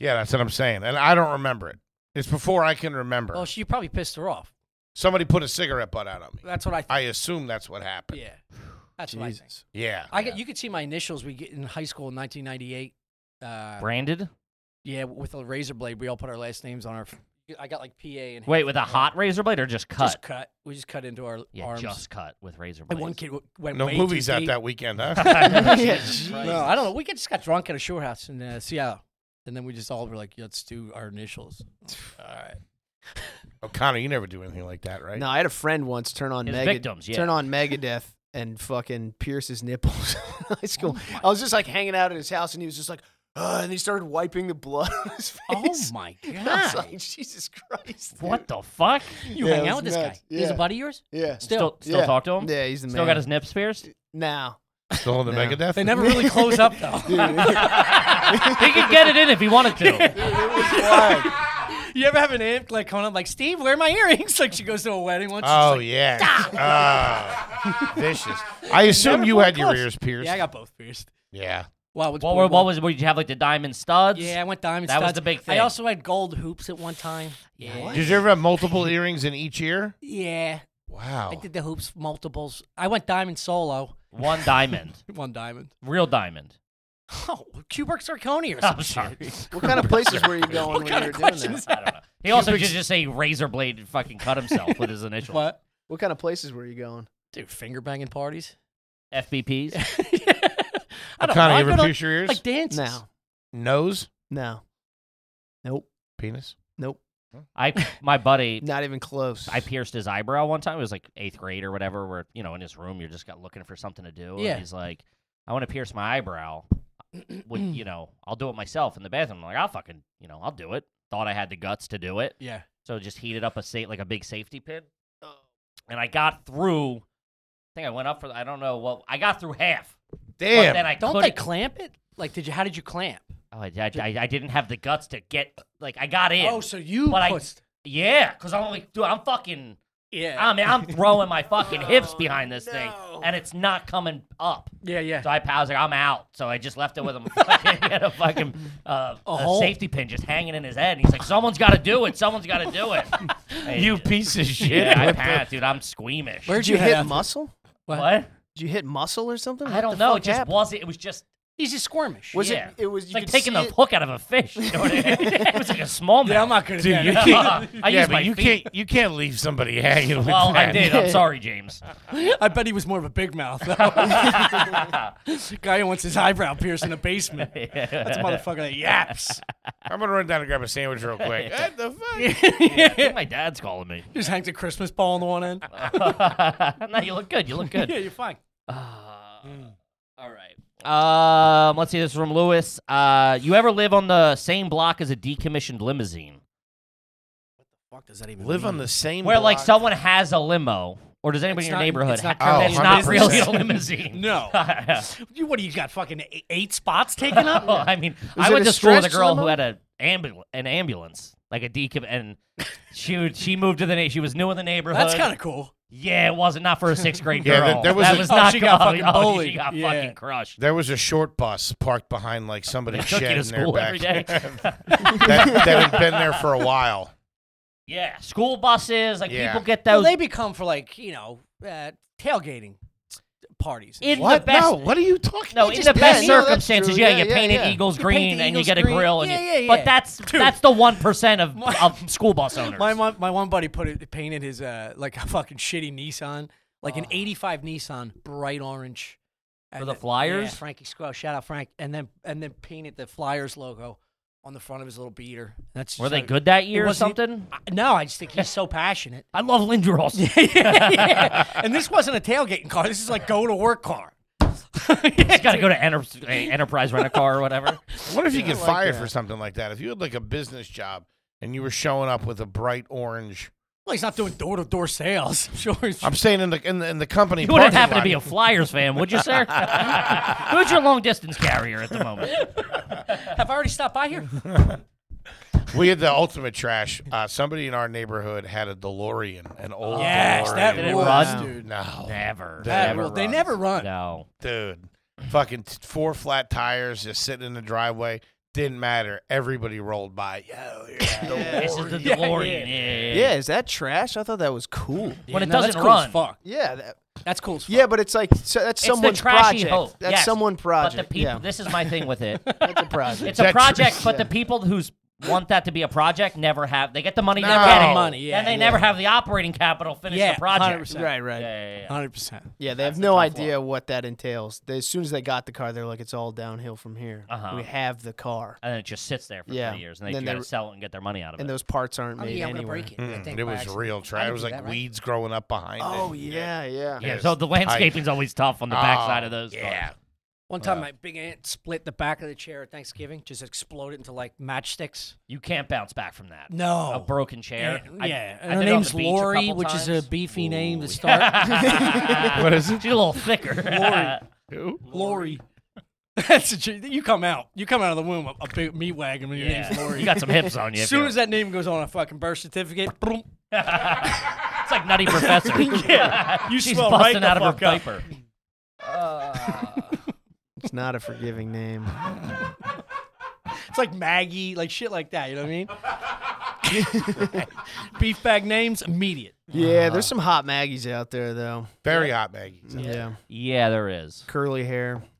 Speaker 1: yeah, that's what I'm saying, and I don't remember it. It's before I can remember.
Speaker 2: Oh,
Speaker 4: Well, she you probably pissed her off.
Speaker 1: Somebody put a cigarette butt out on me.
Speaker 4: That's what I. think.
Speaker 1: I assume that's what happened.
Speaker 4: yeah, that's what I think.
Speaker 1: Yeah.
Speaker 4: I get. You could see my initials. We get in high school in 1998. Uh,
Speaker 2: Branded?
Speaker 4: yeah, with a razor blade, we all put our last names on our. f- I got like PA and
Speaker 2: Wait, with a hot razor blade or just cut?
Speaker 4: Just cut. We just cut into our
Speaker 2: yeah,
Speaker 4: arms.
Speaker 2: just cut with razor blades.
Speaker 4: And one kid w- went
Speaker 1: no
Speaker 4: way
Speaker 1: movies
Speaker 4: too
Speaker 1: out
Speaker 4: deep.
Speaker 1: that weekend, huh?
Speaker 4: No, I don't know. We could just got drunk at a shore house in uh, Seattle, and then we just all were like, "Let's do our initials." all right.
Speaker 1: O'Connor, you never do anything like that, right?
Speaker 5: No, I had a friend once turn on
Speaker 2: His
Speaker 5: Mega-
Speaker 2: victims, yeah.
Speaker 5: turn on Megadeth and fucking pierce his nipples in high school.
Speaker 2: Oh
Speaker 5: I was just like hanging out at his house and he was just like, Ugh, and he started wiping the blood on his
Speaker 4: Oh
Speaker 5: face.
Speaker 4: my
Speaker 5: I was
Speaker 4: god!
Speaker 5: like, Jesus Christ.
Speaker 2: What the fuck?
Speaker 4: You
Speaker 5: Yeah,
Speaker 4: hang
Speaker 5: it
Speaker 4: out
Speaker 5: was
Speaker 4: with this
Speaker 5: nuts.
Speaker 4: guy? He's a
Speaker 5: Yeah.
Speaker 4: buddy of yours?
Speaker 5: Yeah.
Speaker 2: Still, still
Speaker 5: yeah.
Speaker 2: talk to him?
Speaker 5: Yeah, he's the man.
Speaker 2: Still got his nips pierced?
Speaker 5: now.
Speaker 1: Still in the
Speaker 5: No.
Speaker 1: Megadeth?
Speaker 4: They never really close up though.
Speaker 2: he could get it in if he wanted to.
Speaker 4: you ever have an aunt like coming up like, "Steve, where are my earrings?" Like she goes to a wedding once. she's
Speaker 1: Oh,
Speaker 4: like,
Speaker 1: yeah. Oh, vicious. I assume you had your ears pierced.
Speaker 4: yeah, I got both pierced.
Speaker 1: Yeah.
Speaker 4: Wow, which
Speaker 2: What,
Speaker 4: boy
Speaker 2: were, what
Speaker 4: won?
Speaker 2: was? Did you have like the diamond studs?
Speaker 4: Yeah, I went diamond.
Speaker 2: That was
Speaker 4: studs.
Speaker 2: the big
Speaker 4: I
Speaker 2: thing.
Speaker 4: also had gold hoops at one time. Yeah,
Speaker 1: Did you ever have multiple earrings in each ear?
Speaker 4: yeah.
Speaker 1: Wow.
Speaker 4: I did the hoops multiples. I went diamond solo.
Speaker 2: One diamond,
Speaker 4: One diamond.
Speaker 2: real diamond.
Speaker 4: Oh, cubic zirconia or
Speaker 2: I'm
Speaker 4: some
Speaker 2: sorry.
Speaker 4: shit.
Speaker 5: What kind of places were you going when you
Speaker 4: kind
Speaker 5: were
Speaker 4: of
Speaker 5: doing
Speaker 4: question is
Speaker 5: that?
Speaker 2: I don't know. He also could just say razor blade and fucking cut himself with his initials.
Speaker 4: What?
Speaker 5: What kind of places were you going?
Speaker 4: Dude, finger banging parties.
Speaker 2: FBPs.
Speaker 4: I don't know.
Speaker 1: O'Connor,
Speaker 4: I
Speaker 1: you
Speaker 4: go
Speaker 1: ever
Speaker 4: to,
Speaker 1: pierce your ears?
Speaker 4: like dances.
Speaker 5: Now.
Speaker 1: Nose?
Speaker 5: No. Nope.
Speaker 1: Penis?
Speaker 5: Nope.
Speaker 2: I my buddy.
Speaker 5: Not even close.
Speaker 2: I pierced his eyebrow one time. It was like eighth grade or whatever. Where you know in his room you're just got looking for something to do.
Speaker 4: Yeah.
Speaker 2: And he's like, I want to pierce my eyebrow. Would you know? I'll do it myself in the bathroom. I'm like, I'll fucking you know I'll do it. Thought I had the guts to do it.
Speaker 4: Yeah.
Speaker 2: So just heated up a safe, like a big safety pin. And I got through. I think I went up for. I don't know. Well, I got through half. But
Speaker 1: Damn.
Speaker 2: then I
Speaker 4: Don't
Speaker 2: couldn't-
Speaker 4: they clamp it? Like, did you? How did you clamp?
Speaker 2: Oh, I, I, I, I didn't have the guts to get like I got in.
Speaker 4: Oh, so you
Speaker 2: But I-
Speaker 4: pushed.
Speaker 2: yeah, because I'm like, dude, I'm fucking.
Speaker 4: yeah.
Speaker 2: I mean, I'm throwing my fucking hips behind this thing, and it's not coming up.
Speaker 4: yeah, yeah.
Speaker 2: So I was like, I'm out. So I just left it with him. fucking, he had a fucking uh, a
Speaker 4: hole?
Speaker 2: safety pin just hanging in his head. And he's like, someone's got to do it. Someone's got to do it. Hey,
Speaker 1: You piece of shit.
Speaker 2: Yeah, I
Speaker 1: What the-
Speaker 2: passed, dude. I'm squeamish.
Speaker 4: Where'd
Speaker 5: Did you
Speaker 4: head
Speaker 5: hit
Speaker 4: after-
Speaker 5: muscle?
Speaker 2: what?
Speaker 5: Did you hit muscle or something?
Speaker 2: I
Speaker 5: What
Speaker 2: don't
Speaker 5: the
Speaker 2: know.
Speaker 5: fuck
Speaker 2: It just
Speaker 5: happened?
Speaker 2: wasn't. It was just
Speaker 4: He's just squirmish.
Speaker 5: Was
Speaker 2: yeah.
Speaker 5: it? It was.
Speaker 2: it's
Speaker 5: You
Speaker 2: like
Speaker 5: could
Speaker 2: taking
Speaker 5: see
Speaker 2: the
Speaker 5: it-
Speaker 2: hook out of a fish. You know what I mean? it was like a small
Speaker 4: yeah, I'm not good at
Speaker 1: Dude,
Speaker 4: that.
Speaker 1: you
Speaker 4: I-
Speaker 1: can't.
Speaker 2: I
Speaker 1: yeah,
Speaker 2: used
Speaker 1: but
Speaker 2: my
Speaker 1: you
Speaker 2: feet.
Speaker 1: can't. You can't leave somebody hanging with
Speaker 2: Well,
Speaker 1: that.
Speaker 2: I did. I'm sorry, James.
Speaker 4: I bet he was more of a big mouth. though. Guy who wants his eyebrow pierced in the basement. That's a motherfucker that yaps.
Speaker 1: I'm gonna run down and grab a sandwich real quick. what the fuck?
Speaker 2: I think my dad's calling me.
Speaker 4: Just hangs a Christmas ball on the one end.
Speaker 2: no, you look good. You look
Speaker 4: Yeah,
Speaker 2: good. Ah.
Speaker 4: you're fine. Hmm.
Speaker 2: All right. Um, let's see. This is from Lewis. Uh, you ever live on the same block as a decommissioned limousine,
Speaker 4: Fuck, does that even
Speaker 1: Live on the same.
Speaker 2: where like
Speaker 1: block.
Speaker 2: someone has a limo, or does anybody
Speaker 4: It's
Speaker 2: in your
Speaker 4: not-
Speaker 2: neighborhood?
Speaker 4: it's not
Speaker 2: ha-
Speaker 1: current
Speaker 2: it's not really a
Speaker 1: 100%.
Speaker 2: limousine.
Speaker 4: No.
Speaker 2: no,
Speaker 4: You, what do you got? Fucking eight, eight spots taken up?
Speaker 2: I mean, I
Speaker 5: it
Speaker 2: went
Speaker 5: a
Speaker 2: to school with a
Speaker 5: stretched
Speaker 2: girl who
Speaker 5: limo?
Speaker 2: had a ambul- an ambulance, like a decom, and she would- she moved to the na- she was new in the neighborhood.
Speaker 4: That's kind of cool.
Speaker 2: Yeah, it wasn't not for a sixth grade
Speaker 1: Yeah,
Speaker 2: girl.
Speaker 1: that- that was
Speaker 2: that
Speaker 1: a-
Speaker 2: was
Speaker 4: Oh,
Speaker 2: not
Speaker 4: she got
Speaker 2: oh,
Speaker 4: fucking
Speaker 2: oh,
Speaker 4: bullied.
Speaker 2: She got
Speaker 4: Yeah.
Speaker 2: fucking crushed.
Speaker 1: There was a short bus parked behind like somebody's
Speaker 2: Took you
Speaker 1: shed
Speaker 2: to
Speaker 1: in their
Speaker 2: school every
Speaker 1: back.
Speaker 2: day.
Speaker 1: that, that had been there for a while.
Speaker 2: yeah, school buses. Like
Speaker 1: Yeah.
Speaker 2: people get
Speaker 4: Well,
Speaker 2: those
Speaker 4: they become for like, you know, uh, tailgating parties.
Speaker 2: in
Speaker 1: What?
Speaker 2: the best.
Speaker 1: no. What are you talking?
Speaker 2: No,
Speaker 1: It
Speaker 2: in
Speaker 1: just-
Speaker 2: the best
Speaker 5: yeah, no, that's
Speaker 2: circumstances,
Speaker 5: true.
Speaker 2: yeah,
Speaker 5: Yeah,
Speaker 2: you
Speaker 5: yeah,
Speaker 2: paint
Speaker 5: yeah.
Speaker 2: an Eagles
Speaker 4: You paint
Speaker 2: green
Speaker 4: the
Speaker 2: and
Speaker 4: Eagles
Speaker 2: you get a
Speaker 4: green.
Speaker 2: grill. And
Speaker 4: Yeah,
Speaker 2: you,
Speaker 4: yeah,
Speaker 2: But
Speaker 4: yeah.
Speaker 2: that's that's the one percent of,
Speaker 4: My-
Speaker 2: of school bus owners.
Speaker 4: My, my my one buddy put it painted his uh like a fucking shitty Nissan, like an '85 Nissan, bright orange. and
Speaker 2: Ah. the
Speaker 4: then-
Speaker 2: Flyers?
Speaker 4: yeah, Frankie Squirrel, shout out Frank, and then and then painted the Flyers logo on the front of his little beater. That's
Speaker 2: Were
Speaker 4: just
Speaker 2: they
Speaker 4: how-
Speaker 2: good that
Speaker 4: it
Speaker 2: year or
Speaker 4: wasn't-
Speaker 2: something?
Speaker 4: I- no, I just think he's so passionate.
Speaker 2: I love Lindros.
Speaker 4: Yeah. And this wasn't a tailgating car. This is like go to work car.
Speaker 2: He's got to go to Enter- Enterprise Rent a Car or whatever.
Speaker 1: What if you get
Speaker 5: like
Speaker 1: fired
Speaker 5: that.
Speaker 1: for something like that? If you had like a business job and you were showing up with a bright orange,
Speaker 4: Well, he's not doing door to door sales. I'm sure. he's-
Speaker 1: I'm saying in the in the, in the company.
Speaker 2: You wouldn't
Speaker 1: parking
Speaker 2: happen to
Speaker 1: lot.
Speaker 2: be a Flyers fan, would you, sir? Who's your long distance carrier at the moment?
Speaker 4: have I already stopped by here?
Speaker 1: We had the ultimate trash. Uh, somebody in our neighborhood had a DeLorean, an old
Speaker 4: yes,
Speaker 1: DeLorean.
Speaker 4: that
Speaker 2: Did it
Speaker 4: rules,
Speaker 2: run?
Speaker 4: dude.
Speaker 1: no,
Speaker 2: Never.
Speaker 1: That
Speaker 4: That
Speaker 1: never
Speaker 4: rule- They
Speaker 1: runs.
Speaker 4: never run.
Speaker 2: No.
Speaker 1: dude. Fucking t- four flat tires just sitting in the driveway. Didn't matter. Everybody rolled by. Yo, here's the
Speaker 2: This is the
Speaker 4: Yeah,
Speaker 2: DeLorean.
Speaker 4: yeah.
Speaker 2: Yeah, yeah.
Speaker 5: Yeah, is that trash? I thought that was cool.
Speaker 2: When it
Speaker 4: No, that's
Speaker 2: doesn't
Speaker 4: cool as
Speaker 2: run.
Speaker 4: fuck.
Speaker 5: Yeah, that,
Speaker 4: That's cool. As fuck.
Speaker 5: yeah, but it's like so that's
Speaker 2: the
Speaker 5: someone's
Speaker 2: trashy
Speaker 5: project.
Speaker 2: hope,
Speaker 5: That's
Speaker 2: yes.
Speaker 5: someone
Speaker 2: But
Speaker 5: project.
Speaker 2: the people,
Speaker 5: yeah,
Speaker 2: this is my thing with it.
Speaker 5: that's a project.
Speaker 2: It's a
Speaker 1: that true?
Speaker 2: project, but the people who's want that to be a project never have. They get the money, never
Speaker 1: No.
Speaker 2: get it.
Speaker 4: Money, yeah,
Speaker 2: then they
Speaker 4: yeah.
Speaker 2: never have the operating capital finish
Speaker 4: Yeah,
Speaker 2: the project.
Speaker 4: 100%.
Speaker 5: right, right.
Speaker 2: Yeah,
Speaker 5: Yeah,
Speaker 2: yeah, yeah.
Speaker 4: Hundred percent.
Speaker 5: they have no idea what that entails. They, as soon as they got the car, they're like, "It's all downhill from here.
Speaker 2: Uh-huh.
Speaker 5: We have the car,
Speaker 2: And then it just sits there for
Speaker 5: Yeah.
Speaker 2: three years, and they
Speaker 5: Then
Speaker 2: try
Speaker 5: they-
Speaker 2: to sell it and get their money out of
Speaker 5: and
Speaker 2: it.
Speaker 5: those parts aren't
Speaker 4: Oh
Speaker 5: made
Speaker 4: yeah, I'm gonna
Speaker 5: anywhere."
Speaker 4: break it. I think,
Speaker 1: Mm, It
Speaker 4: by
Speaker 1: was
Speaker 4: accident.
Speaker 1: real trash.
Speaker 4: I
Speaker 1: It was
Speaker 4: didn't
Speaker 1: like
Speaker 4: do that, right?
Speaker 1: weeds growing up behind it.
Speaker 5: Oh yeah,
Speaker 2: yeah,
Speaker 5: yeah.
Speaker 1: Yes.
Speaker 2: so the landscaping's always tough on the backside
Speaker 1: Oh,
Speaker 2: of those.
Speaker 1: Yeah.
Speaker 4: One time, my big aunt split the back of the chair at Thanksgiving, just exploded into like matchsticks.
Speaker 2: You can't bounce back from that.
Speaker 4: No.
Speaker 2: A broken chair.
Speaker 4: And-
Speaker 2: I-
Speaker 4: yeah,
Speaker 2: I
Speaker 4: and
Speaker 2: did
Speaker 4: her
Speaker 2: it on
Speaker 4: name's
Speaker 2: the beach a
Speaker 4: Lori,
Speaker 2: couple
Speaker 4: which is
Speaker 2: times.
Speaker 4: a beefy name to start.
Speaker 1: What is it?
Speaker 2: She's a little thicker.
Speaker 1: Who?
Speaker 4: Lori. That's a, ch- you come out. You come out of the womb a, a big meat wagon when your name's
Speaker 2: yeah.
Speaker 4: Lori.
Speaker 2: You got some hips on you.
Speaker 4: as
Speaker 2: if
Speaker 4: soon
Speaker 2: you're-
Speaker 4: as that name goes on a fucking birth certificate, boom,
Speaker 2: it's like Nutty Professor.
Speaker 4: you
Speaker 2: She's
Speaker 4: swell
Speaker 2: busting
Speaker 4: right the
Speaker 2: out of her
Speaker 4: fuck up.
Speaker 2: diaper.
Speaker 5: It's not a forgiving name.
Speaker 2: Uh-huh.
Speaker 4: It's like Maggie, like shit like that. You know what I mean? Beef bag names immediate.
Speaker 5: yeah, there's some hot Maggies out there though.
Speaker 1: Very hot, Maggie.
Speaker 5: Yeah,
Speaker 2: Yeah, there is.
Speaker 5: curly hair.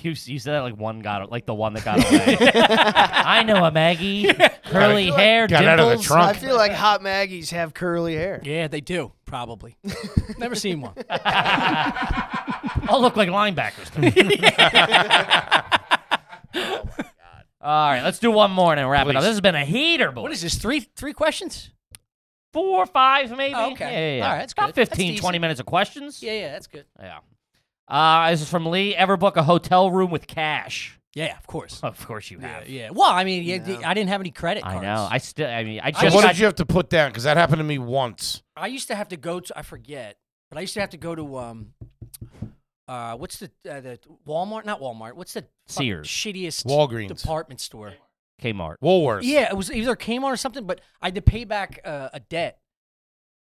Speaker 2: You, you said that like one got like the one that got away. I know a Maggie, curly
Speaker 1: Got
Speaker 2: hair,
Speaker 1: got
Speaker 2: dimples.
Speaker 1: out of the trunk.
Speaker 5: I feel like hot Maggies have curly hair.
Speaker 4: Yeah, they do probably. Never seen one.
Speaker 2: I'll look like linebackers. to me. All right, let's do one more and then wrap it up.
Speaker 1: Please.
Speaker 2: This has been a heater, boys.
Speaker 4: What is this? Three three questions?
Speaker 2: Four, five, maybe.
Speaker 4: Oh, okay.
Speaker 2: Yeah, yeah, yeah.
Speaker 4: All right, that's
Speaker 2: About
Speaker 4: good. That's
Speaker 2: 15, 20
Speaker 4: decent.
Speaker 2: minutes of questions.
Speaker 4: Yeah, yeah, that's good.
Speaker 2: Yeah. Uh, this is from Lee. Ever book a hotel room with cash?
Speaker 4: Yeah, of course.
Speaker 2: Of course you have.
Speaker 4: Yeah. Well, I mean, yeah, d- I didn't have any credit cards.
Speaker 2: I know. I still. I mean, I
Speaker 1: So
Speaker 2: just
Speaker 1: what
Speaker 2: got.
Speaker 1: did you have to put down? Because that happened to me once.
Speaker 4: I used to have to go to I forget, but I used to have to go to um uh, what's the uh, the Walmart? Not Walmart. What's the fucking
Speaker 2: Sears.
Speaker 4: shittiest
Speaker 1: Walgreens.
Speaker 4: department store?
Speaker 2: Kmart.
Speaker 1: Woolworths.
Speaker 4: Yeah, it was either Kmart or something. But I had to pay back uh, a debt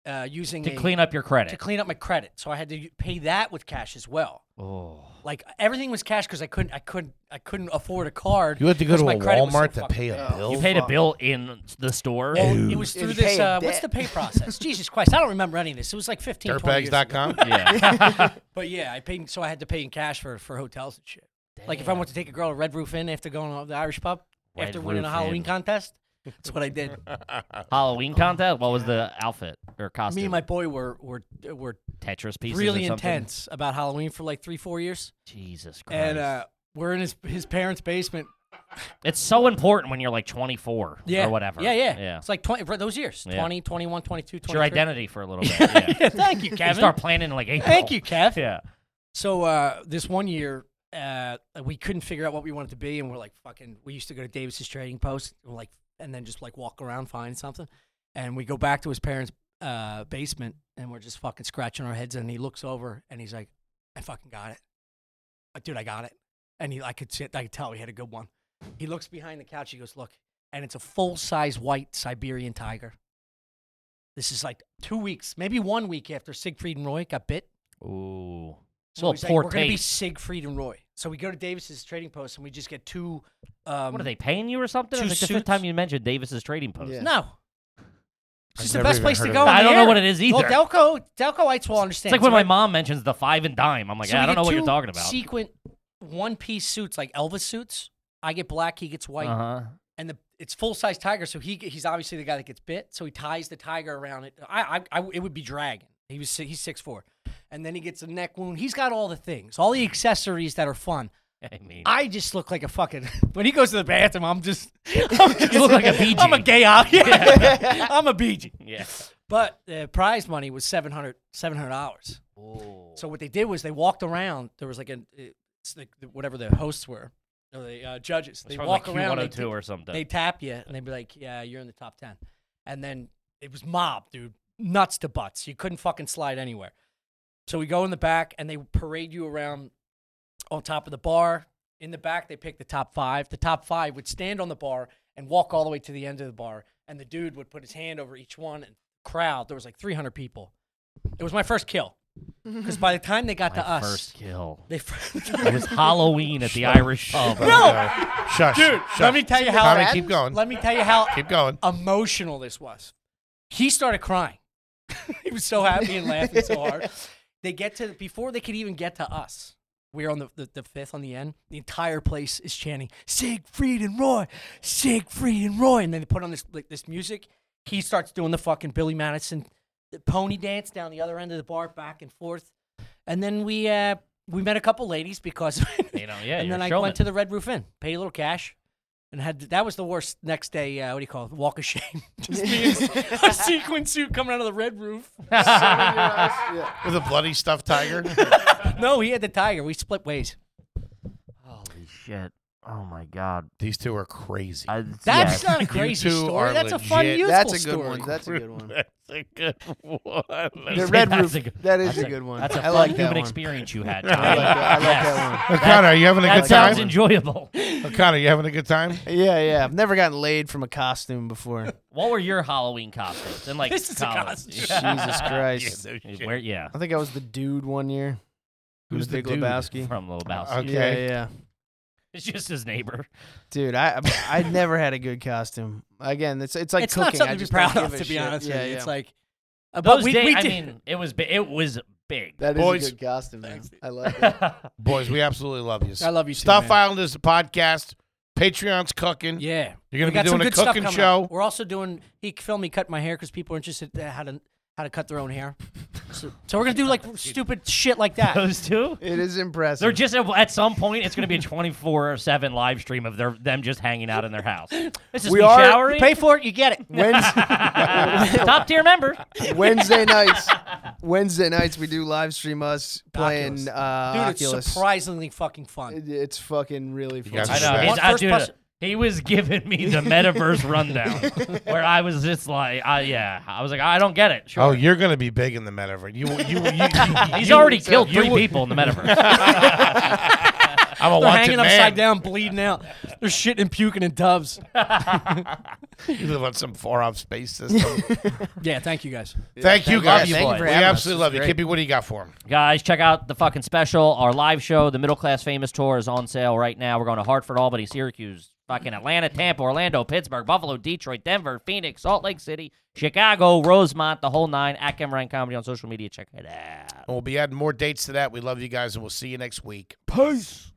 Speaker 4: uh, using
Speaker 2: To
Speaker 4: a-
Speaker 2: clean up your
Speaker 4: to
Speaker 2: credit.
Speaker 4: clean up my credit. So I had to u- pay that with cash as well.
Speaker 2: Oh.
Speaker 4: Like everything was cash because I couldn't, I couldn't, I couldn't afford a card.
Speaker 1: You had to go
Speaker 4: 'cause
Speaker 1: to
Speaker 4: my
Speaker 1: a
Speaker 4: credit was so
Speaker 1: Walmart to
Speaker 4: fucking
Speaker 1: pay a
Speaker 4: bad.
Speaker 1: bill.
Speaker 2: You paid a
Speaker 5: fuck.
Speaker 2: bill in the store?
Speaker 4: Well, it was
Speaker 5: You
Speaker 4: through
Speaker 5: had to
Speaker 4: this.
Speaker 5: pay a
Speaker 4: Uh, what's
Speaker 5: debt.
Speaker 4: the pay process? Jesus Christ, I don't remember any of this. It was like 15, 20 years ago.
Speaker 1: Dirtbags.com.
Speaker 2: Yeah.
Speaker 4: But yeah, I paid, so I had to pay in cash for for hotels and shit. Like if I went to take a girl to Red Roof Inn after going to the Irish pub
Speaker 2: Red
Speaker 4: after winning
Speaker 2: Roof
Speaker 4: a Halloween
Speaker 2: Inn.
Speaker 4: contest, that's what I did.
Speaker 2: Halloween contest? What was the outfit or costume?
Speaker 4: Me and my boy were were were
Speaker 2: Tetris pieces. or
Speaker 4: really
Speaker 2: something?
Speaker 4: intense about Halloween for like three four years,
Speaker 2: Jesus Christ.
Speaker 4: and uh, we're in his his parents' basement.
Speaker 2: it's so important when you're like 24
Speaker 4: Yeah,
Speaker 2: or whatever.
Speaker 4: Yeah, yeah,
Speaker 2: Yeah.
Speaker 4: It's like twenty for those years,
Speaker 2: Yeah.
Speaker 4: 20, 21, 22,
Speaker 2: It's your
Speaker 4: 23.
Speaker 2: identity for a little bit. Yeah.
Speaker 4: Yeah, thank you,
Speaker 2: You
Speaker 4: Kevin.
Speaker 2: start planning in like April.
Speaker 4: Thank you, Kev.
Speaker 2: Yeah.
Speaker 4: So uh, this one year, uh, we couldn't figure out what we wanted to be, and we're like, fucking. We used to go to Davis's Trading Post, and we're like, and then just like walk around, find something, and we go back to his parents' uh, basement, and we're just fucking scratching our heads, and he looks over, and he's like, I fucking got it, Uh, dude, I got it, and he, I could see, it- I could tell he had a good one. He looks behind the couch, he goes, look, and it's a full size white Siberian tiger. This is like two weeks, maybe one week after Siegfried and Roy got bit.
Speaker 2: Ooh. It's a
Speaker 4: So
Speaker 2: little
Speaker 4: he's like,
Speaker 2: poor
Speaker 4: We're gonna be
Speaker 2: taste.
Speaker 4: Siegfried and Roy. So we go to Davis's trading post and we just get two. Um,
Speaker 2: What are they paying you or something?
Speaker 4: two
Speaker 2: It's like the fifth time
Speaker 4: suits.
Speaker 2: you mentioned Davis's trading post.
Speaker 5: Yeah.
Speaker 4: No.
Speaker 1: I've
Speaker 4: It's just the
Speaker 1: never
Speaker 4: best
Speaker 1: even
Speaker 4: place
Speaker 1: heard
Speaker 4: to
Speaker 1: of
Speaker 4: go.
Speaker 1: that.
Speaker 4: on
Speaker 2: I
Speaker 4: the
Speaker 2: don't know
Speaker 4: air.
Speaker 2: what it is either.
Speaker 4: Well, Delco, Delcoites will understand.
Speaker 2: It's like when
Speaker 4: So
Speaker 2: my
Speaker 4: we-
Speaker 2: mom mentions the five and dime. I'm like,
Speaker 4: so
Speaker 2: I
Speaker 4: we
Speaker 2: don't know
Speaker 4: get
Speaker 2: what you're
Speaker 4: two
Speaker 2: talking about.
Speaker 4: Sequent one piece suits like Elvis suits. I get black, he gets white,
Speaker 2: Uh-huh.
Speaker 4: and the it's full size tiger. So he he's obviously the guy that gets bit. So he ties the tiger around it. I I, I it would be dragging. He was si- he's six four, and then he gets a neck wound. He's got all the things, all the accessories that are fun.
Speaker 2: I mean,
Speaker 4: I just look like a fucking. When he goes to the bathroom, I'm just.
Speaker 2: you look like a BG.
Speaker 4: I'm a gay op. Yeah. I'm a BG.
Speaker 2: Yeah.
Speaker 4: But the prize money was 700 dollars. So what they did was they walked around. There was like a it's like the- whatever the hosts were, or the uh, judges. They
Speaker 2: It's probably
Speaker 4: walk
Speaker 2: like
Speaker 4: around. They,
Speaker 2: Q102 or something.
Speaker 4: they tap you and they'd be like, "Yeah, you're in the top 10. And then it was mob, dude, nuts to butts. You couldn't fucking slide anywhere. So we go in the back and they parade you around on top of the bar. In the back, they pick the top five. The top five would stand on the bar and walk all the way to the end of the bar. And the dude would put his hand over each one and crowd. There was like 300 people. It was my first kill. Because by the time they got
Speaker 2: My
Speaker 4: to us,
Speaker 2: first kill.
Speaker 4: they.
Speaker 2: It was Halloween at the Irish pub.
Speaker 4: no!
Speaker 1: Oh, Shush.
Speaker 4: Dude,
Speaker 1: shush.
Speaker 4: let me tell you how.
Speaker 1: Tommy, keep going.
Speaker 4: Let me tell you how
Speaker 1: Keep going.
Speaker 4: emotional this was. He started crying. he was so happy and laughing so hard. They get to before they could even get to us. We're on the, the, the fifth on the end. The entire place is chanting Siegfried and Roy, Siegfried and Roy, and then they put on this like, this music. He starts doing the fucking Billy Madison pony dance down the other end of the bar, back and forth. And then we uh, we met a couple ladies because
Speaker 2: You know, yeah,
Speaker 4: and
Speaker 2: you're
Speaker 4: then
Speaker 2: a
Speaker 4: I
Speaker 2: showman.
Speaker 4: went to the Red Roof Inn, paid a little cash, and had that was the worst next day. Uh, what do you call it? Walk of shame. Just me in a sequin suit coming out of the Red Roof.
Speaker 1: With a bloody stuffed tiger.
Speaker 4: No, he had the tiger. We split ways.
Speaker 2: Holy shit. Oh my god.
Speaker 1: These two are crazy.
Speaker 2: I,
Speaker 4: That's
Speaker 2: yeah.
Speaker 4: not a crazy
Speaker 1: two
Speaker 4: story.
Speaker 1: are
Speaker 4: That's a fun,
Speaker 1: legit.
Speaker 4: useful
Speaker 5: That's a good
Speaker 4: story.
Speaker 5: one. That's a good one.
Speaker 1: That's a good one.
Speaker 5: The
Speaker 2: See,
Speaker 5: Red
Speaker 2: that's
Speaker 5: Roof.
Speaker 2: a good-
Speaker 5: that is
Speaker 2: that's
Speaker 5: a good one.
Speaker 2: That's a
Speaker 5: I
Speaker 2: fun
Speaker 5: like that
Speaker 2: human
Speaker 5: one.
Speaker 2: experience you had.
Speaker 5: I like
Speaker 2: Tommy.
Speaker 5: that, I like
Speaker 2: Yes.
Speaker 5: that one.
Speaker 1: O'Connor, are you having a
Speaker 2: That
Speaker 1: good
Speaker 2: sounds
Speaker 1: time?
Speaker 2: enjoyable.
Speaker 1: O'Connor, you having a good time?
Speaker 5: Yeah, yeah. I've never gotten laid from a costume before.
Speaker 2: What were your Halloween costumes? And like
Speaker 4: This is a
Speaker 2: college?
Speaker 4: costume.
Speaker 5: Jesus Christ.
Speaker 1: Yeah, no shit.
Speaker 2: Where? Yeah.
Speaker 5: I think I was the dude one year.
Speaker 1: Who's
Speaker 5: the Big
Speaker 1: the dude?
Speaker 5: Lebowski?
Speaker 2: From Little Mouse.
Speaker 1: Okay.
Speaker 5: Yeah, yeah.
Speaker 2: It's just his neighbor.
Speaker 5: Dude, I I never had a to good costume. Again, it's it's like
Speaker 4: it's
Speaker 5: cooking.
Speaker 4: not something
Speaker 5: I
Speaker 4: to be
Speaker 5: just
Speaker 4: proud
Speaker 5: don't
Speaker 4: of,
Speaker 5: give
Speaker 4: to
Speaker 5: a
Speaker 4: be
Speaker 5: shit.
Speaker 4: honest
Speaker 5: yeah,
Speaker 4: with you.
Speaker 5: yeah.
Speaker 4: It's like, uh,
Speaker 2: Those
Speaker 4: but we,
Speaker 2: days,
Speaker 4: we
Speaker 2: I
Speaker 4: did.
Speaker 2: mean, it was bi- it was big.
Speaker 5: that is
Speaker 1: Boys-
Speaker 5: a good costume. Man.
Speaker 4: Thanks.
Speaker 5: I like that.
Speaker 1: Boys, we absolutely love you.
Speaker 4: I love you, too,
Speaker 1: Stuff
Speaker 4: man.
Speaker 1: Island is the podcast. Patreon's cooking.
Speaker 4: Yeah.
Speaker 1: You're gonna
Speaker 4: We
Speaker 1: be
Speaker 4: got some
Speaker 1: doing a
Speaker 4: good stuff
Speaker 1: cooking
Speaker 4: coming
Speaker 1: show.
Speaker 4: up. We're also doing. He filmed me cut my hair because people are interested in how to how to cut their own hair. So, so we're gonna do like stupid shit like that.
Speaker 2: Those two.
Speaker 5: It is impressive.
Speaker 2: They're just at some point it's going to be a 24/7 live stream of their them just hanging out in their house. This is
Speaker 5: We
Speaker 2: me
Speaker 5: are-
Speaker 2: showering.
Speaker 4: Pay for it, you get it.
Speaker 5: Wednesday,
Speaker 2: Top tier member.
Speaker 5: Wednesday nights. Wednesday nights we do live stream us
Speaker 4: Oculus.
Speaker 5: playing uh
Speaker 4: Dude,
Speaker 5: Oculus.
Speaker 4: it's surprisingly fucking fun.
Speaker 5: It- it's fucking really
Speaker 1: guys
Speaker 5: fun.
Speaker 1: are
Speaker 2: I
Speaker 1: Respect.
Speaker 2: know. He's,
Speaker 4: One
Speaker 2: I,
Speaker 4: first
Speaker 2: dude,
Speaker 4: person-
Speaker 2: He was giving me the metaverse rundown, where I was just like, I, yeah, I was like, I don't get it. Sure.
Speaker 1: Oh, you're gonna be big in the metaverse. You, you, you, you-
Speaker 2: He's
Speaker 1: you-
Speaker 2: already killed
Speaker 1: you
Speaker 2: three
Speaker 1: would-
Speaker 2: people in the metaverse.
Speaker 1: I'm a
Speaker 4: They're
Speaker 1: wanted
Speaker 4: hanging
Speaker 1: man.
Speaker 4: upside down, bleeding out. They're shitting and puking in doves.
Speaker 1: You live on some far off space system.
Speaker 4: Yeah, thank you guys.
Speaker 1: Thank you
Speaker 6: Love
Speaker 1: guys.
Speaker 6: you,
Speaker 1: We
Speaker 6: boy. Thank you for having us.
Speaker 1: absolutely love you,
Speaker 6: This is
Speaker 1: Kippy. What do you got for him?
Speaker 2: Guys, check out the fucking special. Our live show, the Middle Class Famous Tour, is on sale right now. We're going to Hartford, Albany, Syracuse, fucking Atlanta, Tampa, Orlando, Pittsburgh, Buffalo, Detroit, Denver, Phoenix, Salt Lake City, Chicago, Rosemont, the whole nine. At Ken Ryan Comedy on social media. Check it out.
Speaker 1: And we'll be adding more dates to that. We love you guys, and we'll see you next week.
Speaker 6: Peace.